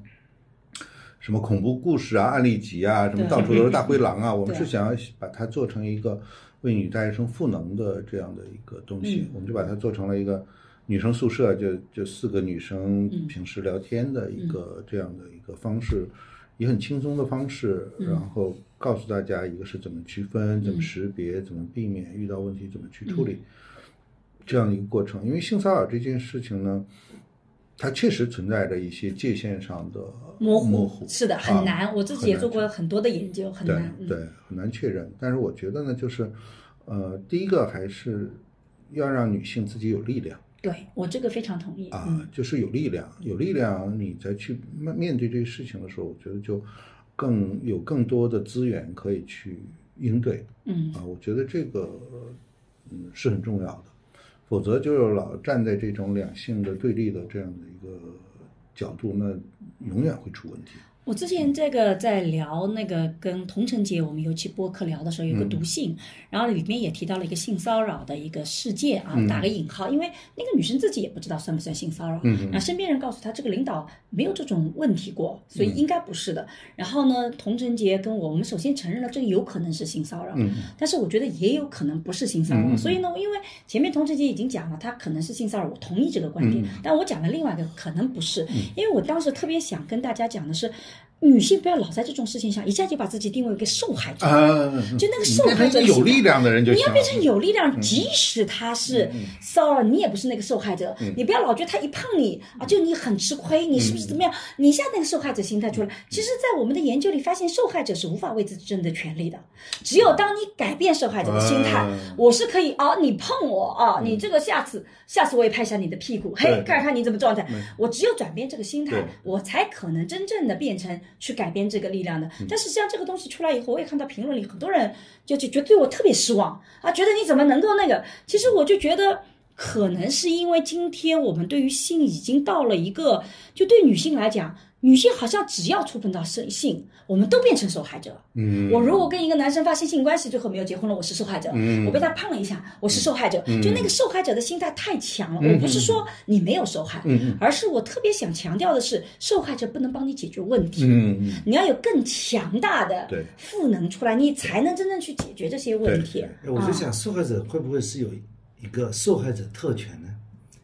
Speaker 3: 什么恐怖故事啊、案例集啊，什么
Speaker 1: 对
Speaker 3: 到处都是大灰狼
Speaker 1: [LAUGHS]
Speaker 3: 啊，我们
Speaker 1: 对
Speaker 3: 是想要把它做成一个为女大学生赋能的这样的一个东西
Speaker 1: 嗯，
Speaker 3: 我们就把它做成了一个女生宿舍，就就四个女生
Speaker 1: 嗯
Speaker 3: 平时聊天的一个这样的一个方式，以很轻松的方式，
Speaker 1: 嗯
Speaker 3: 然后告诉大家一个是怎么区分、怎
Speaker 1: 嗯
Speaker 3: 么识别、怎么避免遇到问题怎么去处理。这样的一个过程。因为性骚扰这件事情呢，它确实存在着一些界限上的
Speaker 1: 模糊
Speaker 3: 模糊啊
Speaker 1: 是的，很难。我自己也做过很多的研究，很
Speaker 3: 对
Speaker 1: 难。嗯
Speaker 3: 对，很难确认。但是我觉得呢，就是呃，第一个还是要让女性自己有力量
Speaker 1: 对我这个非常同意。
Speaker 3: 啊，
Speaker 1: 嗯
Speaker 3: 就是有力量，有力量，你再去面面对这些事情的时候，我觉得就更有更多的资源可以去应对。
Speaker 1: 嗯，
Speaker 3: 啊，我觉得这个嗯是很重要的，否则就是老站在这种两性的对立的这样的一个角度，那永远会出问题。
Speaker 1: 我之前这个在聊那个跟童晨姐，我们有期播客聊的时候，
Speaker 3: 嗯
Speaker 1: 有个读信，然后里面也提到了一个性骚扰的一个事件
Speaker 3: 嗯
Speaker 1: 啊，打个引号，因为那个女生自己也不知道算不算性骚扰，
Speaker 3: 嗯
Speaker 1: 然后身边人告诉她这个领导没有这种问题过，所以应该不
Speaker 3: 嗯
Speaker 1: 是的。然后呢，童晨杰跟我，我们首先承认了这个有可能是性骚扰，
Speaker 3: 嗯
Speaker 1: 但是我觉得也有可能不是性骚扰。所以呢，因为前面童晨杰已经讲了，他可能是性骚扰，我同意这个观
Speaker 3: 嗯
Speaker 1: 点，但我讲了另外一个可能不是，因为我当时特别想跟大家讲的是，女性不要老在这种事情上一下就把自己定位为一个受害者。
Speaker 3: 啊，
Speaker 1: 就那个
Speaker 3: 你
Speaker 1: 受
Speaker 3: 变成
Speaker 1: 害
Speaker 3: 一
Speaker 1: 者
Speaker 3: 个
Speaker 1: 的
Speaker 3: 有
Speaker 1: 心态
Speaker 3: 力量的人就嗯
Speaker 1: 你
Speaker 3: 行
Speaker 1: 要
Speaker 3: 了。
Speaker 1: 变成有力量，即使他是
Speaker 3: 嗯
Speaker 1: 骚扰你，也不是那个受害者。你不要老觉得他一碰你啊，就你很吃亏，
Speaker 3: 嗯
Speaker 1: 你是不是怎么样？你一下那个受害者心态出来。其实，在我们的研究里发现，受害者是无法为自己争的权利的。只有当你改变受害者的心态
Speaker 3: 嗯，
Speaker 1: 我是可以哦，你碰我哦，你这个下次下次我也拍一下你的屁股，嘿
Speaker 3: 对，
Speaker 1: 看看你怎么状态
Speaker 3: 没。
Speaker 1: 我只有转变这个心态
Speaker 3: 对，
Speaker 1: 我才可能真正的变成去改变这个力量的。
Speaker 3: 嗯
Speaker 1: 但是像这个东西出来以后，我也看到评论里很多人就就觉得对我特别失望啊，觉得你怎么能够那个？其实我就觉得。可能是因为今天我们对于性已经到了一个，就对女性来讲，女性好像只要触碰到性性，我们都变成受害者。
Speaker 3: 嗯，嗯
Speaker 1: 我如果跟一个男生发生性关系，最后没有结婚了，我是受害者。我被他碰了一下，我是受害者。就那个受害者的心态太强了。
Speaker 3: 嗯
Speaker 1: 我不是说你没有受害，而是我特别想强调的是，受害者不能帮你解决问题。
Speaker 3: 嗯嗯，
Speaker 1: 你要有更强大的
Speaker 3: 对
Speaker 1: 赋能出来，你才能真正去解决这些问题
Speaker 3: 对。
Speaker 4: 哎我
Speaker 1: 啊
Speaker 4: 就想，受害者会不会是有一个受害者特权呢？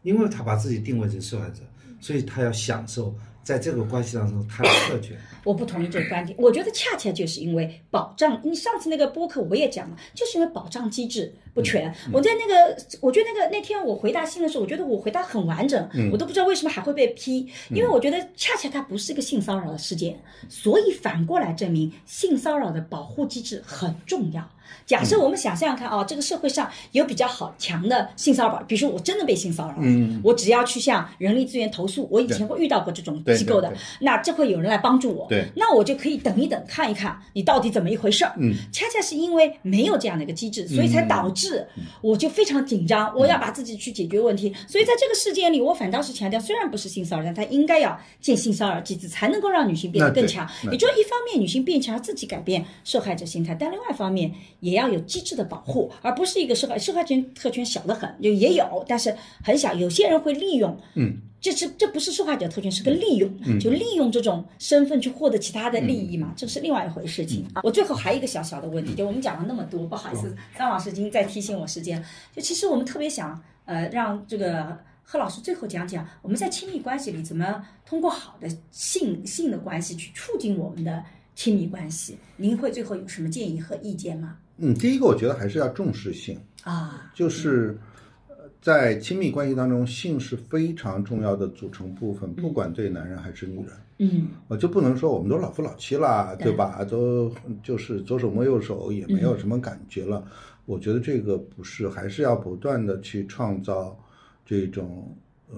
Speaker 4: 因为他把自己定位成受害者，所以他要享受在这个关系当中他的特权。
Speaker 1: 我不同意这个观点，我觉得恰恰就是因为保障，你上次那个播客我也讲了，就是因为保障机制不
Speaker 3: 嗯
Speaker 1: 全。我在那个，我觉得那个那天我回答信的时候，我觉得我回答很完整，
Speaker 3: 嗯
Speaker 1: 我都不知道为什么还会被批，因为我觉得恰恰它不是一个性骚扰的事件，所以反过来证明性骚扰的保护机制很重要。假设我们想想
Speaker 3: 嗯
Speaker 1: 看啊，这个社会上有比较好强的性骚扰，比如说我真的被性骚扰了，
Speaker 3: 嗯
Speaker 1: 我只要去向人力资源投诉，我以前会遇到过这种机构的
Speaker 3: 对对对，
Speaker 1: 那这会有人来帮助我，
Speaker 3: 对
Speaker 1: 那我就可以等一等，看一看你到底怎么一回事儿。
Speaker 3: 嗯，
Speaker 1: 恰恰是因为没有这样的一个机制，所以才导致
Speaker 3: 嗯
Speaker 1: 我就非常紧张，我要把自己去解决问题。所以在这个事件里，我反倒是强调，虽然不是性骚扰，但它应该要建性骚扰机制，才能够让女性变得
Speaker 3: 那对
Speaker 1: 更强。
Speaker 3: 那
Speaker 1: 也就是一方面，女性变强自己改变受害者心态，但另外一方面也要有机制的保护，而不是一个受害受害权特权小得很，就也有，但是很小。有些人会利用，
Speaker 3: 嗯，
Speaker 1: 这是这不是受害者特权，是个利用，啊就利用这种身份去获得其他的利益嘛，这是另外一回事情啊。我最后还有一个小小的问题，就我们讲了那么多，不好意思，张老师已经在提醒我时间了。就其实我们特别想，呃，让这个贺老师最后讲讲我们在亲密关系里怎么通过好的性性的关系去促进我们的亲密关系。您会最后有什么建议和意见吗？
Speaker 3: 嗯，第一个我觉得还是要重视性，
Speaker 1: 啊，
Speaker 3: 就是呃在亲密关系当中，性是非常重要的组成部分，不管对男人还是女人。
Speaker 1: 嗯
Speaker 3: 我呃就不能说我们都老夫老妻啦，
Speaker 1: 对嗯
Speaker 3: 对吧？都就是左手摸右手，也没有什么感觉了。我觉得这个不是，还是要不断的去创造这种呃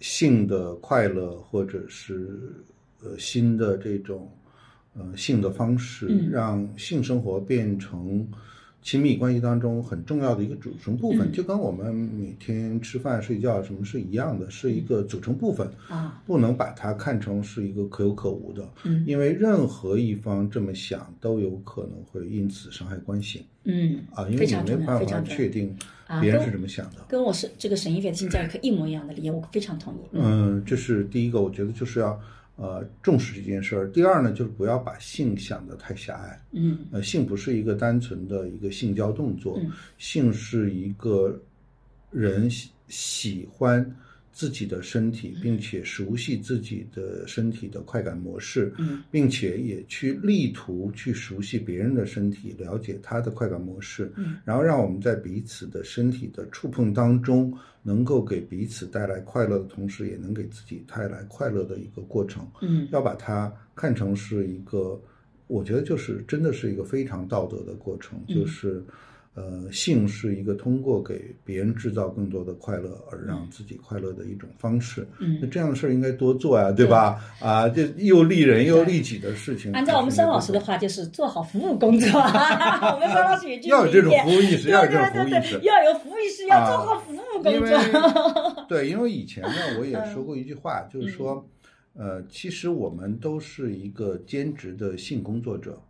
Speaker 3: 性的快乐，或者是呃新的这种呃性的方式，
Speaker 1: 嗯
Speaker 3: 让性生活变成。亲密关系当中很重要的一个组成部分，
Speaker 1: 嗯
Speaker 3: 就跟我们每天吃饭、睡觉什么是一样的，
Speaker 1: 嗯
Speaker 3: 是一个组成部分。
Speaker 1: 啊，
Speaker 3: 不能把它看成是一个可有可无的，
Speaker 1: 嗯
Speaker 3: 因为任何一方这么想都有可能会因此伤害关系
Speaker 1: 嗯
Speaker 3: 啊，因
Speaker 1: 非
Speaker 3: 为你
Speaker 1: 常
Speaker 3: 没
Speaker 1: 重要，
Speaker 3: 办
Speaker 1: 非
Speaker 3: 法
Speaker 1: 常重
Speaker 3: 确
Speaker 1: 要。
Speaker 3: 定
Speaker 1: 啊
Speaker 3: 别人
Speaker 1: 跟
Speaker 3: 是怎么想的。
Speaker 1: 跟我是这个沈一菲的性教育课一模一样的理解，我非常同意。嗯
Speaker 3: 嗯，这是第一个，我觉得就是要呃重视这件事儿。第二呢，就是不要把性想得太狭隘，
Speaker 1: 嗯
Speaker 3: 呃，性不是一个单纯的一个性交动作，
Speaker 1: 嗯
Speaker 3: 性是一个人喜喜欢自己的身体，并且熟悉自己的身体的快感模式，
Speaker 1: 嗯
Speaker 3: 并且也去力图去熟悉别人的身体，了解他的快感模式，
Speaker 1: 嗯
Speaker 3: 然后让我们在彼此的身体的触碰当中，能够给彼此带来快乐的同时，也能给自己带来快乐的一个过程。
Speaker 1: 嗯
Speaker 3: 要把它看成是一个，我觉得就是真的是一个非常道德的过程，
Speaker 1: 嗯
Speaker 3: 就是，呃，性是一个通过给别人制造更多的快乐而让自己快乐的一种方式。那
Speaker 1: 嗯。
Speaker 3: 这样的事儿应该多做啊，对吧？啊，这又利人又利己的事情。
Speaker 1: 按照我们
Speaker 3: 还是
Speaker 1: 孙
Speaker 3: 应该多
Speaker 1: 老师
Speaker 3: 做
Speaker 1: 的话，就是做好服务工作。 [LAUGHS] 我们孙老师也
Speaker 3: 要有这种服务意识，
Speaker 1: [LAUGHS] 对
Speaker 3: 要有
Speaker 1: 对
Speaker 3: 这种服务意
Speaker 1: 对
Speaker 3: 识啊
Speaker 1: 对，。要有服务意识，要做好服务工
Speaker 3: 因
Speaker 1: [LAUGHS]
Speaker 3: 为
Speaker 1: 作。
Speaker 3: 对，因为以前呢，我也
Speaker 1: 嗯
Speaker 3: 说过一句话，就是说，呃，其实我们都是一个兼职的性工作者，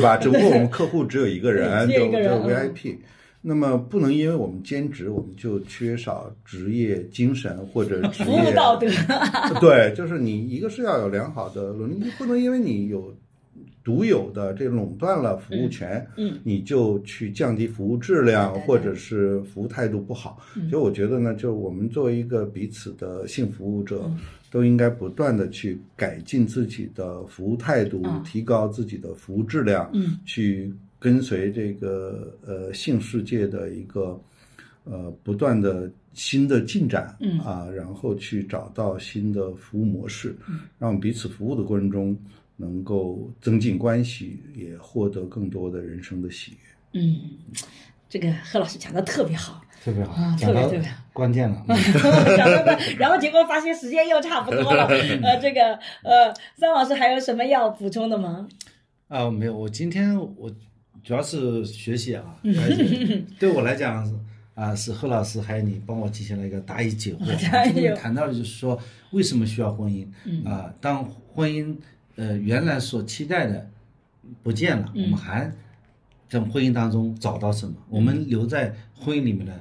Speaker 1: [LAUGHS]
Speaker 3: 吧？只不过我们客户只有一个人，
Speaker 1: 只有一
Speaker 3: 就
Speaker 1: 个人嗯
Speaker 3: 就 VIP。那么不能因为我们兼职，我们就缺少职业精神或者职
Speaker 1: 嗯服务
Speaker 3: 业
Speaker 1: 道德，
Speaker 3: [LAUGHS] 对，就是你一个是要有良好的伦理，你不能因为你有独有的这垄断了服务权，
Speaker 1: 嗯，
Speaker 3: 你就去降低服务质量
Speaker 1: 对对对
Speaker 3: 或者是服务态度不好。
Speaker 1: 嗯
Speaker 3: 所以我觉得呢，就是我们作为一个彼此的性服务者，
Speaker 1: 嗯
Speaker 3: 都应该不断的去改进自己的服务态度，
Speaker 1: 嗯
Speaker 3: 提高自己的服务质量，
Speaker 1: 嗯
Speaker 3: 去跟随这个呃性世界的一个呃不断的新的进展，
Speaker 1: 嗯
Speaker 3: 啊，然后去找到新的服务模式，
Speaker 1: 嗯
Speaker 3: 让我们彼此服务的过程中能够增进关系，也获得更多的人生的喜悦。
Speaker 1: 嗯，这个贺老师讲的特别好， [LAUGHS]
Speaker 4: 特别好
Speaker 1: 啊，
Speaker 4: 讲到
Speaker 1: 特别特别
Speaker 4: 关键了。嗯
Speaker 1: 讲到这，然后结果发现时间又差不多
Speaker 3: [LAUGHS]
Speaker 1: 了。呃，这个呃，张老师还有什么要补充的吗？
Speaker 4: 啊，没有，我今天我主要是学习啊，
Speaker 1: 嗯 [LAUGHS]
Speaker 4: 而且对我来讲是啊，是贺老师还有你帮我进行了一个答疑解惑
Speaker 1: 答
Speaker 4: 啊，
Speaker 1: 疑
Speaker 4: 因为谈到的就是说为什么需要婚姻
Speaker 1: 嗯
Speaker 4: 啊？当婚姻呃原来所期待的不见了，我
Speaker 1: 嗯
Speaker 4: 们还在婚姻当中找到什么？我们
Speaker 1: 嗯
Speaker 4: 留在婚姻里面的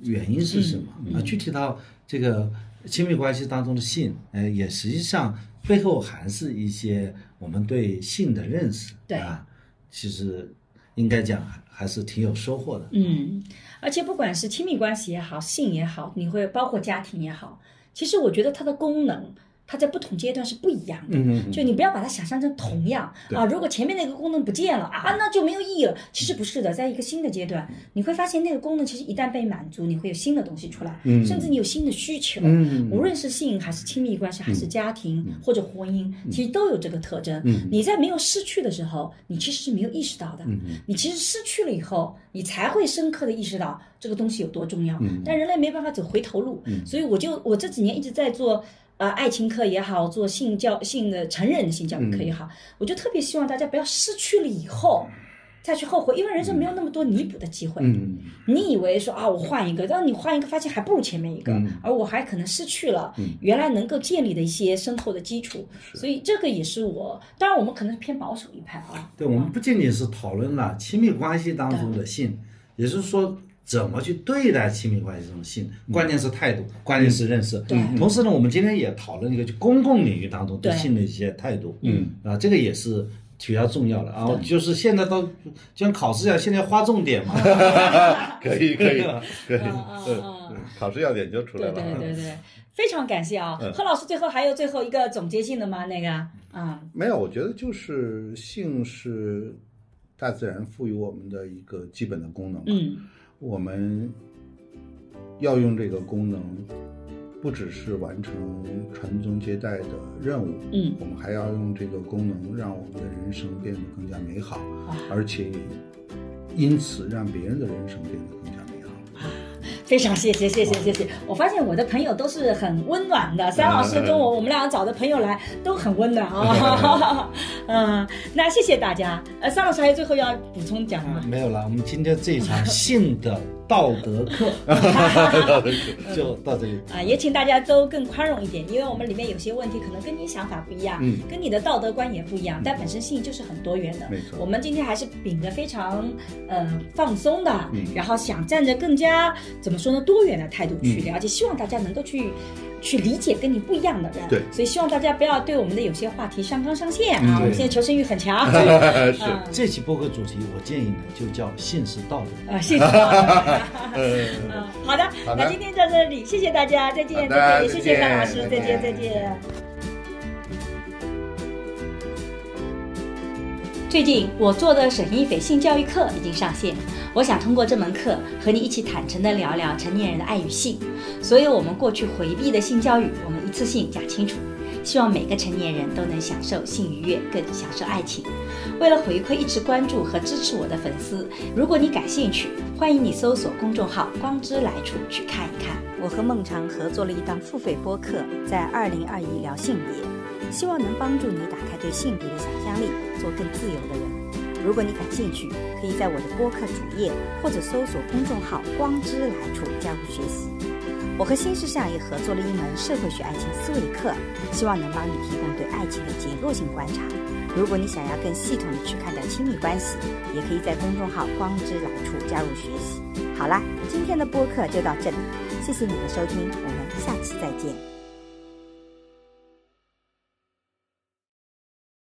Speaker 4: 原因是什么？啊，具体到这个亲密关系当中的性，呃，也实际上背后还是一些我们对性的认识，
Speaker 1: 对
Speaker 4: 啊，其实应该讲还还是挺有收获的。
Speaker 1: 嗯，而且不管是亲密关系也好，性也好，你会包括家庭也好，其实我觉得它的功能它在不同阶段是不一样的。
Speaker 3: 嗯嗯
Speaker 1: 就你不要把它想象成同样
Speaker 3: 对嗯
Speaker 1: 啊，如果前面那个功能不见了啊，那就没有意义了。其实不是的，在一个新的阶段，你会发现那个功能其实一旦被满足，你会有新的东西出来，
Speaker 3: 嗯
Speaker 1: 甚至你有新的需求。
Speaker 3: 嗯
Speaker 1: 无论是性还是亲密关系，还是家庭、或者婚姻，其实都有这个特征。
Speaker 3: 嗯
Speaker 1: 你在没有失去的时候，你其实是没有意识到的。
Speaker 3: 嗯
Speaker 1: 你其实失去了以后，你才会深刻的意识到这个东西有多重要。
Speaker 3: 嗯
Speaker 1: 但人类没办法走回头路，所以我就我这几年一直在做。呃，爱情课也好，做性教性的成人的性教育
Speaker 3: 嗯
Speaker 1: 课也好，我就特别希望大家不要失去了以后再去后悔，因为人生没有那么多弥补的机会。
Speaker 3: 嗯
Speaker 1: 你以为说啊，我换一个，但你换一个发现还不如前面一个，
Speaker 3: 嗯
Speaker 1: 而我还可能失去了原来能够建立的一些深厚的基础，所以这个也是我，当然我们可能是偏保守一派啊，
Speaker 4: 对，我们不仅仅是讨论了亲密关系当中的性，也是说怎么去对待亲密关系中的性，关键是态度，关键是认识。
Speaker 1: 对
Speaker 4: 同时呢，我们今天也讨论一个就公共领域当中对
Speaker 1: 对
Speaker 4: 性的一些态度。
Speaker 3: 嗯，
Speaker 4: 啊，这个也是。比较重要的啊，就是现在都就像考试一样，现在划重点嘛。
Speaker 3: 可以可以可以，
Speaker 1: 嗯嗯嗯
Speaker 3: 嗯，考试要点就出来
Speaker 1: 对对
Speaker 3: 了。嗯
Speaker 1: 对
Speaker 3: [LAUGHS]
Speaker 1: 对，非常感谢啊，何老师，最后还有最后一个总结性的吗？那个啊，
Speaker 3: 没有，我觉得就是性是大自然赋予我们的一个基本的功能。，
Speaker 1: 嗯
Speaker 3: 我们要用这个功能，不只是完成传宗接代的任务，
Speaker 1: 嗯
Speaker 3: 我们还要用这个功能让我们的人生变得更加美好，
Speaker 1: 啊
Speaker 3: 而且因此让别人的人生变得更加美好。
Speaker 1: 非常谢谢谢谢谢谢，我发现我的朋友都是很温暖的，三老师跟我我们俩找的朋友来都很温暖
Speaker 3: [LAUGHS]
Speaker 1: 啊，嗯，那谢谢大家，呃，三老师还有最后要补充讲的吗？
Speaker 4: 没有了，我们今天这一场性的道德课 [LAUGHS] 就到这里。
Speaker 1: 啊，也请大家都更宽容一点，因为我们里面有些问题可能跟你想法不一样，
Speaker 3: 嗯
Speaker 1: 跟你的道德观也不一样，但本身性就是很多元的。
Speaker 3: 没错
Speaker 1: 我们今天还是秉着非常呃放松的，
Speaker 3: 嗯
Speaker 1: 然后想站着更加怎么说呢多元的态度
Speaker 3: 嗯
Speaker 1: 去了解，希望大家能够去。去理解跟你不一样的人，
Speaker 3: 对
Speaker 1: 所以希望大家不要对我们的有些话题上纲上线
Speaker 3: 嗯
Speaker 1: 啊。我们
Speaker 3: 对
Speaker 1: 现在求生欲很强，
Speaker 3: [LAUGHS] 是
Speaker 1: 嗯
Speaker 4: 这期播客主题，我建议呢就叫“性是道德”。
Speaker 1: 啊，谢谢。嗯，好的，
Speaker 3: 好的
Speaker 1: 那今天到这里，谢谢大家，再见，
Speaker 3: 好的
Speaker 1: 再见，谢谢
Speaker 3: 再见
Speaker 1: 范老师，再见，再
Speaker 3: 再见
Speaker 1: 见。最近我做的沈一斐性教育课已经上线，我想通过这门课和你一起坦诚地聊聊成年人的爱与性，所有我们过去回避的性教育，我们一次性讲清楚。希望每个成年人都能享受性愉悦，更享受爱情。为了回馈一直关注和支持我的粉丝，如果你感兴趣，欢迎你搜索公众号“光之来处”去看一看。我和孟常合作了一档付费播客，在二零二一聊性别，希望能帮助你打开对性别的想象力，做更自由的人。如果你感兴趣，可以在我的播客主页或者搜索公众号“光之来处”加入学习。我和新世相也合作了一门社会学爱情思维课，希望能帮你提供对爱情的结构性观察。如果你想要更系统的去看待亲密关系，也可以在公众号“光之来处”加入学习。好啦，今天的播客就到这里，谢谢你的收听，我们下期再见。